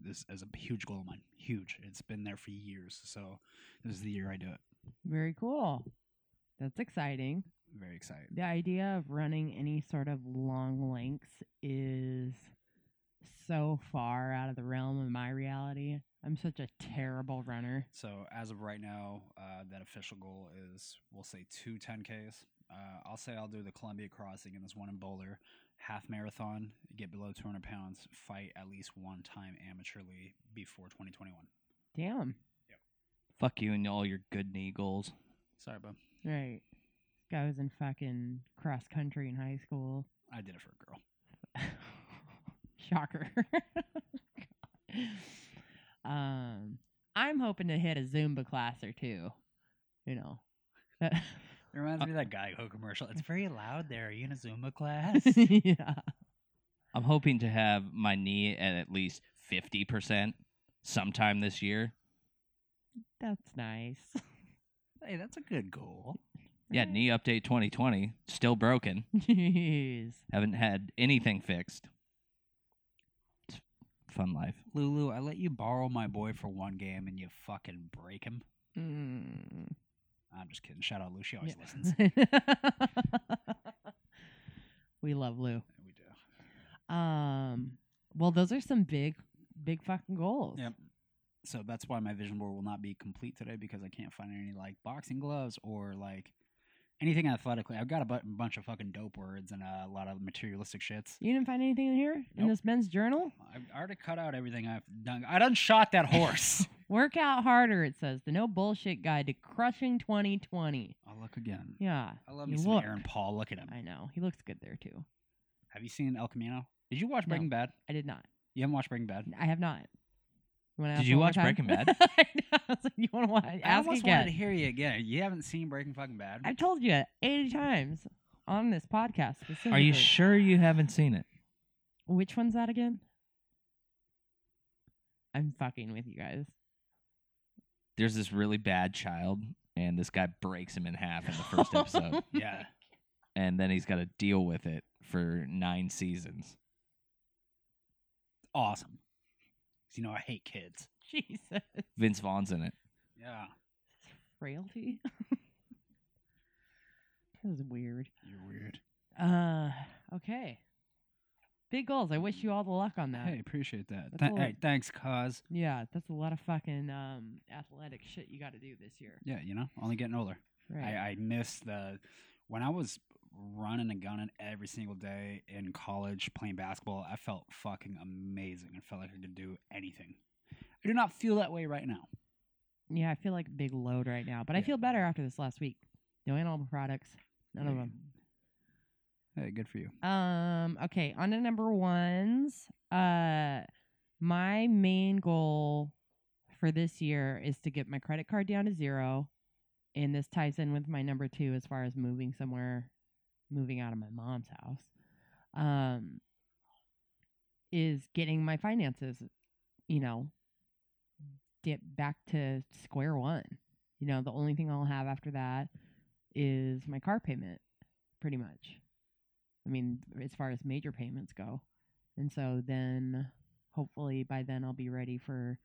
Speaker 5: this is a huge goal of mine. Huge. It's been there for years. So this is the year I do it.
Speaker 4: Very cool. That's exciting.
Speaker 5: Very excited.
Speaker 4: The idea of running any sort of long lengths is so far out of the realm of my reality. I'm such a terrible runner.
Speaker 5: So as of right now, uh, that official goal is we'll say two 10Ks. Uh, I'll say I'll do the Columbia Crossing and this one in Boulder, half marathon, get below 200 pounds, fight at least one time amateurly before 2021.
Speaker 4: Damn.
Speaker 6: Fuck you and all your good knee goals.
Speaker 5: Sorry, bub.
Speaker 4: Right. This guy was in fucking cross country in high school. (laughs)
Speaker 5: I did it for a girl.
Speaker 4: Shocker. (laughs) um, I'm hoping to hit a Zumba class or two. You know. (laughs)
Speaker 7: It reminds me of that Geico commercial. It's very loud there. Are you in a Zumba
Speaker 4: (laughs)
Speaker 7: class?
Speaker 4: yeah.
Speaker 6: I'm hoping to have my knee at at least 50% sometime this year.
Speaker 4: That's nice.
Speaker 5: Hey, that's a good goal.
Speaker 6: Yeah, knee update 2020. Still broken.
Speaker 4: Jeez.
Speaker 6: Haven't had anything fixed. It's fun life.
Speaker 5: Lulu, I let you borrow my boy for one game and you fucking break him.
Speaker 4: Mm.
Speaker 5: I'm just kidding. Shout out Lou. She always
Speaker 4: Yeah.
Speaker 5: listens.
Speaker 4: (laughs) we love Lou.
Speaker 5: We do.
Speaker 4: Um, well, those are some big, big fucking goals.
Speaker 5: Yep. So that's why my vision board will not be complete today because I can't find any like boxing gloves or like anything athletically. I've got a bu- bunch of fucking dope words and a lot of materialistic shits.
Speaker 4: You didn't find anything in here in
Speaker 5: Nope.
Speaker 4: this men's journal?
Speaker 5: I've already cut out everything I've done. I done shot
Speaker 4: (laughs)
Speaker 5: that horse.
Speaker 4: Work out harder, it says. The no bullshit guide to crushing 2020.
Speaker 5: I'll Oh, look again.
Speaker 4: Yeah,
Speaker 5: I love
Speaker 4: You
Speaker 5: me some
Speaker 4: look.
Speaker 5: Aaron Paul. Look at him.
Speaker 4: I know. He looks good there too.
Speaker 5: Have you seen El Camino? Did you watch
Speaker 4: No.
Speaker 5: Breaking Bad?
Speaker 4: I did not.
Speaker 5: You haven't watched Breaking Bad?
Speaker 4: I have not. You wanna
Speaker 6: Did
Speaker 4: ask
Speaker 6: you
Speaker 4: one more
Speaker 6: watch
Speaker 4: time?
Speaker 6: Breaking Bad?
Speaker 4: (laughs) I know. I was like, you want to watch?
Speaker 5: I
Speaker 4: Ask
Speaker 5: almost wanted to
Speaker 4: again.
Speaker 5: hear you again. You haven't seen Breaking Fucking Bad.
Speaker 4: I've told you that 80 times on this podcast.
Speaker 6: Are
Speaker 4: specifically.
Speaker 6: you sure you haven't seen it?
Speaker 4: Which one's that again? I'm fucking with you guys.
Speaker 6: There's this really bad child, and this guy breaks him in half in the first episode, (laughs)
Speaker 5: yeah.
Speaker 6: and then he's got to deal with it for nine seasons.
Speaker 5: Awesome. 'Cause You know, I hate kids.
Speaker 4: (laughs) Jesus.
Speaker 6: Vince Vaughn's in it.
Speaker 5: Yeah.
Speaker 4: (laughs) frailty. that was weird.
Speaker 5: You're weird.
Speaker 4: Uh, okay. Big goals. I wish you all the luck on that.
Speaker 5: Hey, appreciate that.
Speaker 4: That's
Speaker 5: Tha-
Speaker 4: all.
Speaker 5: hey, thanks, cause.
Speaker 4: Yeah, that's a lot of fucking um athletic shit you got to do this year.
Speaker 5: Yeah, you know, only getting older.
Speaker 4: Right.
Speaker 5: I, I miss the when I was running and gunning every single day in college playing basketball. I felt fucking amazing and felt like I could do anything. I do not feel that way right now.
Speaker 4: yeah, I feel like a big load right now, but I
Speaker 5: Yeah.
Speaker 4: feel better after this last week. No animal products. None of
Speaker 5: Hey.
Speaker 4: them.
Speaker 5: Hey, good for you.
Speaker 4: Um, okay, on to number ones. Uh my main goal for this year is to get my credit card down to zero. And this ties in with my number two as far as moving somewhere, moving out of my mom's house. Um is getting my finances, you know, get back to square one. You know, the only thing I'll have after that is my car payment, pretty much. I mean, as far as major payments go. And so then hopefully by then I'll be ready for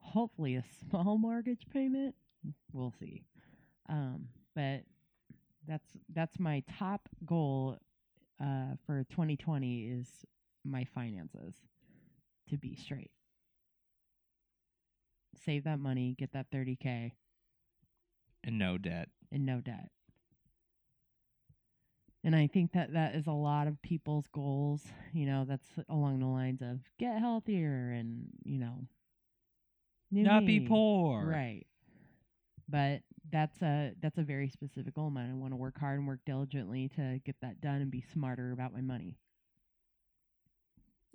Speaker 4: hopefully a (laughs) small mortgage payment. We'll see. Um, but that's that's my top goal uh, for 2020 is my finances to be straight. Save that money, get that 30k
Speaker 6: and no debt.
Speaker 4: and no debt. And I think that that is a lot of people's goals. You know, that's along the lines of get healthier and, you know, new
Speaker 6: Not be
Speaker 4: me.
Speaker 6: poor.
Speaker 4: Right. But that's a that's a very specific goal of mine. I want to work hard and work diligently to get that done and be smarter about my money.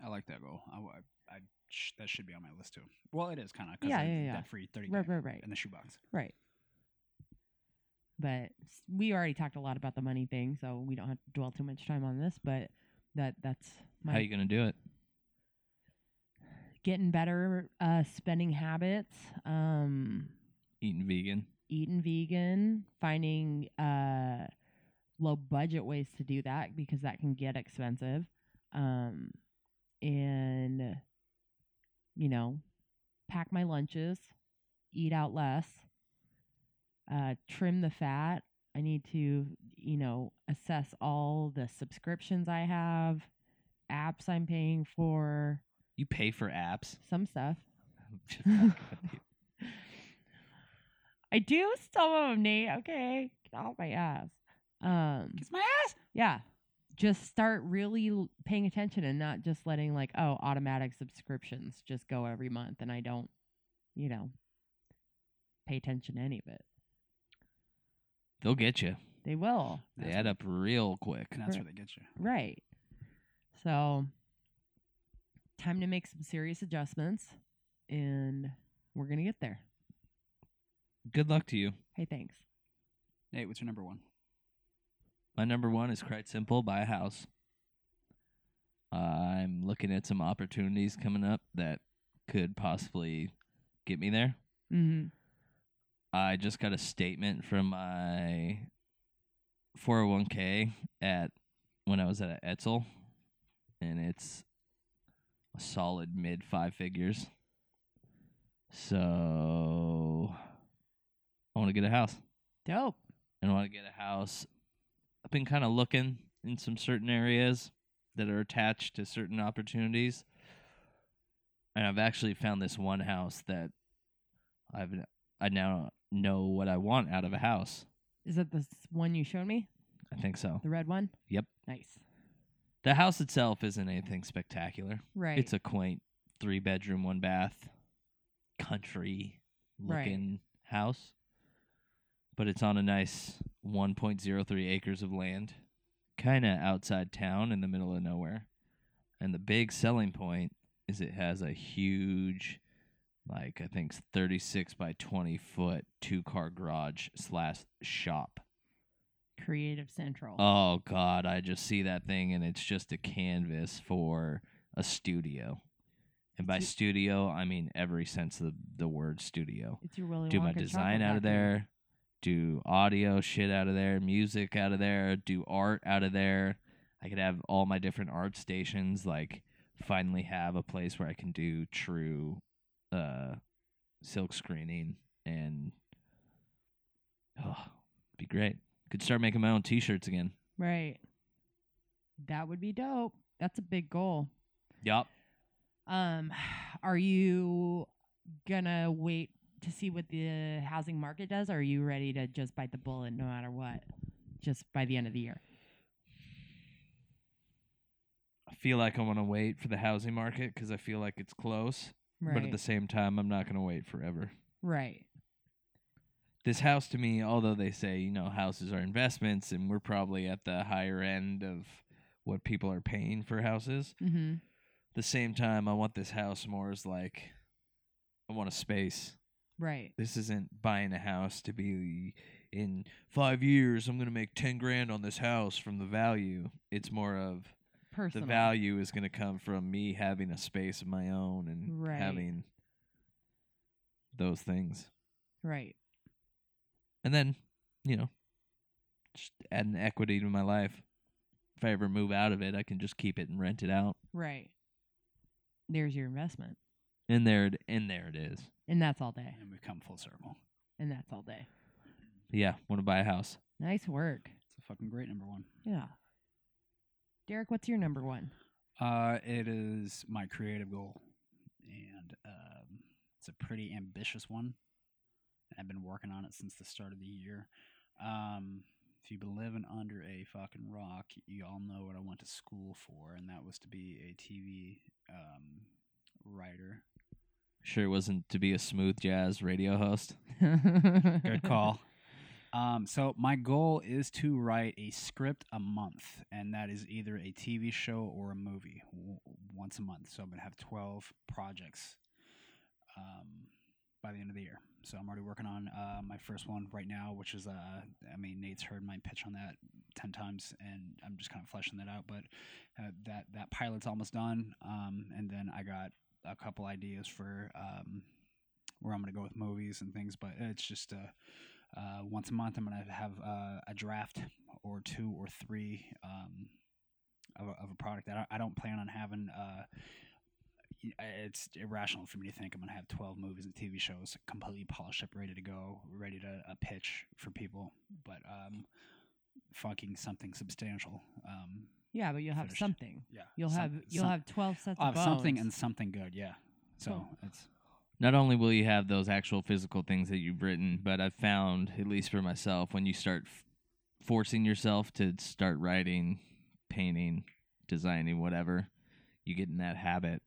Speaker 5: I like that goal. I, w- I- I sh- that should be on my list too. Well, it is kind of because
Speaker 4: Yeah,
Speaker 5: I
Speaker 4: yeah,
Speaker 5: did
Speaker 4: yeah.
Speaker 5: that free thirty
Speaker 4: Right, right, right.
Speaker 5: in the shoebox.
Speaker 4: Right. But s- we already talked a lot about the money thing, so we don't have to dwell too much time on this, but that that's my
Speaker 6: How you gonna do it?
Speaker 4: getting better uh spending habits um
Speaker 6: Eating vegan.
Speaker 4: eating vegan finding uh low budget ways to do that because that can get expensive um and you know pack my lunches eat out less uh trim the fat i need to you know assess all the subscriptions i have apps i'm paying for
Speaker 6: You pay for
Speaker 4: (laughs)
Speaker 6: apps.
Speaker 4: some stuff
Speaker 6: Fuck with you.
Speaker 4: I do some of them, Nate. Okay, get off my ass. Um,
Speaker 5: It's my ass.
Speaker 4: yeah, just start really l- paying attention and not just letting like oh automatic subscriptions just go every month and I don't, you know, pay attention to any of it.
Speaker 6: They'll get you.
Speaker 4: They will,
Speaker 6: They
Speaker 5: That's
Speaker 6: add up real quick.
Speaker 5: And that's where they get you.
Speaker 4: right? So, time to make some serious adjustments, and we're gonna get there.
Speaker 6: Good luck to you.
Speaker 4: Hey, thanks.
Speaker 5: Nate, what's your number one?
Speaker 6: My number one is quite simple: buy a house. Uh, I'm looking at some opportunities coming up that could possibly get me there.
Speaker 4: Mm-hmm.
Speaker 6: I just got a statement from my 401k at when I was at Etzel, and it's a solid mid five figures. So I want to get a house.
Speaker 4: Dope.
Speaker 6: and want to get a house. I've been kind of looking in some certain areas that are attached to certain opportunities. And I've actually found this one house that I've I now know what I want out of a house.
Speaker 4: Is that the s- one you showed me?
Speaker 6: I think so.
Speaker 4: The red one?
Speaker 6: Yep.
Speaker 4: Nice.
Speaker 6: The house itself isn't anything spectacular.
Speaker 4: Right.
Speaker 6: It's a quaint three bedroom, one bath, country
Speaker 4: Right.
Speaker 6: looking house. But it's on a nice 1.03 acres of land, kind of outside town in the middle of nowhere. And the big selling point is it has a huge, like, I think it's 36 by 20 foot two car garage slash shop.
Speaker 4: Creative Central.
Speaker 6: Oh, God. I just see that thing, and it's just a canvas for a studio. And by
Speaker 4: It's a-
Speaker 6: studio, I mean every sense of the word studio
Speaker 4: it's your Willy
Speaker 6: do my
Speaker 4: Wonka
Speaker 6: design
Speaker 4: chocolate
Speaker 6: out of
Speaker 4: factory.
Speaker 6: there, do audio shit out of there, music out of there, do art out of there. I could have all my different art stations, like finally have a place where I can do true uh silk screening and Oh, be great. Could start making my own T-shirts again.
Speaker 4: Right. That would be dope. That's a big goal.
Speaker 6: Yup.
Speaker 4: Um, (sighs) are you gonna wait to see what the housing market does? Or are you ready to just bite the bullet no matter what, just by the end of the year?
Speaker 6: I feel like I want to wait for the housing market because I feel like it's close,
Speaker 4: Right.
Speaker 6: but at the same time, I'm not going to wait forever.
Speaker 4: right.
Speaker 6: This house to me, although they say, you know, houses are investments and we're probably at the higher end of what people are paying for houses,
Speaker 4: Mm-hmm.
Speaker 6: at the same time, I want this house more as like, I want a space.
Speaker 4: Right.
Speaker 6: This isn't buying a house to be in five years, I'm going to make 10 grand on this house from the value. It's more of,
Speaker 4: Personal.
Speaker 6: the value is going to come from me having a space of my own and
Speaker 4: Right.
Speaker 6: having those things.
Speaker 4: Right.
Speaker 6: And then, you know, just add an equity to my life. If I ever move out of it, I can just keep it and rent it out.
Speaker 4: Right. There's your investment.
Speaker 6: And there it and there it is.
Speaker 4: And that's all day.
Speaker 5: And we've come full circle.
Speaker 4: And that's all day.
Speaker 6: Yeah, want to buy a house.
Speaker 4: Nice work.
Speaker 5: It's a fucking great number one.
Speaker 4: Yeah. Derek, what's your number one?
Speaker 5: Uh, it is my creative goal, and um, it's a pretty ambitious one. I've been working on it since the start of the year. Um, if you've been living under a fucking rock, you all know what I went to school for, and that was to be a TV um, writer.
Speaker 6: Sure it wasn't to be a smooth jazz radio host.
Speaker 5: Good call. um, so my goal is to write a script a month, and that is either a TV show or a movie w- once a month. So I'm gonna have 12 projects um, by the end of the year. So I'm already working on uh, my first one right now, which is uh, I mean Nate's heard my pitch on that ten times, and I'm just kind of fleshing that out. But uh, that that pilot's almost done, um, and then I got a couple ideas for um, where I'm gonna go with movies and things. But it's just uh, uh, once a month I'm gonna have uh, a draft or two or three um, of, a, of a product that I, I don't plan on having. Uh, y- I- it's irrational for me to think I'm gonna have 12 movies and TV shows completely polished up, ready to go, ready to uh, pitch for people. But um, fucking something substantial. Um,
Speaker 4: (laughs) Yeah, but you'll have
Speaker 5: Finished.
Speaker 4: something.
Speaker 5: yeah,
Speaker 4: You'll
Speaker 5: some-
Speaker 4: have you'll
Speaker 5: some-
Speaker 4: have twelve sets
Speaker 5: I'll
Speaker 4: of
Speaker 5: have something
Speaker 4: bones.
Speaker 5: and something good. Yeah. So it's
Speaker 6: Not only will you have those actual physical things that you've written, but I've found, at least for myself, when you start f- forcing yourself to start writing, painting, designing, whatever, you get in that habit.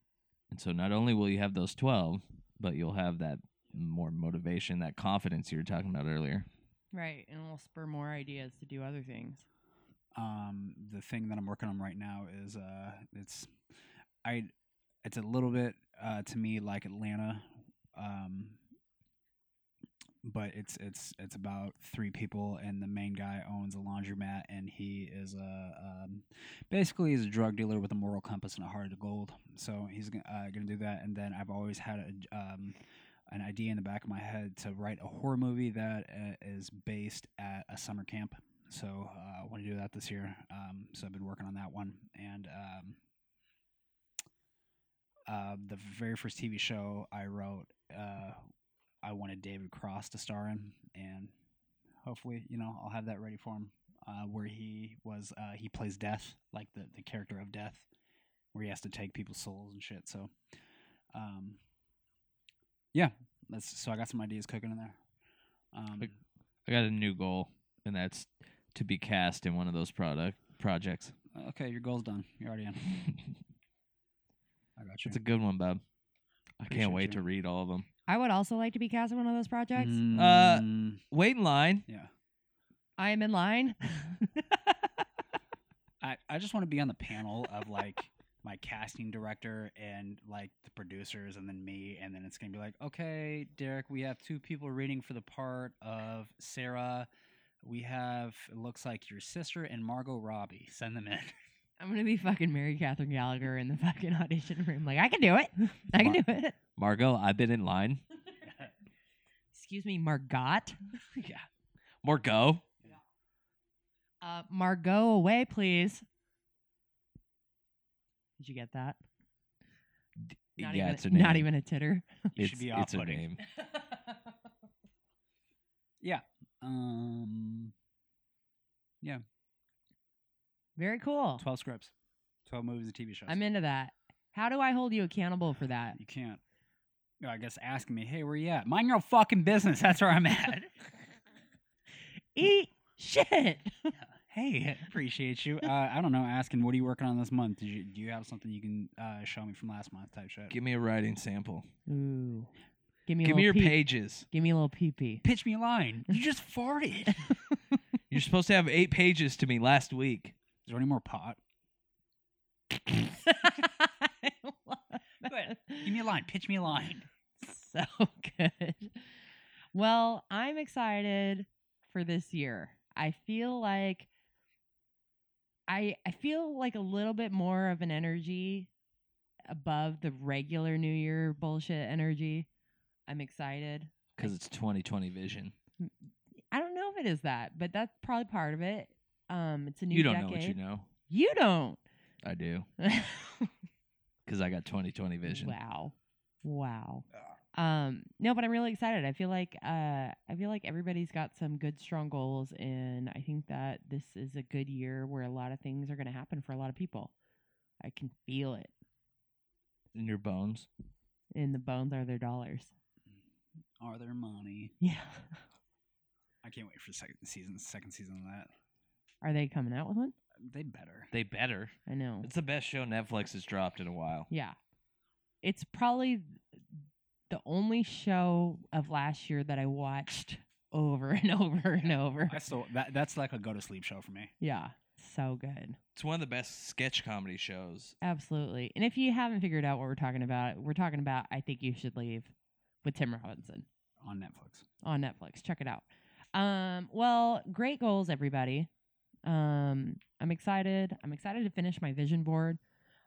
Speaker 6: And so not only will you have those 12, but you'll have that more motivation, that confidence you were talking about earlier.
Speaker 4: right, and it'll spur more ideas to do other things.
Speaker 5: um, the thing that I'm working on right now is uh, it's I it's a little bit uh, to me like Atlanta, um, but it's it's it's about three people and the main guy owns a laundromat and he is a um, basically he's a drug dealer with a moral compass and a heart of gold. So he's gonna, uh, gonna do that. And then I've always had a j- um, an idea in the back of my head to write a horror movie that uh, is based at a summer camp. So uh, I want to do that this year. Um, so I've been working on that one, and um, uh, the very first TV show I wrote, uh, I wanted David Cross to star in, and hopefully, you know, I'll have that ready for him. Uh, where he was, uh, he plays Death, like the the character of Death, where he has to take people's souls and shit. So, um, yeah, that's so I got some ideas cooking in there. Um,
Speaker 6: Like- I got a new goal, and that's to be cast in one of those product projects. (laughs)
Speaker 5: okay, your goal's done. You're already in.
Speaker 6: It's
Speaker 5: I got you.
Speaker 6: a good one, Bob. I
Speaker 5: Appreciate
Speaker 6: can't wait
Speaker 5: you.
Speaker 6: to read all of them.
Speaker 4: I would also like to be cast in one of those projects.
Speaker 6: Uh,
Speaker 5: Mm,
Speaker 6: Wait in line.
Speaker 5: yeah.
Speaker 4: I am in line. (laughs)
Speaker 5: I, I just want to be on the panel of like my casting director and like the producers and then me and then it's gonna be like okay Derek we have two people reading for the part of Sarah we have it looks like your sister and Margot Robbie send them in (laughs)
Speaker 4: I'm gonna be fucking Mary Catherine Gallagher in the fucking audition room. Like I can do it. (laughs) I can
Speaker 6: Mar-
Speaker 4: do it.
Speaker 6: Margot, I've been in line.
Speaker 4: Excuse me, Margot.
Speaker 5: yeah
Speaker 6: Margot.
Speaker 4: Uh, Margot, away, please. Did you get that? Not
Speaker 6: yeah,
Speaker 4: even,
Speaker 6: it's her name.
Speaker 4: Not even a titter.
Speaker 5: You
Speaker 6: It's,
Speaker 5: should be
Speaker 6: it's her
Speaker 5: off-putting.
Speaker 6: name.
Speaker 5: yeah Um,
Speaker 4: Very cool.
Speaker 5: twelve scripts, twelve movies and TV shows.
Speaker 4: I'm into that. How do I hold you accountable for that?
Speaker 5: You can't. No, I guess asking me, hey, where you at? Mind your own fucking business. That's where I'm at.
Speaker 4: Eat shit.
Speaker 5: hey, (laughs) appreciate you. Uh, I don't know. Asking, what are you working on this month? Did you, do you have something you can uh, show me from last month? Type shit.
Speaker 6: (laughs) Give me a writing sample.
Speaker 4: Ooh. Give me a little
Speaker 6: Give me your
Speaker 4: peep.
Speaker 6: pages.
Speaker 4: Give me a little pee
Speaker 5: (laughs)
Speaker 4: pee. (laughs)
Speaker 5: Pitch me a line. You (laughs) just farted. Is
Speaker 6: You're supposed to have eight pages to me last week.
Speaker 5: there any more pot?
Speaker 7: Go ahead. Give me a line. Pitch me a line.
Speaker 4: so good. Well, I'm excited for this year. I feel like I I feel like a little bit more of an energy above the regular New Year bullshit energy. I'm excited.
Speaker 6: Because it's 2020 vision.
Speaker 4: I don't know if it is that, but that's probably part of it. Um, it's a new
Speaker 6: you don't
Speaker 4: decade.
Speaker 6: know what you know.
Speaker 4: You don't. (laughs)
Speaker 6: I do. Because I got 2020 vision. Ah.
Speaker 4: Wow. Wow. Um, no, but I'm really excited. I feel like uh I feel like everybody's got some good strong goals and I think that this is a good year where a lot of things are gonna happen for a lot of people. I can feel it.
Speaker 6: In your bones.
Speaker 4: And the bones are their dollars. (laughs)
Speaker 5: Are there money?
Speaker 4: Yeah.
Speaker 5: I can't wait for the second season. Second season of that.
Speaker 4: Are they coming out with one?
Speaker 5: They better.
Speaker 6: They better.
Speaker 4: I know.
Speaker 6: It's the best show Netflix has dropped in a while.
Speaker 4: Yeah. It's probably the only show of last year that I watched (laughs) over and over and over.
Speaker 5: I still that that's like a go to sleep show for me.
Speaker 4: Yeah. So good.
Speaker 6: It's one of the best sketch comedy shows.
Speaker 4: Absolutely. And if you haven't figured out what we're talking about, we're talking about I Think You Should Leave with Tim Robinson
Speaker 5: on Netflix.
Speaker 4: on Netflix. Check it out. Um, well, great goals, everybody. Um, I'm excited. I'm excited to finish my vision board.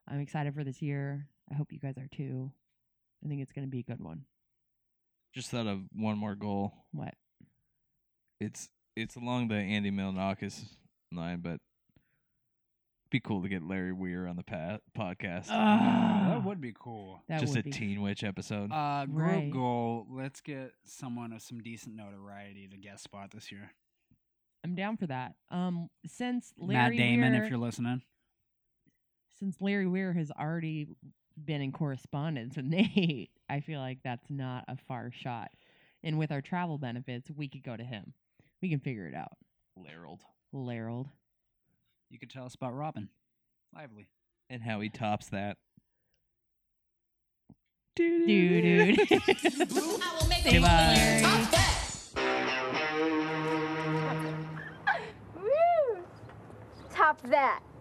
Speaker 4: I'm excited for this year. I hope you guys are too. I think it's going to be a good one.
Speaker 6: Just thought of one more goal.
Speaker 4: What?
Speaker 6: It's it's along the Andy Milonakis line, but be cool to get Larry Weir on the pa- podcast.
Speaker 4: Ah,
Speaker 5: that would be cool.
Speaker 4: that
Speaker 6: Just
Speaker 4: would
Speaker 6: a
Speaker 4: be-
Speaker 6: Teen Witch episode.
Speaker 5: Uh, group
Speaker 4: Right.
Speaker 5: goal. Let's get someone of some decent notoriety to guest spot this year.
Speaker 4: I'm down for that. Um, since Larry
Speaker 5: Matt Damon,
Speaker 4: Weir,
Speaker 5: if you're listening.
Speaker 4: since Larry Weir has already been in correspondence with (laughs) Nate, I feel like that's not a far shot. And with our travel benefits, we could go to him. We can figure it out.
Speaker 6: Larold.
Speaker 5: (laughs)
Speaker 4: Larold.
Speaker 5: You could tell us about Robin. Lively.
Speaker 6: And how he tops that.
Speaker 4: Dude, dude.
Speaker 1: I will make
Speaker 4: Say
Speaker 1: a
Speaker 4: bye.
Speaker 1: Stop that.
Speaker 3: Woo! Top that.